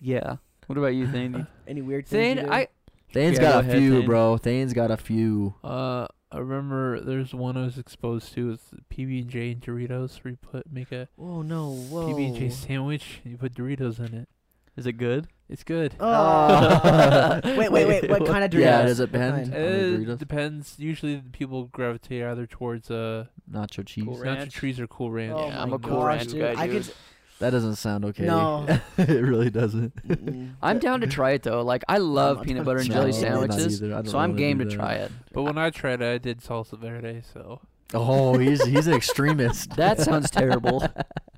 Speaker 1: Yeah. What about you, Thane?
Speaker 2: Any weird things?
Speaker 1: Thane,
Speaker 2: you do?
Speaker 1: I
Speaker 4: Thane's
Speaker 1: Yeah, go
Speaker 4: got a
Speaker 1: ahead,
Speaker 4: few,
Speaker 1: Thane.
Speaker 4: bro. Thane's got a few.
Speaker 3: Uh, I remember there's one I was exposed to. It's PB and J and Doritos. Where you put make a
Speaker 2: Oh no! Whoa.
Speaker 3: PB and J sandwich. And you put Doritos in it.
Speaker 1: is it good?
Speaker 3: It's good.
Speaker 2: Oh. wait, wait, wait. What kind of Doritos?
Speaker 4: Yeah, does it
Speaker 2: What
Speaker 4: depend?
Speaker 2: kind?
Speaker 4: On the
Speaker 3: It
Speaker 4: Doritos?
Speaker 3: depends. Usually the people gravitate either towards uh
Speaker 4: Nacho cheese.
Speaker 1: Cool.
Speaker 3: nacho
Speaker 1: Ranch?
Speaker 3: trees or cool ranch.
Speaker 2: Oh
Speaker 1: Yeah, I'm
Speaker 2: my
Speaker 1: a cool
Speaker 2: gosh,
Speaker 1: ranch
Speaker 2: dude.
Speaker 1: guy,
Speaker 2: I
Speaker 1: dude.
Speaker 2: could.
Speaker 4: That doesn't sound okay.
Speaker 2: No.
Speaker 4: it really doesn't.
Speaker 2: Mm-mm.
Speaker 1: I'm down to try it though. Like I love
Speaker 2: not
Speaker 1: peanut
Speaker 2: down
Speaker 1: butter
Speaker 2: to
Speaker 1: and
Speaker 2: try
Speaker 1: jelly
Speaker 2: it.
Speaker 4: No, not
Speaker 1: sandwiches,
Speaker 4: either. I don't
Speaker 1: so I'm
Speaker 4: really
Speaker 1: game
Speaker 4: do
Speaker 1: to
Speaker 4: that.
Speaker 1: try it.
Speaker 3: But when I tried it, I did salsa verde. So
Speaker 4: Oh, he's he's an extremist.
Speaker 1: That sounds terrible.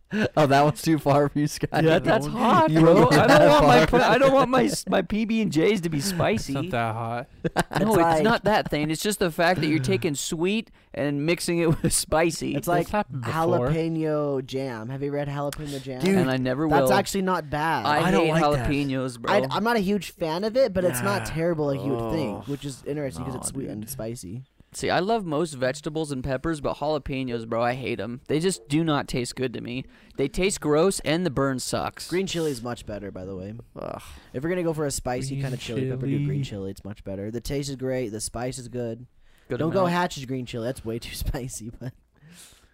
Speaker 4: oh, that one's too far for you, Scott.
Speaker 1: Yeah,
Speaker 3: that
Speaker 1: that's
Speaker 3: one-
Speaker 1: hot,
Speaker 4: you
Speaker 1: bro.
Speaker 4: went
Speaker 1: I
Speaker 4: that
Speaker 1: don't want my
Speaker 4: far.
Speaker 1: pla- I don't want my s- my PB and J's to be
Speaker 3: it's not
Speaker 1: spicy.
Speaker 3: that hot.
Speaker 1: No,
Speaker 2: It's
Speaker 1: it's
Speaker 2: like-
Speaker 1: not that thing. It's just the fact that you're taking sweet and mixing it with spicy.
Speaker 2: It's like
Speaker 3: That's happened before.
Speaker 2: jalapeno jam. Have you read jalapeno jam?
Speaker 4: Dude,
Speaker 1: and I never will.
Speaker 2: that's actually not bad.
Speaker 1: I,
Speaker 4: I
Speaker 1: hate
Speaker 4: don't like that.
Speaker 1: jalapenos, bro.
Speaker 2: I, am not a huge fan of it, but it's
Speaker 4: Nah.
Speaker 2: not terrible like you would
Speaker 4: Oh,
Speaker 2: think, which is interesting because
Speaker 4: nah,
Speaker 2: it's sweet and
Speaker 4: dude.
Speaker 2: spicy.
Speaker 1: See, I love most vegetables and peppers, but jalapenos, bro, I hate them. They just do not taste good to me. They taste gross, and the burn sucks.
Speaker 2: Green chili is much better, by the way.
Speaker 1: Ugh.
Speaker 2: If you're gonna go for a spicy
Speaker 3: Green
Speaker 2: kind of chili, pepper do green
Speaker 3: chili.
Speaker 2: chili. It's much better. The taste is great. The spice is good.
Speaker 1: Good
Speaker 2: Don't go
Speaker 1: amount.
Speaker 2: Hatch's green chili. That's way too spicy. But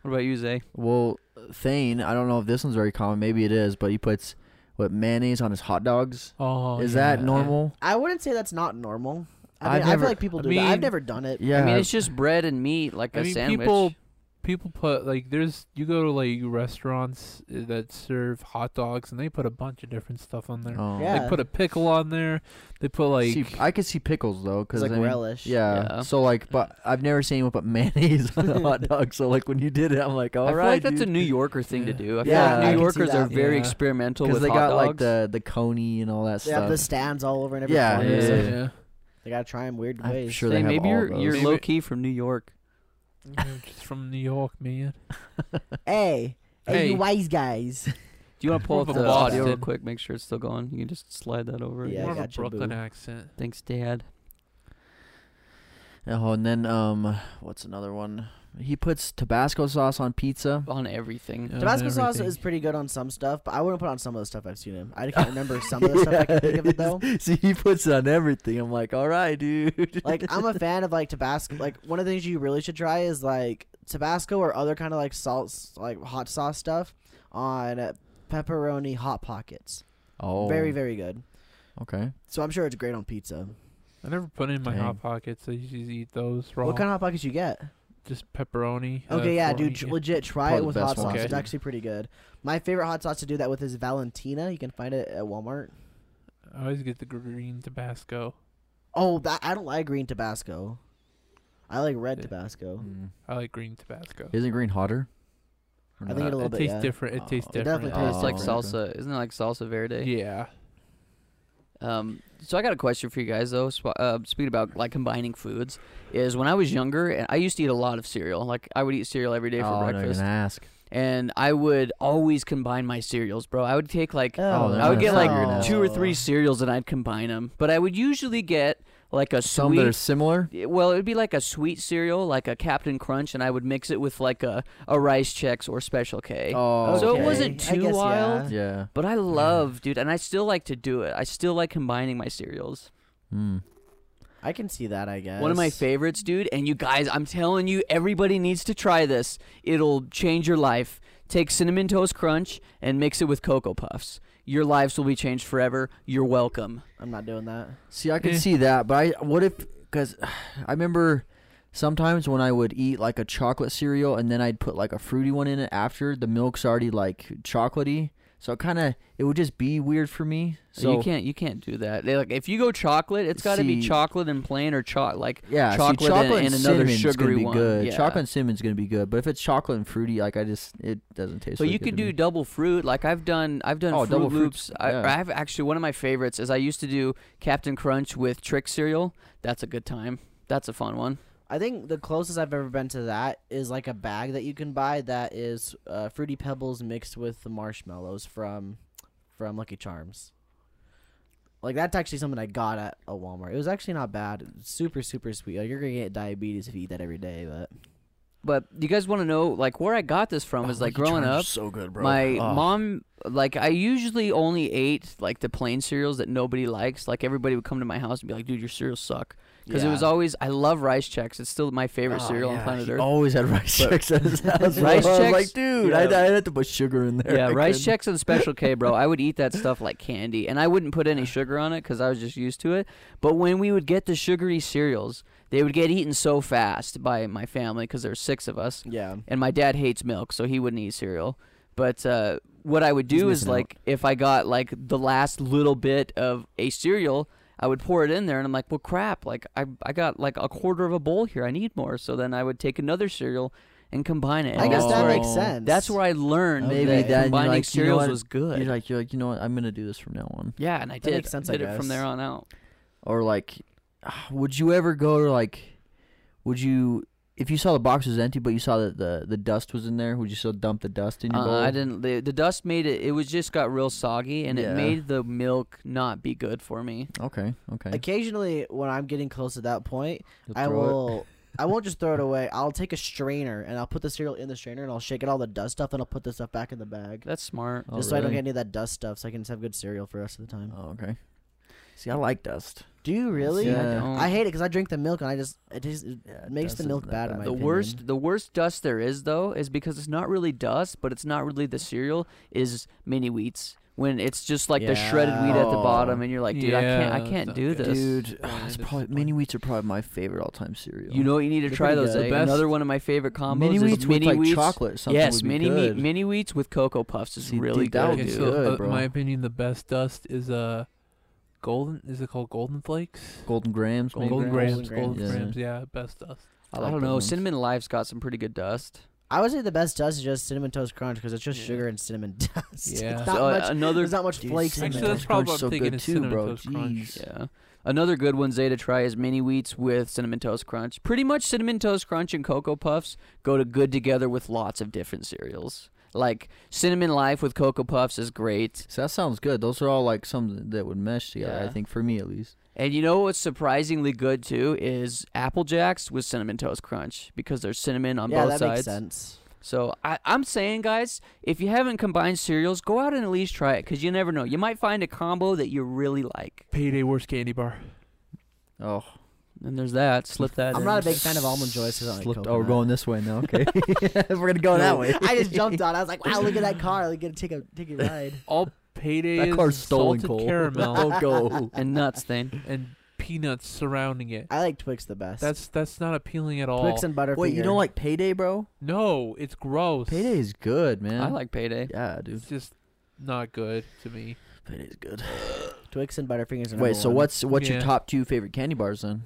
Speaker 1: What about you, Zay?
Speaker 4: Well, Thane, I don't know if this one's very common. Maybe it is, but he puts what mayonnaise on his hot dogs.
Speaker 3: Oh,
Speaker 4: is
Speaker 3: yeah.
Speaker 4: that normal?
Speaker 2: I wouldn't say that's not normal. I,
Speaker 4: I've
Speaker 2: mean, I
Speaker 4: never-
Speaker 2: feel like people
Speaker 3: I
Speaker 2: do. that. I've
Speaker 3: mean-
Speaker 2: never done it.
Speaker 4: Yeah.
Speaker 1: I mean, it's just bread and meat, like a
Speaker 3: I mean,
Speaker 1: sandwich.
Speaker 3: people people put like there's you go to like restaurants uh, that serve hot dogs and they put a bunch of different stuff on there.
Speaker 4: oh.
Speaker 2: Yeah.
Speaker 3: They put a pickle on there. They put like
Speaker 4: See, I could see pickles though,
Speaker 2: It's
Speaker 4: because
Speaker 2: like
Speaker 4: I mean,
Speaker 2: relish.
Speaker 4: Yeah.
Speaker 1: Yeah.
Speaker 4: So like, but I've never seen anyone put mayonnaise on a hot dog. So like, when you did it, I'm like, all
Speaker 1: I
Speaker 4: right.
Speaker 1: feel like that's
Speaker 4: dude.
Speaker 1: a New Yorker thing to
Speaker 3: Yeah.
Speaker 1: do. I
Speaker 2: Yeah,
Speaker 1: feel
Speaker 2: I
Speaker 1: like
Speaker 2: can
Speaker 1: New
Speaker 2: see
Speaker 1: Yorkers are
Speaker 2: that.
Speaker 1: very
Speaker 3: Yeah.
Speaker 1: experimental
Speaker 4: because
Speaker 1: with
Speaker 4: they
Speaker 1: hot
Speaker 4: got like
Speaker 1: dogs.
Speaker 4: the the coney and all that
Speaker 2: They
Speaker 4: stuff.
Speaker 2: have the stands all over in every
Speaker 4: Yeah,
Speaker 2: corner.
Speaker 1: yeah,
Speaker 2: so
Speaker 1: yeah.
Speaker 2: They gotta try them weird
Speaker 4: I'm
Speaker 2: ways.
Speaker 4: sure
Speaker 1: Zay,
Speaker 4: they have
Speaker 1: maybe
Speaker 4: all
Speaker 1: you're
Speaker 4: those.
Speaker 1: you're
Speaker 3: Maybe-
Speaker 1: low key from New York.
Speaker 3: I'm Mm-hmm. just from New York, man.
Speaker 2: Hey, hey, you
Speaker 3: Hey.
Speaker 2: wise guys.
Speaker 1: Do you want to pull
Speaker 3: More
Speaker 1: up
Speaker 3: of a
Speaker 1: the audio
Speaker 3: Boston.
Speaker 1: real quick? Make sure it's still going. You can just slide that over.
Speaker 2: Yeah, I
Speaker 3: More of a
Speaker 2: gotcha,
Speaker 3: Brooklyn
Speaker 2: boo.
Speaker 3: accent.
Speaker 1: Thanks, Dad.
Speaker 4: Oh, and then um, what's another one? He puts Tabasco sauce on pizza.
Speaker 1: on everything.
Speaker 3: Yeah.
Speaker 2: Tabasco
Speaker 3: and
Speaker 2: sauce
Speaker 3: everything.
Speaker 2: is pretty good on some stuff, but I wouldn't put it on some of the stuff I've seen him. I can't remember some of the stuff I can think of it though.
Speaker 4: See, he puts it on everything. I'm like, all right, dude.
Speaker 2: Like I'm a fan of like Tabasco. Like one of the things you really should try is like Tabasco or other kind of like salts, like hot sauce stuff on uh, pepperoni hot pockets.
Speaker 4: oh,
Speaker 2: Very very good.
Speaker 4: okay.
Speaker 2: So I'm sure it's great on pizza.
Speaker 3: I never put in my
Speaker 4: Dang.
Speaker 3: hot pockets. I usually eat those raw.
Speaker 2: What kind of hot pockets you get?
Speaker 3: Just pepperoni. uh,
Speaker 2: Okay, yeah,
Speaker 3: for-
Speaker 2: dude, tr- legit. Try
Speaker 4: Probably
Speaker 2: it
Speaker 4: the
Speaker 2: with
Speaker 4: best
Speaker 2: hot sauce.
Speaker 4: one.
Speaker 2: It's
Speaker 3: Okay.
Speaker 2: actually pretty good. My favorite hot sauce to do that with is Valentina. You can find it at Walmart.
Speaker 3: I always get the green Tabasco.
Speaker 2: Oh, that I don't like green Tabasco. I like red
Speaker 3: Yeah.
Speaker 2: Tabasco.
Speaker 4: Mm.
Speaker 3: I like green Tabasco.
Speaker 4: Isn't green hotter?
Speaker 2: I
Speaker 4: Or
Speaker 2: think
Speaker 4: not?
Speaker 2: it'll- A little
Speaker 3: it
Speaker 2: bit,
Speaker 3: tastes
Speaker 2: yeah.
Speaker 3: different.
Speaker 4: Oh,
Speaker 3: It tastes
Speaker 4: it
Speaker 3: different.
Speaker 2: definitely
Speaker 1: Oh, it's
Speaker 4: Oh,
Speaker 1: like
Speaker 4: okay.
Speaker 1: salsa, isn't it? Like salsa verde.
Speaker 3: yeah.
Speaker 1: Um, so I got a question for you guys though. Sp- uh, speaking about like combining foods, is when I was younger, and I used to eat a lot of cereal. Like I would eat cereal every day for
Speaker 4: oh, no, you're
Speaker 1: breakfast,
Speaker 4: gonna ask.
Speaker 1: and I would always combine my cereals, bro. I would take like
Speaker 4: Oh,
Speaker 1: I would
Speaker 4: no,
Speaker 1: get
Speaker 4: no.
Speaker 1: like
Speaker 4: You're gonna-
Speaker 1: two or three cereals, and I'd combine them. But I would usually get like a
Speaker 4: Some that are
Speaker 1: sweet.
Speaker 4: similar.
Speaker 1: Well, it'd be like a sweet cereal, like a Captain Crunch, and I would mix it with like a, a Rice Chex or Special K.
Speaker 4: Oh,
Speaker 1: So it
Speaker 4: okay.
Speaker 1: wasn't
Speaker 2: I
Speaker 1: too
Speaker 2: guess,
Speaker 1: wild.
Speaker 2: Yeah.
Speaker 4: Yeah.
Speaker 1: But I love, dude, and I still like to do it. I still like combining my cereals.
Speaker 4: Mm.
Speaker 2: I can see that. I guess
Speaker 1: One of my favorites, dude. And you guys, I'm telling you, everybody needs to try this. It'll change your life. Take Cinnamon Toast Crunch and mix it with Cocoa Puffs. Your lives will be changed forever. You're welcome.
Speaker 2: I'm not doing that.
Speaker 4: See, I could
Speaker 3: Eh.
Speaker 4: see that, but I what if? Because I remember sometimes when I would eat like a chocolate cereal and then I'd put like a fruity one in it after the milk's already like chocolatey, so it kind of it would just be weird for me. So
Speaker 1: you can't, you can't do that. They, like, if you go chocolate, it's got to be
Speaker 4: See-
Speaker 1: chocolate and plain or chocolate. Like,
Speaker 4: Yeah, see,
Speaker 1: chocolate and-
Speaker 4: chocolate
Speaker 1: and another
Speaker 4: cinnamon's
Speaker 1: sugary
Speaker 4: gonna be
Speaker 1: one.
Speaker 4: Good.
Speaker 1: Yeah.
Speaker 4: Chocolate and cinnamon's gonna be good, but if it's chocolate and fruity, like I just it doesn't taste.
Speaker 1: but
Speaker 4: really
Speaker 1: you
Speaker 4: good
Speaker 1: could
Speaker 4: to
Speaker 1: do
Speaker 4: me.
Speaker 1: double fruit. Like I've done, I've done
Speaker 4: Oh,
Speaker 1: Fruit
Speaker 4: Double Fruits,
Speaker 1: Loops. I,
Speaker 4: yeah.
Speaker 1: I have actually one of my favorites is I used to do Captain Crunch with Trick cereal. That's a good time. That's a fun one.
Speaker 2: I think the closest I've ever been to that is like a bag that you can buy that is uh, fruity pebbles mixed with the marshmallows from from Lucky Charms. Like that's actually something I got at a Walmart. It was actually not bad. Super super sweet. Like you're gonna get diabetes if you eat that every day, but
Speaker 1: But you guys want to know like where I got this from? is like growing up.
Speaker 4: Oh, so good, bro.
Speaker 1: My mom, like, I usually only ate like the plain cereals that nobody likes. Like everybody would come to my house and be like, "Dude, your cereals suck," because it was
Speaker 2: Yeah.
Speaker 1: always. I love Rice Chex. It's still my favorite
Speaker 4: Oh,
Speaker 1: cereal on planet Earth.
Speaker 4: always had rice
Speaker 1: But-
Speaker 4: checks at his house. bro.
Speaker 1: Rice
Speaker 4: I was
Speaker 1: Chex-
Speaker 4: like, dude, I,
Speaker 1: yeah.
Speaker 4: I had to put sugar in there.
Speaker 1: yeah,
Speaker 4: I
Speaker 1: Rice
Speaker 4: couldn't.
Speaker 1: Chex and Special K, bro. I would eat that stuff like candy, and I wouldn't put any sugar on it because I was just used to it. But when we would get the sugary cereals, they would get eaten so fast by my family because there were six of us.
Speaker 2: yeah.
Speaker 1: and my dad hates milk, so he wouldn't eat cereal. But uh, what I would do
Speaker 4: He's
Speaker 1: is
Speaker 4: missing out.
Speaker 1: like if I got like the last little bit of a cereal, I would pour it in there, and I'm like, well, crap! Like I I got like a quarter of a bowl here. I need more. So then I would take another cereal and combine it. And
Speaker 2: I guess
Speaker 1: that's
Speaker 2: that
Speaker 1: where I-
Speaker 2: makes
Speaker 4: Oh.
Speaker 2: sense.
Speaker 1: That's where I learned
Speaker 2: Maybe
Speaker 1: that
Speaker 2: then you're
Speaker 1: combining
Speaker 4: like, you know
Speaker 1: cereals
Speaker 4: what?
Speaker 1: was good.
Speaker 4: You're like, you're like, you know what? I'm gonna do this from now on.
Speaker 1: yeah, and I
Speaker 2: That
Speaker 1: did.
Speaker 2: makes sense, I
Speaker 1: did it from
Speaker 2: guess.
Speaker 1: there on out.
Speaker 4: or like would you ever go to like would you if you saw the box was empty but you saw that the, the dust was in there would you still dump the dust in your bowl
Speaker 1: Uh, I didn't. The, the dust made it. It was just got real soggy, and
Speaker 4: Yeah.
Speaker 1: it made the milk not be good for me.
Speaker 4: okay okay
Speaker 2: Occasionally, when I'm getting close to that point,
Speaker 4: You'll
Speaker 2: I
Speaker 4: throw it.
Speaker 2: will. I won't just throw it away. I'll take a strainer and I'll put the cereal in the strainer and I'll shake out all the dust stuff and I'll put the stuff back in the bag.
Speaker 1: That's smart.
Speaker 4: Oh,
Speaker 2: just so I don't
Speaker 4: really?
Speaker 2: get any of that dust stuff, so I can just have good cereal for the rest of the time.
Speaker 4: oh okay see i like dust
Speaker 2: Do you really?
Speaker 1: See, I
Speaker 4: Yeah.
Speaker 1: don't.
Speaker 2: I hate it because I drink the milk and I just it tastes it
Speaker 4: Yeah,
Speaker 2: makes
Speaker 4: dust
Speaker 2: the
Speaker 4: isn't
Speaker 2: milk
Speaker 4: that
Speaker 2: bad.
Speaker 4: bad.
Speaker 2: In my
Speaker 1: the
Speaker 2: opinion.
Speaker 1: worst the worst dust there is though is because it's not really dust but it's not really the cereal is mini wheats when it's just like the shredded wheat at the
Speaker 4: Yeah.
Speaker 1: bottom and you're like dude i can't i
Speaker 3: Yeah,
Speaker 1: can't
Speaker 3: that's
Speaker 1: do
Speaker 3: not good.
Speaker 1: this
Speaker 4: dude oh,
Speaker 3: Yeah,
Speaker 4: it's
Speaker 3: that's
Speaker 4: probably
Speaker 3: fine.
Speaker 4: mini wheats are probably my favorite all-time cereal
Speaker 1: you know what you need to
Speaker 2: They're
Speaker 1: try
Speaker 2: pretty
Speaker 1: those
Speaker 2: good.
Speaker 1: eh?
Speaker 3: The best-
Speaker 1: another one of my favorite combos
Speaker 4: mini
Speaker 1: is
Speaker 4: wheats
Speaker 1: mini
Speaker 4: with
Speaker 1: wheats
Speaker 4: like chocolate or something
Speaker 1: yes
Speaker 4: would be
Speaker 1: mini
Speaker 4: good.
Speaker 1: mini wheats with cocoa puffs is
Speaker 4: See, dude,
Speaker 1: really
Speaker 4: that
Speaker 1: good
Speaker 4: would
Speaker 3: okay,
Speaker 4: be
Speaker 1: dude.
Speaker 3: so
Speaker 4: good,
Speaker 3: uh,
Speaker 4: bro.
Speaker 3: my opinion, the best dust is uh, golden. Is it called golden flakes?
Speaker 4: golden grams maybe?
Speaker 3: golden
Speaker 2: grams.
Speaker 3: grams.
Speaker 2: Golden
Speaker 3: Golden
Speaker 4: grams.
Speaker 3: grams. Yeah, best dust.
Speaker 1: i,
Speaker 4: like
Speaker 1: don't
Speaker 4: those
Speaker 1: know
Speaker 4: ones.
Speaker 1: cinnamon life's got some pretty good dust
Speaker 2: I would say the best dust is just cinnamon toast crunch because it's just
Speaker 3: Yeah.
Speaker 2: sugar and cinnamon dust.
Speaker 3: Yeah.
Speaker 2: It's not
Speaker 1: So, uh,
Speaker 2: much,
Speaker 1: another
Speaker 2: there's not much
Speaker 4: Dude,
Speaker 2: flakes in
Speaker 4: cinnamon
Speaker 3: Actually,
Speaker 2: there.
Speaker 3: that's
Speaker 4: Toast
Speaker 3: probably
Speaker 4: Crunch's
Speaker 3: what I'm
Speaker 4: so
Speaker 3: thinking
Speaker 4: good
Speaker 3: is
Speaker 4: too,
Speaker 3: Cinnamon
Speaker 4: bro.
Speaker 3: Toast Crunch.
Speaker 4: Jeez.
Speaker 1: yeah another good one zay to try is mini wheats with cinnamon toast crunch pretty much cinnamon toast crunch and cocoa puffs go to good together with lots of different cereals Like cinnamon life with cocoa puffs is great.
Speaker 4: So that sounds good. Those are all like some that would mesh together. I
Speaker 1: Yeah.
Speaker 4: think for me at least.
Speaker 1: And you know what's surprisingly good too is apple jacks with cinnamon toast crunch because there's cinnamon on
Speaker 2: yeah,
Speaker 1: both
Speaker 2: that
Speaker 1: sides.
Speaker 2: makes sense.
Speaker 1: So I, I'm saying, guys, if you haven't combined cereals, go out and at least try it because you never know. You might find a combo that you really like.
Speaker 3: Payday worst candy bar.
Speaker 4: Oh,
Speaker 1: And there's that. Slip that.
Speaker 2: I'm
Speaker 1: in.
Speaker 2: not a big fan of almond joys 'cause I don't like
Speaker 4: Slipped- oh, we're
Speaker 2: coconut.
Speaker 4: going this way now. Okay, we're gonna go that way.
Speaker 2: I just jumped on. it. I was like, wow, look at that car. We're gonna take a take a ride.
Speaker 3: All payday
Speaker 4: That
Speaker 3: is
Speaker 4: car's stolen,
Speaker 3: salted
Speaker 4: Cole.
Speaker 3: caramel
Speaker 4: Oh, go.
Speaker 1: and nuts thing.
Speaker 3: and peanuts surrounding it.
Speaker 2: I like Twix the best.
Speaker 3: That's that's not appealing at all.
Speaker 2: Twix and Butterfinger.
Speaker 4: Wait, you don't like Payday, bro?
Speaker 3: No, it's gross.
Speaker 4: Payday is good, man.
Speaker 1: I like payday.
Speaker 4: Yeah, dude.
Speaker 3: It's just not good to me.
Speaker 4: Payday's good.
Speaker 2: Twix and Butterfingers? Are number
Speaker 4: Wait, so
Speaker 2: one.
Speaker 4: what's what's your
Speaker 3: Yeah.
Speaker 4: top two favorite candy bars then?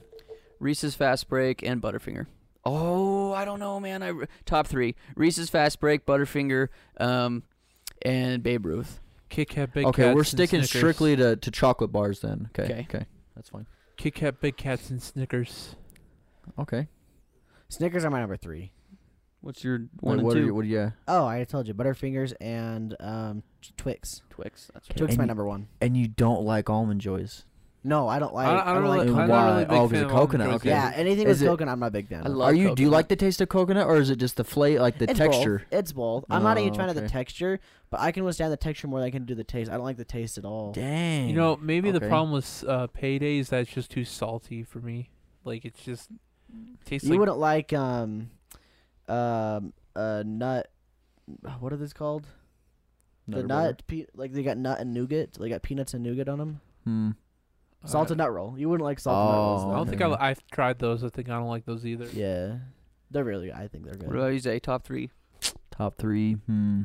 Speaker 1: Reese's Fast Break and Butterfinger. Oh, I don't know, man. I re- top three: Reese's Fast Break, Butterfinger, um, and Babe Ruth.
Speaker 3: Kit Kat Big
Speaker 4: okay,
Speaker 3: Cats
Speaker 4: we're
Speaker 3: and
Speaker 4: sticking
Speaker 3: Snickers.
Speaker 4: strictly to, to chocolate bars then. Okay, okay,
Speaker 1: Okay.
Speaker 4: that's fine.
Speaker 3: Kit Kat Big Cats and Snickers.
Speaker 4: Okay,
Speaker 2: Snickers are my number three.
Speaker 1: What's your
Speaker 4: Wait,
Speaker 1: one and
Speaker 4: what
Speaker 1: two?
Speaker 4: Are you, what are you,
Speaker 2: Oh, I told you, Butterfingers and um, Twix.
Speaker 1: Twix. That's
Speaker 4: Okay.
Speaker 1: right.
Speaker 2: Twix is my
Speaker 4: And-
Speaker 2: number one.
Speaker 4: and you don't like almond joys.
Speaker 2: No, I don't like.
Speaker 3: I, don't- I don't
Speaker 2: like.
Speaker 3: really,
Speaker 4: coconut.
Speaker 3: I'm not really a big
Speaker 4: Why? Oh, 'cause
Speaker 3: fan
Speaker 4: of
Speaker 3: of
Speaker 4: coconut,
Speaker 3: almond joys
Speaker 4: okay.
Speaker 2: yeah,
Speaker 3: either.
Speaker 2: anything
Speaker 4: Is
Speaker 2: with
Speaker 4: it-
Speaker 2: coconut, I'm not a big fan.
Speaker 1: I
Speaker 2: of.
Speaker 1: love
Speaker 4: Are you? Do you
Speaker 1: coconut.
Speaker 4: like the taste of coconut, or is it just the flavor, like the
Speaker 2: it's
Speaker 4: texture?
Speaker 2: Both. It's both. I'm not a huge
Speaker 4: Oh,
Speaker 2: fan of
Speaker 4: okay.
Speaker 2: the texture, but I can withstand the texture more than I can do the taste. I don't like the taste at all.
Speaker 4: Dang.
Speaker 3: You know, maybe the
Speaker 4: Okay.
Speaker 3: problem with uh, payday is that it's just too salty for me. Like it's just tastes
Speaker 2: you
Speaker 3: like
Speaker 2: wouldn't like um, um, uh, nut. What are these called?
Speaker 4: Nutter
Speaker 2: the
Speaker 4: butter.
Speaker 2: nut, pe- like they got nut and nougat. They got peanuts and nougat on them.
Speaker 4: Hmm.
Speaker 3: uh,
Speaker 2: Salted nut roll. You wouldn't like salted nut rolls.
Speaker 4: Oh,
Speaker 3: I
Speaker 2: Though.
Speaker 3: don't think
Speaker 4: Okay.
Speaker 3: I, I've tried those. I think I don't like those either.
Speaker 2: Yeah, they're really. I think they're good.
Speaker 1: What about you, Zay? Top three.
Speaker 4: Top three. Hmm.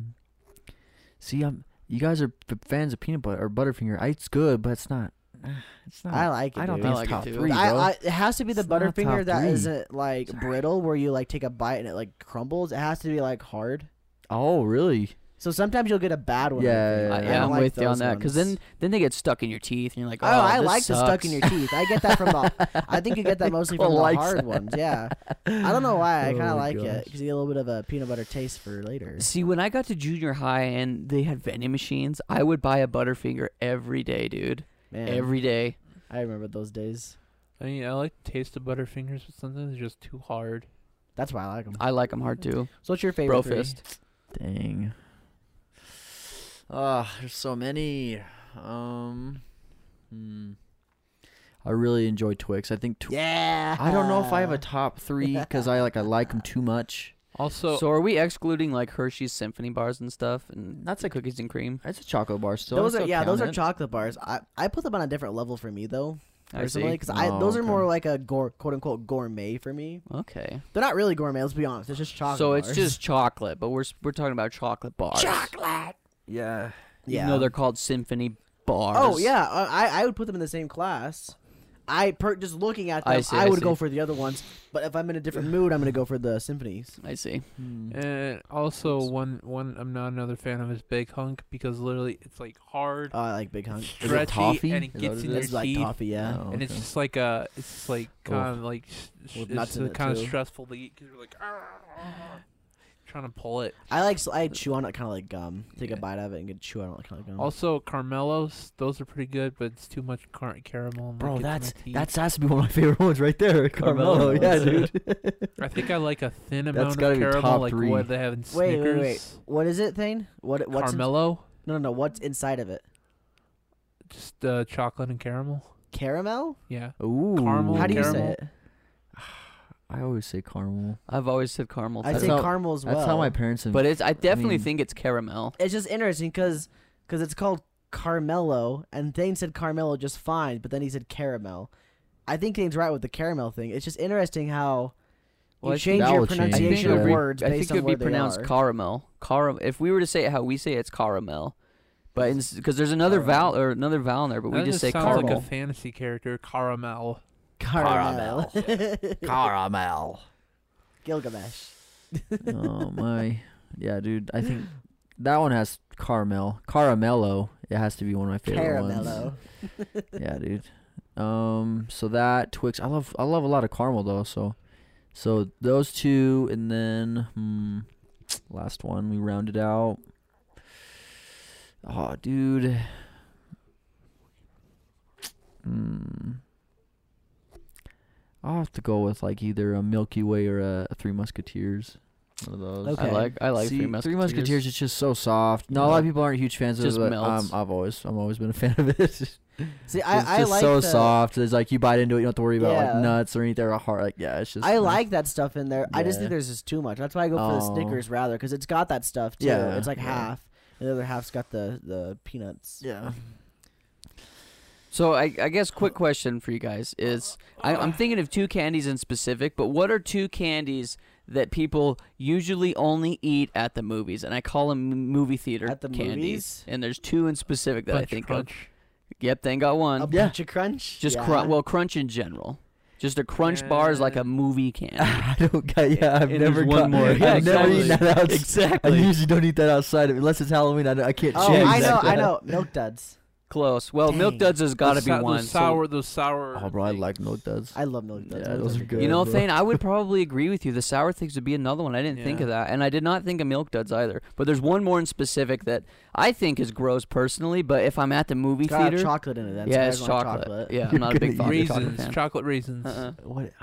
Speaker 4: See, I'm. You guys are f- fans of peanut butter or Butterfinger. I, it's good, but it's not. It's not.
Speaker 2: I like it.
Speaker 4: I don't
Speaker 2: dude.
Speaker 4: think
Speaker 1: I
Speaker 4: it's
Speaker 1: like it
Speaker 4: top
Speaker 1: too.
Speaker 4: three, bro.
Speaker 2: I, I, it has to be the
Speaker 4: It's not top
Speaker 2: Butterfinger that
Speaker 4: three.
Speaker 2: not like
Speaker 4: Sorry.
Speaker 2: brittle, where you like take a bite and it like crumbles. It has to be like hard.
Speaker 4: oh, really?
Speaker 2: So sometimes you'll get a bad one. I
Speaker 4: Yeah,
Speaker 1: I,
Speaker 2: think.
Speaker 4: yeah, yeah.
Speaker 2: I
Speaker 1: yeah,
Speaker 2: don't
Speaker 1: I'm
Speaker 2: like
Speaker 1: with you on
Speaker 2: those
Speaker 1: that because
Speaker 2: ones.
Speaker 1: then then they get stuck in your teeth and you're like,
Speaker 2: Oh,
Speaker 1: oh,
Speaker 2: I
Speaker 1: this
Speaker 2: like
Speaker 1: sucks.
Speaker 2: the stuck in your teeth. I get that from the. I think you get that mostly from
Speaker 4: Cole
Speaker 2: the
Speaker 4: likes
Speaker 2: hard ones. Yeah, I don't know why. I kind
Speaker 4: Oh my
Speaker 2: of like it 'cause it
Speaker 4: gosh.
Speaker 2: because you get a little bit of a peanut butter taste for later.
Speaker 1: See, when I got to junior high and they had vending machines, I would buy a Butterfinger every day, dude.
Speaker 2: Man,
Speaker 1: Every day.
Speaker 2: I remember those days.
Speaker 3: I mean, I like the taste of Butterfingers, but sometimes it's just too hard.
Speaker 2: That's why I like them.
Speaker 1: I like them hard too.
Speaker 2: So what's your favorite?
Speaker 1: Uh, Bro
Speaker 2: three?
Speaker 1: fist.
Speaker 4: Dang. Ah, there's so many. Um. Hmm. I really enjoy Twix. I think. Tw-
Speaker 2: Yeah.
Speaker 4: I don't know if I have a top three because I like I like them too much.
Speaker 3: Also,
Speaker 1: So, are we excluding like Hershey's symphony bars and stuff and
Speaker 4: That's
Speaker 1: the
Speaker 4: a-
Speaker 1: cookies and cream?
Speaker 4: It's a chocolate bar still. I
Speaker 2: those are
Speaker 4: still
Speaker 2: yeah.
Speaker 4: count
Speaker 2: Those are
Speaker 4: it.
Speaker 2: chocolate bars. I I put them on a different level for me though.
Speaker 1: I see.
Speaker 2: personally because I
Speaker 4: Oh,
Speaker 2: those are
Speaker 4: okay.
Speaker 2: more like a gour quote unquote gourmet for me.
Speaker 1: Okay.
Speaker 2: They're not really gourmet. Let's be honest. It's just chocolate.
Speaker 1: So it's
Speaker 2: bars.
Speaker 1: just chocolate, but we're s- we're talking about chocolate bars.
Speaker 2: chocolate.
Speaker 4: Yeah.
Speaker 1: Even
Speaker 2: Yeah.
Speaker 1: though they're called symphony bars.
Speaker 2: oh yeah. I I- I would put them in the same class. I per- just looking at them,
Speaker 1: I
Speaker 2: I,
Speaker 1: see, I
Speaker 2: would
Speaker 1: see.
Speaker 2: go for the other ones. But if I'm in a different mood, I'm gonna go for the symphonies.
Speaker 1: I see.
Speaker 4: Hmm.
Speaker 3: and uh, also one one I'm not another fan of is Big Hunk because literally it's like hard,
Speaker 2: Oh, I like big hunk.
Speaker 4: it
Speaker 3: stretchy,
Speaker 4: toffee?
Speaker 3: and
Speaker 4: Uh, Is
Speaker 3: it
Speaker 4: that
Speaker 3: gets
Speaker 4: what
Speaker 3: in
Speaker 4: it
Speaker 3: your
Speaker 4: is?
Speaker 2: It's like
Speaker 3: teeth.
Speaker 2: toffee, yeah.
Speaker 4: Oh,
Speaker 3: And it's
Speaker 4: okay.
Speaker 3: just like uh, it's just like kind of like s- s-
Speaker 2: With nuts
Speaker 3: it's
Speaker 2: in it,
Speaker 3: kind of
Speaker 2: too.
Speaker 3: stressful to eat because you're like "Argh," trying to pull it.
Speaker 2: I like s- I chew on it kind of like gum. Take
Speaker 3: Yeah.
Speaker 2: a bite of it and get chew on it kind of gum.
Speaker 3: Also, Carmelos, those are pretty good, but it's too much car- caramel. and,
Speaker 4: Bro,
Speaker 3: like,
Speaker 4: that's
Speaker 3: it's in my teeth.
Speaker 4: that's has to be one of my favorite ones right there. Carmelo,
Speaker 1: Carmelo.
Speaker 4: yeah, dude.
Speaker 3: I think I like a thin
Speaker 4: That's
Speaker 3: amount
Speaker 4: gotta
Speaker 3: of
Speaker 4: be
Speaker 3: caramel,
Speaker 4: top
Speaker 3: like
Speaker 4: three.
Speaker 3: what they have in
Speaker 2: wait,
Speaker 3: Snickers.
Speaker 2: wait, wait. What is it, Thane? What what's in-
Speaker 3: Carmelo,
Speaker 2: no no no? What's inside of it?
Speaker 3: just uh, chocolate and caramel.
Speaker 2: Caramel?
Speaker 3: Yeah,
Speaker 4: Ooh,
Speaker 3: Caramel,
Speaker 2: How do you
Speaker 3: caramel.
Speaker 2: say it?
Speaker 4: I always say caramel.
Speaker 1: I've always said caramel.
Speaker 2: I
Speaker 1: too.
Speaker 2: say
Speaker 4: how-
Speaker 2: caramel as well.
Speaker 4: That's how my parents. Have,
Speaker 1: but it's I definitely
Speaker 4: mean-
Speaker 1: think it's caramel.
Speaker 2: it's just interesting because it's called Carmelo, and Thane said Carmelo just fine, but then he said caramel. I think Thane's right with the caramel thing. It's just interesting how you
Speaker 1: Well, I think
Speaker 2: change
Speaker 4: that
Speaker 2: your
Speaker 4: will change,
Speaker 1: I think,
Speaker 2: pronunciation
Speaker 1: it
Speaker 4: yeah.
Speaker 1: would
Speaker 2: of
Speaker 1: be-
Speaker 2: words
Speaker 1: I
Speaker 2: based
Speaker 1: think it
Speaker 2: on
Speaker 1: would
Speaker 2: where
Speaker 1: be
Speaker 2: they
Speaker 1: pronounced
Speaker 2: are.
Speaker 1: caramel. Caram. If we were to say it how we say it, it's caramel, but because there's another
Speaker 2: Caramel.
Speaker 1: vowel or another vowel in there, but
Speaker 3: that
Speaker 1: we just
Speaker 3: just
Speaker 1: say
Speaker 3: sounds
Speaker 1: caramel.
Speaker 3: like a fantasy character, caramel.
Speaker 2: caramel.
Speaker 4: caramel.
Speaker 2: Gilgamesh.
Speaker 4: oh my, yeah, dude. I think that one has caramel. Caramello. It has to be one of my favorite ones.
Speaker 2: Caramello.
Speaker 4: Yeah, dude. Um, so that Twix. I love. I love a lot of caramel though. So, so those two, and then hmm, Last one we rounded out. Oh, dude. Mm. I'll have to go with like either a Milky Way or a, a Three Musketeers. One of those.
Speaker 2: Okay.
Speaker 1: I like I like
Speaker 4: See,
Speaker 1: Three Musketeers.
Speaker 4: is just so soft. No, a lot of people aren't huge fans of
Speaker 1: Just
Speaker 4: it. But, um,
Speaker 1: melts.
Speaker 4: I've always I'm always been a fan of it. It's just-
Speaker 2: See, I,
Speaker 4: it's
Speaker 2: I
Speaker 4: just
Speaker 2: like
Speaker 4: so
Speaker 2: the-
Speaker 4: soft. It's like you bite into it, you don't have to worry about
Speaker 2: Yeah.
Speaker 4: like nuts or anything or a heart. Like yeah, it's just
Speaker 2: I like that stuff in there. I just
Speaker 4: Yeah.
Speaker 2: think there's just too much. That's why I go for the
Speaker 4: Oh.
Speaker 2: Snickers rather, because it's got that stuff too.
Speaker 4: Yeah,
Speaker 2: it's like
Speaker 4: yeah.
Speaker 2: half, and the other half's got the the peanuts.
Speaker 4: yeah.
Speaker 1: So I, I guess quick question for you guys is I, I'm thinking of two candies in specific, but what are two candies that people usually only eat at the movies? And I call them movie theater
Speaker 2: At the
Speaker 1: candies.
Speaker 2: movies?
Speaker 1: And there's two in specific that I
Speaker 3: Punch,
Speaker 1: think of.
Speaker 3: punch.
Speaker 1: Yep, they ain't got one.
Speaker 2: A
Speaker 4: Yeah.
Speaker 2: bunch of crunch.
Speaker 1: Just
Speaker 2: yeah.
Speaker 1: crunch. Well, crunch in general. Just a crunch bar is like a movie candy.
Speaker 4: I don't got yeah. I've
Speaker 1: And there's
Speaker 4: never
Speaker 1: one
Speaker 4: got,
Speaker 1: more. Yeah,
Speaker 4: I've never eaten
Speaker 1: exactly.
Speaker 4: that outside. I
Speaker 1: exactly.
Speaker 4: usually don't eat that outside of- unless it's Halloween. I, don't- I can't
Speaker 2: Oh,
Speaker 4: change.
Speaker 2: I know,
Speaker 4: that.
Speaker 2: I know. Milk duds.
Speaker 1: Close. Well, Milk
Speaker 2: Dang.
Speaker 1: Duds has got to
Speaker 3: Those
Speaker 1: be
Speaker 3: sou- those
Speaker 1: one. so-
Speaker 3: sour, those sour.
Speaker 4: Oh, bro, I
Speaker 3: things.
Speaker 4: like milk duds.
Speaker 2: I love milk duds.
Speaker 4: Yeah,
Speaker 2: Milk
Speaker 4: those
Speaker 2: duds
Speaker 4: are
Speaker 2: good.
Speaker 1: you know,
Speaker 4: bro.
Speaker 1: Thane, I would probably agree with you. The sour things would be another one. I didn't think of that, and I did not think of Milk Duds either. But there's one more in specific that I think is gross personally. But if I'm at the movie
Speaker 2: It's got
Speaker 1: theater,
Speaker 2: chocolate in it. That's
Speaker 1: yeah,
Speaker 2: why
Speaker 1: it's
Speaker 2: I want
Speaker 1: chocolate. Yeah, I'm not a big fan
Speaker 4: You're gonna
Speaker 1: of chocolate
Speaker 3: raisins,
Speaker 1: fan.
Speaker 3: chocolate raisins.
Speaker 1: Uh-uh.
Speaker 4: What?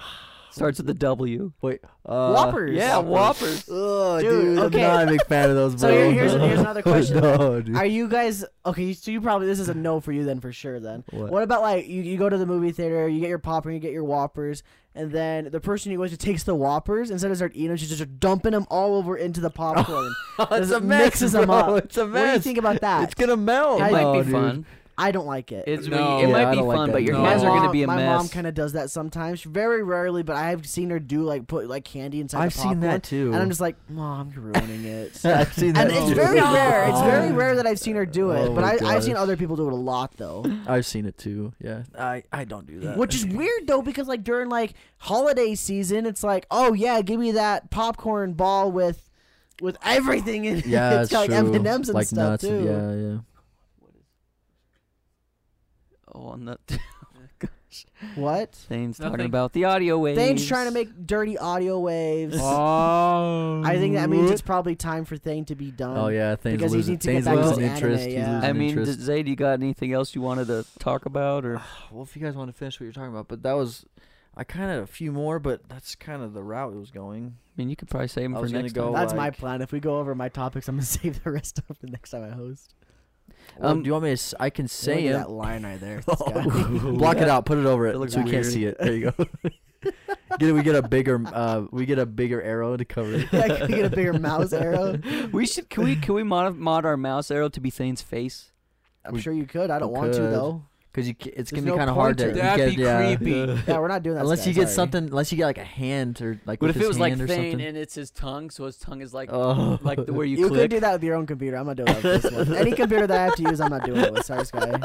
Speaker 1: Starts with the W.
Speaker 4: Wait. Uh,
Speaker 2: Whoppers.
Speaker 1: Yeah, Whoppers.
Speaker 4: Oh,
Speaker 2: Dude,
Speaker 4: dude,
Speaker 2: okay.
Speaker 4: I'm not a big fan of those.
Speaker 2: So
Speaker 4: bro.
Speaker 2: here- here's- here's another question.
Speaker 4: no, dude.
Speaker 2: Are you guys okay? So you probably this is a no for you then for sure. Then
Speaker 4: What?
Speaker 2: what, about like you, you go to the movie theater, you get your popcorn, you get your Whoppers, and then the person you go to takes the Whoppers instead of start eating them, she's just dumping them all over into
Speaker 1: Oh,
Speaker 2: the popcorn.
Speaker 4: it's
Speaker 2: Does
Speaker 4: a
Speaker 2: it
Speaker 4: mess.
Speaker 2: mixes 'em
Speaker 4: bro.
Speaker 2: up?
Speaker 4: It's a
Speaker 2: what
Speaker 4: mess.
Speaker 2: do you think about
Speaker 4: It's
Speaker 2: that?
Speaker 4: gonna melt.
Speaker 1: It
Speaker 2: I-
Speaker 1: might
Speaker 4: No,
Speaker 1: be
Speaker 4: Oh, dude.
Speaker 1: fun.
Speaker 2: I don't like it.
Speaker 1: It's
Speaker 3: No.
Speaker 1: it
Speaker 4: Yeah,
Speaker 1: might
Speaker 4: I
Speaker 1: be
Speaker 4: don't like
Speaker 1: fun,
Speaker 4: that
Speaker 1: but your
Speaker 3: either.
Speaker 2: My
Speaker 1: hands are gonna
Speaker 2: mom-
Speaker 1: be a
Speaker 2: my
Speaker 1: mess.
Speaker 2: mom kind of does that sometimes. Very rarely, but I've seen her do like put like candy inside.
Speaker 4: I've
Speaker 2: the
Speaker 4: seen
Speaker 2: popcorn,
Speaker 4: that too.
Speaker 2: and I'm just like, Mom, you're ruining it.
Speaker 4: I've seen that.
Speaker 2: And it's
Speaker 4: too.
Speaker 2: very rare. It's very
Speaker 4: Oh.
Speaker 2: rare that I've seen her do it,
Speaker 4: Oh
Speaker 2: but
Speaker 4: my
Speaker 2: I, I've seen
Speaker 4: gosh.
Speaker 2: other people do it a lot though.
Speaker 4: I've seen it too. Yeah. I I don't do that.
Speaker 2: Which is weird though, because like during like holiday season, it's like, oh yeah, give me that popcorn ball with with everything in it.
Speaker 4: Yeah,
Speaker 2: it's
Speaker 4: it's
Speaker 2: got like
Speaker 4: true.
Speaker 2: M and M's and
Speaker 4: like
Speaker 2: stuff
Speaker 4: nuts
Speaker 2: too. Um,
Speaker 4: and- yeah, yeah.
Speaker 1: Oh, and the
Speaker 2: What?
Speaker 1: Thane's talking
Speaker 3: Nothing.
Speaker 1: about the audio waves.
Speaker 2: Thane's trying to make dirty audio waves.
Speaker 3: Oh.
Speaker 2: I think that means it's probably time for Thane to be done.
Speaker 4: Oh yeah, Thane's
Speaker 2: Because he
Speaker 4: losing,
Speaker 2: needs to get
Speaker 4: Thane's
Speaker 2: back
Speaker 1: to
Speaker 4: losing
Speaker 2: his
Speaker 4: interest.
Speaker 2: anime,
Speaker 4: He's
Speaker 2: yeah.
Speaker 4: losing
Speaker 1: I mean,
Speaker 4: interest.
Speaker 1: d- Zayd, you got anything else you wanted to talk about, or
Speaker 4: well, if you guys want to finish what you're talking about, but that was, I kind of a few more, but that's kind of the route it was going.
Speaker 1: I mean, you could probably save them
Speaker 4: I
Speaker 1: for
Speaker 4: was gonna
Speaker 1: next
Speaker 4: go-
Speaker 1: time.
Speaker 2: That's my
Speaker 4: like-
Speaker 2: plan. If we go over my topics, I'm gonna save the rest of the next time I host.
Speaker 1: Um,
Speaker 4: Um, do you want me to? s- I can
Speaker 2: Look at
Speaker 4: say it.
Speaker 2: that line right there. This guy.
Speaker 4: Block it out. Put it over it,
Speaker 1: That looks
Speaker 4: so we can't
Speaker 1: weird.
Speaker 4: see it. There you go. get it, we get a bigger uh, we get a bigger arrow to cover it.
Speaker 2: yeah, can we get a bigger mouse arrow?
Speaker 1: We should. Can we? Can we mod, mod our mouse arrow to be Thane's face?
Speaker 2: I'm
Speaker 4: We-
Speaker 2: sure you could. I don't
Speaker 4: we
Speaker 2: want to
Speaker 4: could.
Speaker 2: though.
Speaker 4: Cause you, ca- it's
Speaker 2: There's
Speaker 4: gonna be
Speaker 2: no
Speaker 4: kind of hard to.
Speaker 2: pointer.
Speaker 4: you
Speaker 3: That'd
Speaker 4: can't-
Speaker 3: be
Speaker 4: yeah.
Speaker 3: creepy.
Speaker 2: Yeah, we're not doing that.
Speaker 4: Unless
Speaker 2: today,
Speaker 4: you get
Speaker 2: sorry.
Speaker 4: something, unless you get like a hand or like.
Speaker 1: What
Speaker 4: with
Speaker 1: if it
Speaker 4: his
Speaker 1: was like
Speaker 4: hand or
Speaker 1: Thane
Speaker 4: something.
Speaker 1: and it's his tongue, so his tongue is like
Speaker 4: oh.
Speaker 1: like the, where you,
Speaker 2: You could
Speaker 1: click?
Speaker 2: do that with your own computer. I'm not doing that with this one. Any computer that I have to use, I'm not doing it with. Sorry, Sky.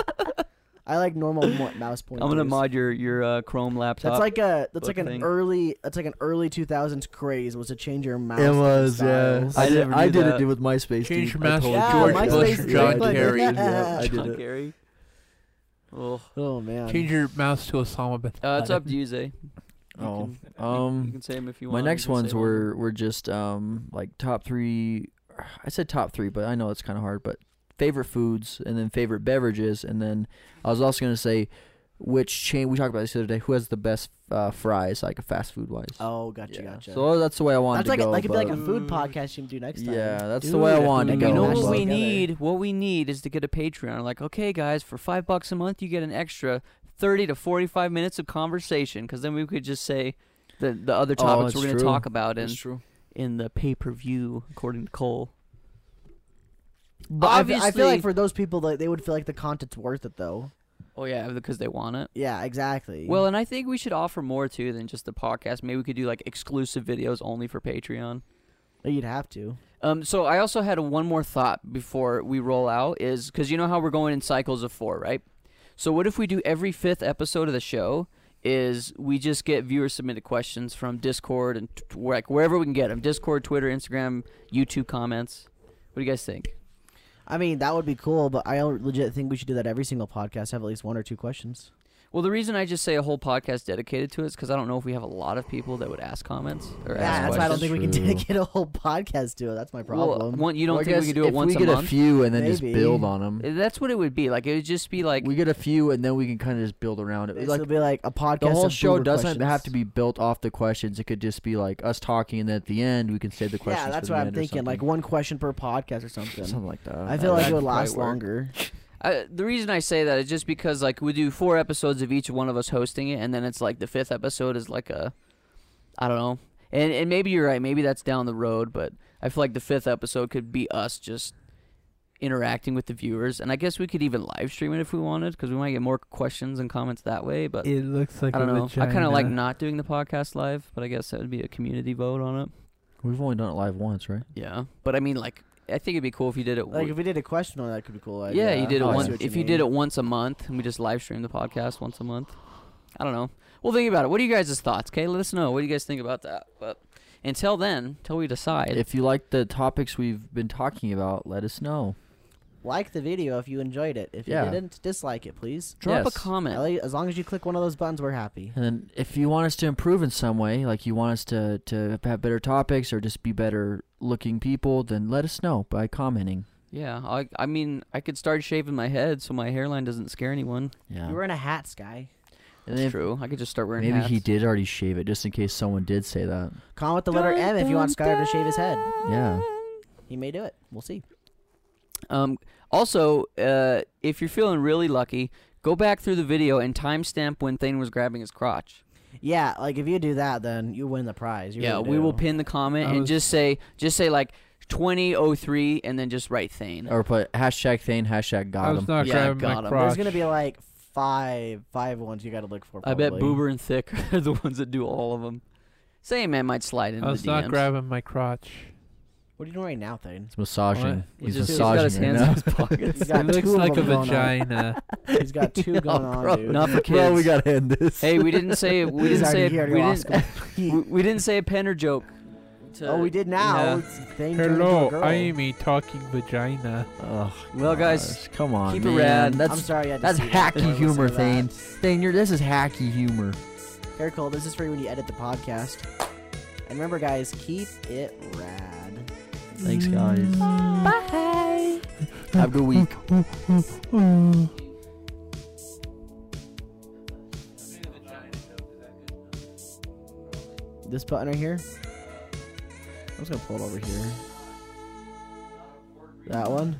Speaker 2: I like normal mo- mouse pointers.
Speaker 1: I'm gonna mod your your uh, Chrome laptop.
Speaker 2: That's like a that's like
Speaker 1: What
Speaker 2: an
Speaker 1: thing?
Speaker 2: early that's like an early 2000s craze was to change your mouse.
Speaker 4: It was, yeah.
Speaker 2: styles.
Speaker 4: I
Speaker 1: I
Speaker 4: did,
Speaker 1: never
Speaker 4: I
Speaker 1: knew
Speaker 4: did it
Speaker 1: that.
Speaker 4: dude, with MySpace.
Speaker 3: Change
Speaker 4: dude.
Speaker 3: your
Speaker 4: I
Speaker 3: mouse
Speaker 4: totally
Speaker 2: to
Speaker 4: did
Speaker 2: George Bush, Yeah,
Speaker 4: it.
Speaker 2: John
Speaker 4: I did
Speaker 2: Kerry.
Speaker 4: it.
Speaker 2: Yeah,
Speaker 4: I
Speaker 1: John
Speaker 4: did it.
Speaker 1: Kerry. Oh,
Speaker 2: Oh man.
Speaker 3: Change your mouse to Osama bin
Speaker 1: uh, it's up to
Speaker 3: Laden.
Speaker 1: you, Zay. You
Speaker 4: Oh,
Speaker 1: can- you- you
Speaker 4: um,
Speaker 1: can say 'em if you
Speaker 4: my
Speaker 1: want.
Speaker 4: next ones were were just um like top three. I said top three, but I know it's kind of hard. But favorite foods, and then favorite beverages, and then I was also gonna say which chain we talked about this the other day. Who has the best uh, fries, like fast food wise?
Speaker 2: Oh, gotcha, gotcha.
Speaker 4: So that's the way I wanted
Speaker 2: that's like
Speaker 4: to go.
Speaker 2: like it'd be like a
Speaker 4: but-
Speaker 2: food podcast you can do next time.
Speaker 4: yeah, that's the way I wanted to
Speaker 1: You
Speaker 4: go.
Speaker 1: know
Speaker 2: Mash
Speaker 1: what
Speaker 4: but-
Speaker 1: we
Speaker 2: together.
Speaker 1: need? What we need is to get a Patreon. Like, okay, guys, for five bucks a month, you get an extra thirty to forty-five minutes of conversation. Because then we could just say the the other
Speaker 4: Oh,
Speaker 1: topics
Speaker 4: it's
Speaker 1: we're gonna
Speaker 4: true.
Speaker 1: talk about
Speaker 4: That's
Speaker 1: in
Speaker 4: true.
Speaker 1: in the pay-per-view, according to Cole.
Speaker 2: But I fe- I feel
Speaker 1: Obviously-
Speaker 2: like for those people, like, they would feel like the content's worth it though.
Speaker 1: Oh yeah, because they want it.
Speaker 2: Yeah, exactly.
Speaker 1: Well, and I think we should offer more too than just the podcast. Maybe we could do like exclusive videos only for Patreon.
Speaker 2: you'd have to.
Speaker 1: Um, so I also had one more thought before we roll out is because you know how we're going in cycles of four, right? So what if we do every fifth episode of the show is we just get viewer submitted questions from Discord and t- t- like wherever we can get them, Discord, Twitter, Instagram, YouTube comments. What do you guys think?
Speaker 2: I mean, that would be cool, but I legit think we should do that every single podcast. Have at least one or two questions.
Speaker 1: Well, the reason I just say a whole podcast dedicated to it is because I don't know if we have a lot of people that would ask comments or
Speaker 2: Yeah,
Speaker 1: ask
Speaker 2: that's why I don't
Speaker 1: questions.
Speaker 2: think we can
Speaker 4: True.
Speaker 2: dedicate a whole podcast to it. That's my
Speaker 1: Well,
Speaker 2: problem.
Speaker 1: one, you don't
Speaker 4: Well, I
Speaker 1: think we
Speaker 4: guess
Speaker 1: can do it
Speaker 4: if
Speaker 1: once
Speaker 4: we get
Speaker 1: a month?
Speaker 4: few and then just
Speaker 2: Maybe.
Speaker 4: build on them.
Speaker 1: That's what it would be. Like it would just be like
Speaker 4: we get a few and then we can kind of just build around it.
Speaker 2: It'll
Speaker 4: Like
Speaker 2: be like a podcast.
Speaker 4: the whole
Speaker 2: of
Speaker 4: show
Speaker 2: boomer
Speaker 4: doesn't
Speaker 2: questions.
Speaker 4: have to be built off the questions. It could just be like us talking, and then at the end we can save the
Speaker 2: Yeah,
Speaker 4: questions. for
Speaker 2: that's
Speaker 4: the
Speaker 2: what I'm
Speaker 4: end or
Speaker 2: thinking. Like
Speaker 4: something.
Speaker 2: one question per podcast or something.
Speaker 4: something like that.
Speaker 2: I feel
Speaker 1: Uh,
Speaker 2: like
Speaker 1: that
Speaker 2: it would
Speaker 1: could probably
Speaker 2: last
Speaker 1: work.
Speaker 2: longer.
Speaker 1: I, the reason I say that is just because like we do four episodes of each one of us hosting it, and then it's like the fifth episode is like a, I don't know, and and maybe you're right, maybe that's down the road, but I feel like the fifth episode could be us just interacting with the viewers, and I guess we could even live stream it if we wanted, because we might get more questions and comments that way. But
Speaker 3: It looks like
Speaker 1: I don't know, I kind of like not doing the podcast live, but I guess that would be a community vote on it.
Speaker 4: We've only done it live once, right?
Speaker 1: Yeah, but I mean like I think it'd be cool if you did it.
Speaker 2: Like
Speaker 1: w-
Speaker 2: if we did a question on it, that could be cool. Like,
Speaker 1: yeah, you did it
Speaker 4: Oh, I see
Speaker 1: once.
Speaker 4: what
Speaker 1: if you did it once a month, and we just live stream the podcast once a month. I don't know. Well, think about it. What are you guys' thoughts? Okay, let us know. What do you guys think about that? But until then, until we decide,
Speaker 4: If you like the topics we've been talking about, let us know.
Speaker 2: like the video if you enjoyed it. If
Speaker 4: Yeah.
Speaker 2: you didn't, dislike it, please.
Speaker 1: drop
Speaker 4: yes.
Speaker 1: a comment.
Speaker 2: I like- As long as you click one of those buttons, we're happy.
Speaker 4: And then if you want us to improve in some way, like you want us to to have better topics or just be better looking people, then let us know by commenting.
Speaker 1: yeah, I, I mean, I could start shaving my head so my hairline doesn't scare anyone.
Speaker 4: Yeah,
Speaker 2: You were in a hat, Sky.
Speaker 4: and
Speaker 1: That's
Speaker 4: then if-
Speaker 1: true. I could just start wearing
Speaker 4: Maybe
Speaker 1: hats.
Speaker 4: he did already shave it, just in case someone did say that.
Speaker 2: Comment with the letter M if you want Skyler to shave his head.
Speaker 4: Yeah.
Speaker 2: He may do it. We'll see.
Speaker 1: Um, also, uh, if you're feeling really lucky, go back through the video and timestamp when Thane was grabbing his crotch.
Speaker 2: Yeah, like if you do that, then you win the prize. You
Speaker 1: yeah,
Speaker 2: really
Speaker 1: we will
Speaker 2: do.
Speaker 1: pin the comment
Speaker 3: I
Speaker 1: and
Speaker 3: was-
Speaker 1: just say just say like 2003 and then just write Thane.
Speaker 3: Oh,
Speaker 4: Or put hashtag Thane, hashtag
Speaker 3: I
Speaker 4: got
Speaker 3: was
Speaker 4: him.
Speaker 3: not
Speaker 1: Yeah,
Speaker 3: grabbing
Speaker 1: got
Speaker 3: my
Speaker 1: him.
Speaker 2: There's
Speaker 3: crotch.
Speaker 2: gonna be like five five ones you got to look for.
Speaker 1: I
Speaker 2: Probably.
Speaker 1: bet Boober and Thick are the ones that do all of them. Same man might slide into
Speaker 3: I was
Speaker 1: the DMs.
Speaker 3: not grabbing my crotch.
Speaker 2: What are you doing right now, Thane?
Speaker 4: It's massaging.
Speaker 3: What?
Speaker 1: He
Speaker 4: He's
Speaker 1: just- he's got his
Speaker 4: massaging right
Speaker 1: hands
Speaker 4: now.
Speaker 1: in his pockets.
Speaker 2: He's
Speaker 3: It
Speaker 2: got
Speaker 3: looks
Speaker 2: two of
Speaker 3: like a
Speaker 2: them going on.
Speaker 3: vagina.
Speaker 2: He's got two going on,
Speaker 1: gross.
Speaker 2: dude.
Speaker 1: Not for kids.
Speaker 4: Well, we gotta end this.
Speaker 1: hey, we didn't say we
Speaker 2: He's
Speaker 1: didn't say
Speaker 2: already-
Speaker 1: a,
Speaker 2: he already
Speaker 1: we,
Speaker 2: lost
Speaker 1: didn't, we, we didn't say a penner joke. to-
Speaker 2: oh, we did now.
Speaker 1: Yeah.
Speaker 2: It's Thane turned into a
Speaker 3: Hello,
Speaker 2: girl.
Speaker 3: I am a talking vagina.
Speaker 4: Oh,
Speaker 1: Well, guys,
Speaker 4: gosh, come on.
Speaker 1: keep it
Speaker 4: man.
Speaker 1: rad.
Speaker 4: That's
Speaker 2: I'm sorry. I had to
Speaker 4: that's
Speaker 2: see that.
Speaker 4: hacky
Speaker 2: Why would I
Speaker 4: humor,
Speaker 2: say that?
Speaker 4: Thane. Thane, you're, this is hacky humor.
Speaker 2: Very cool. This is for you when you edit the podcast. And remember, guys, keep it rad.
Speaker 4: Thanks, guys. Bye. Have a good week.
Speaker 2: This button right here. I'm just gonna pull it over here. That one.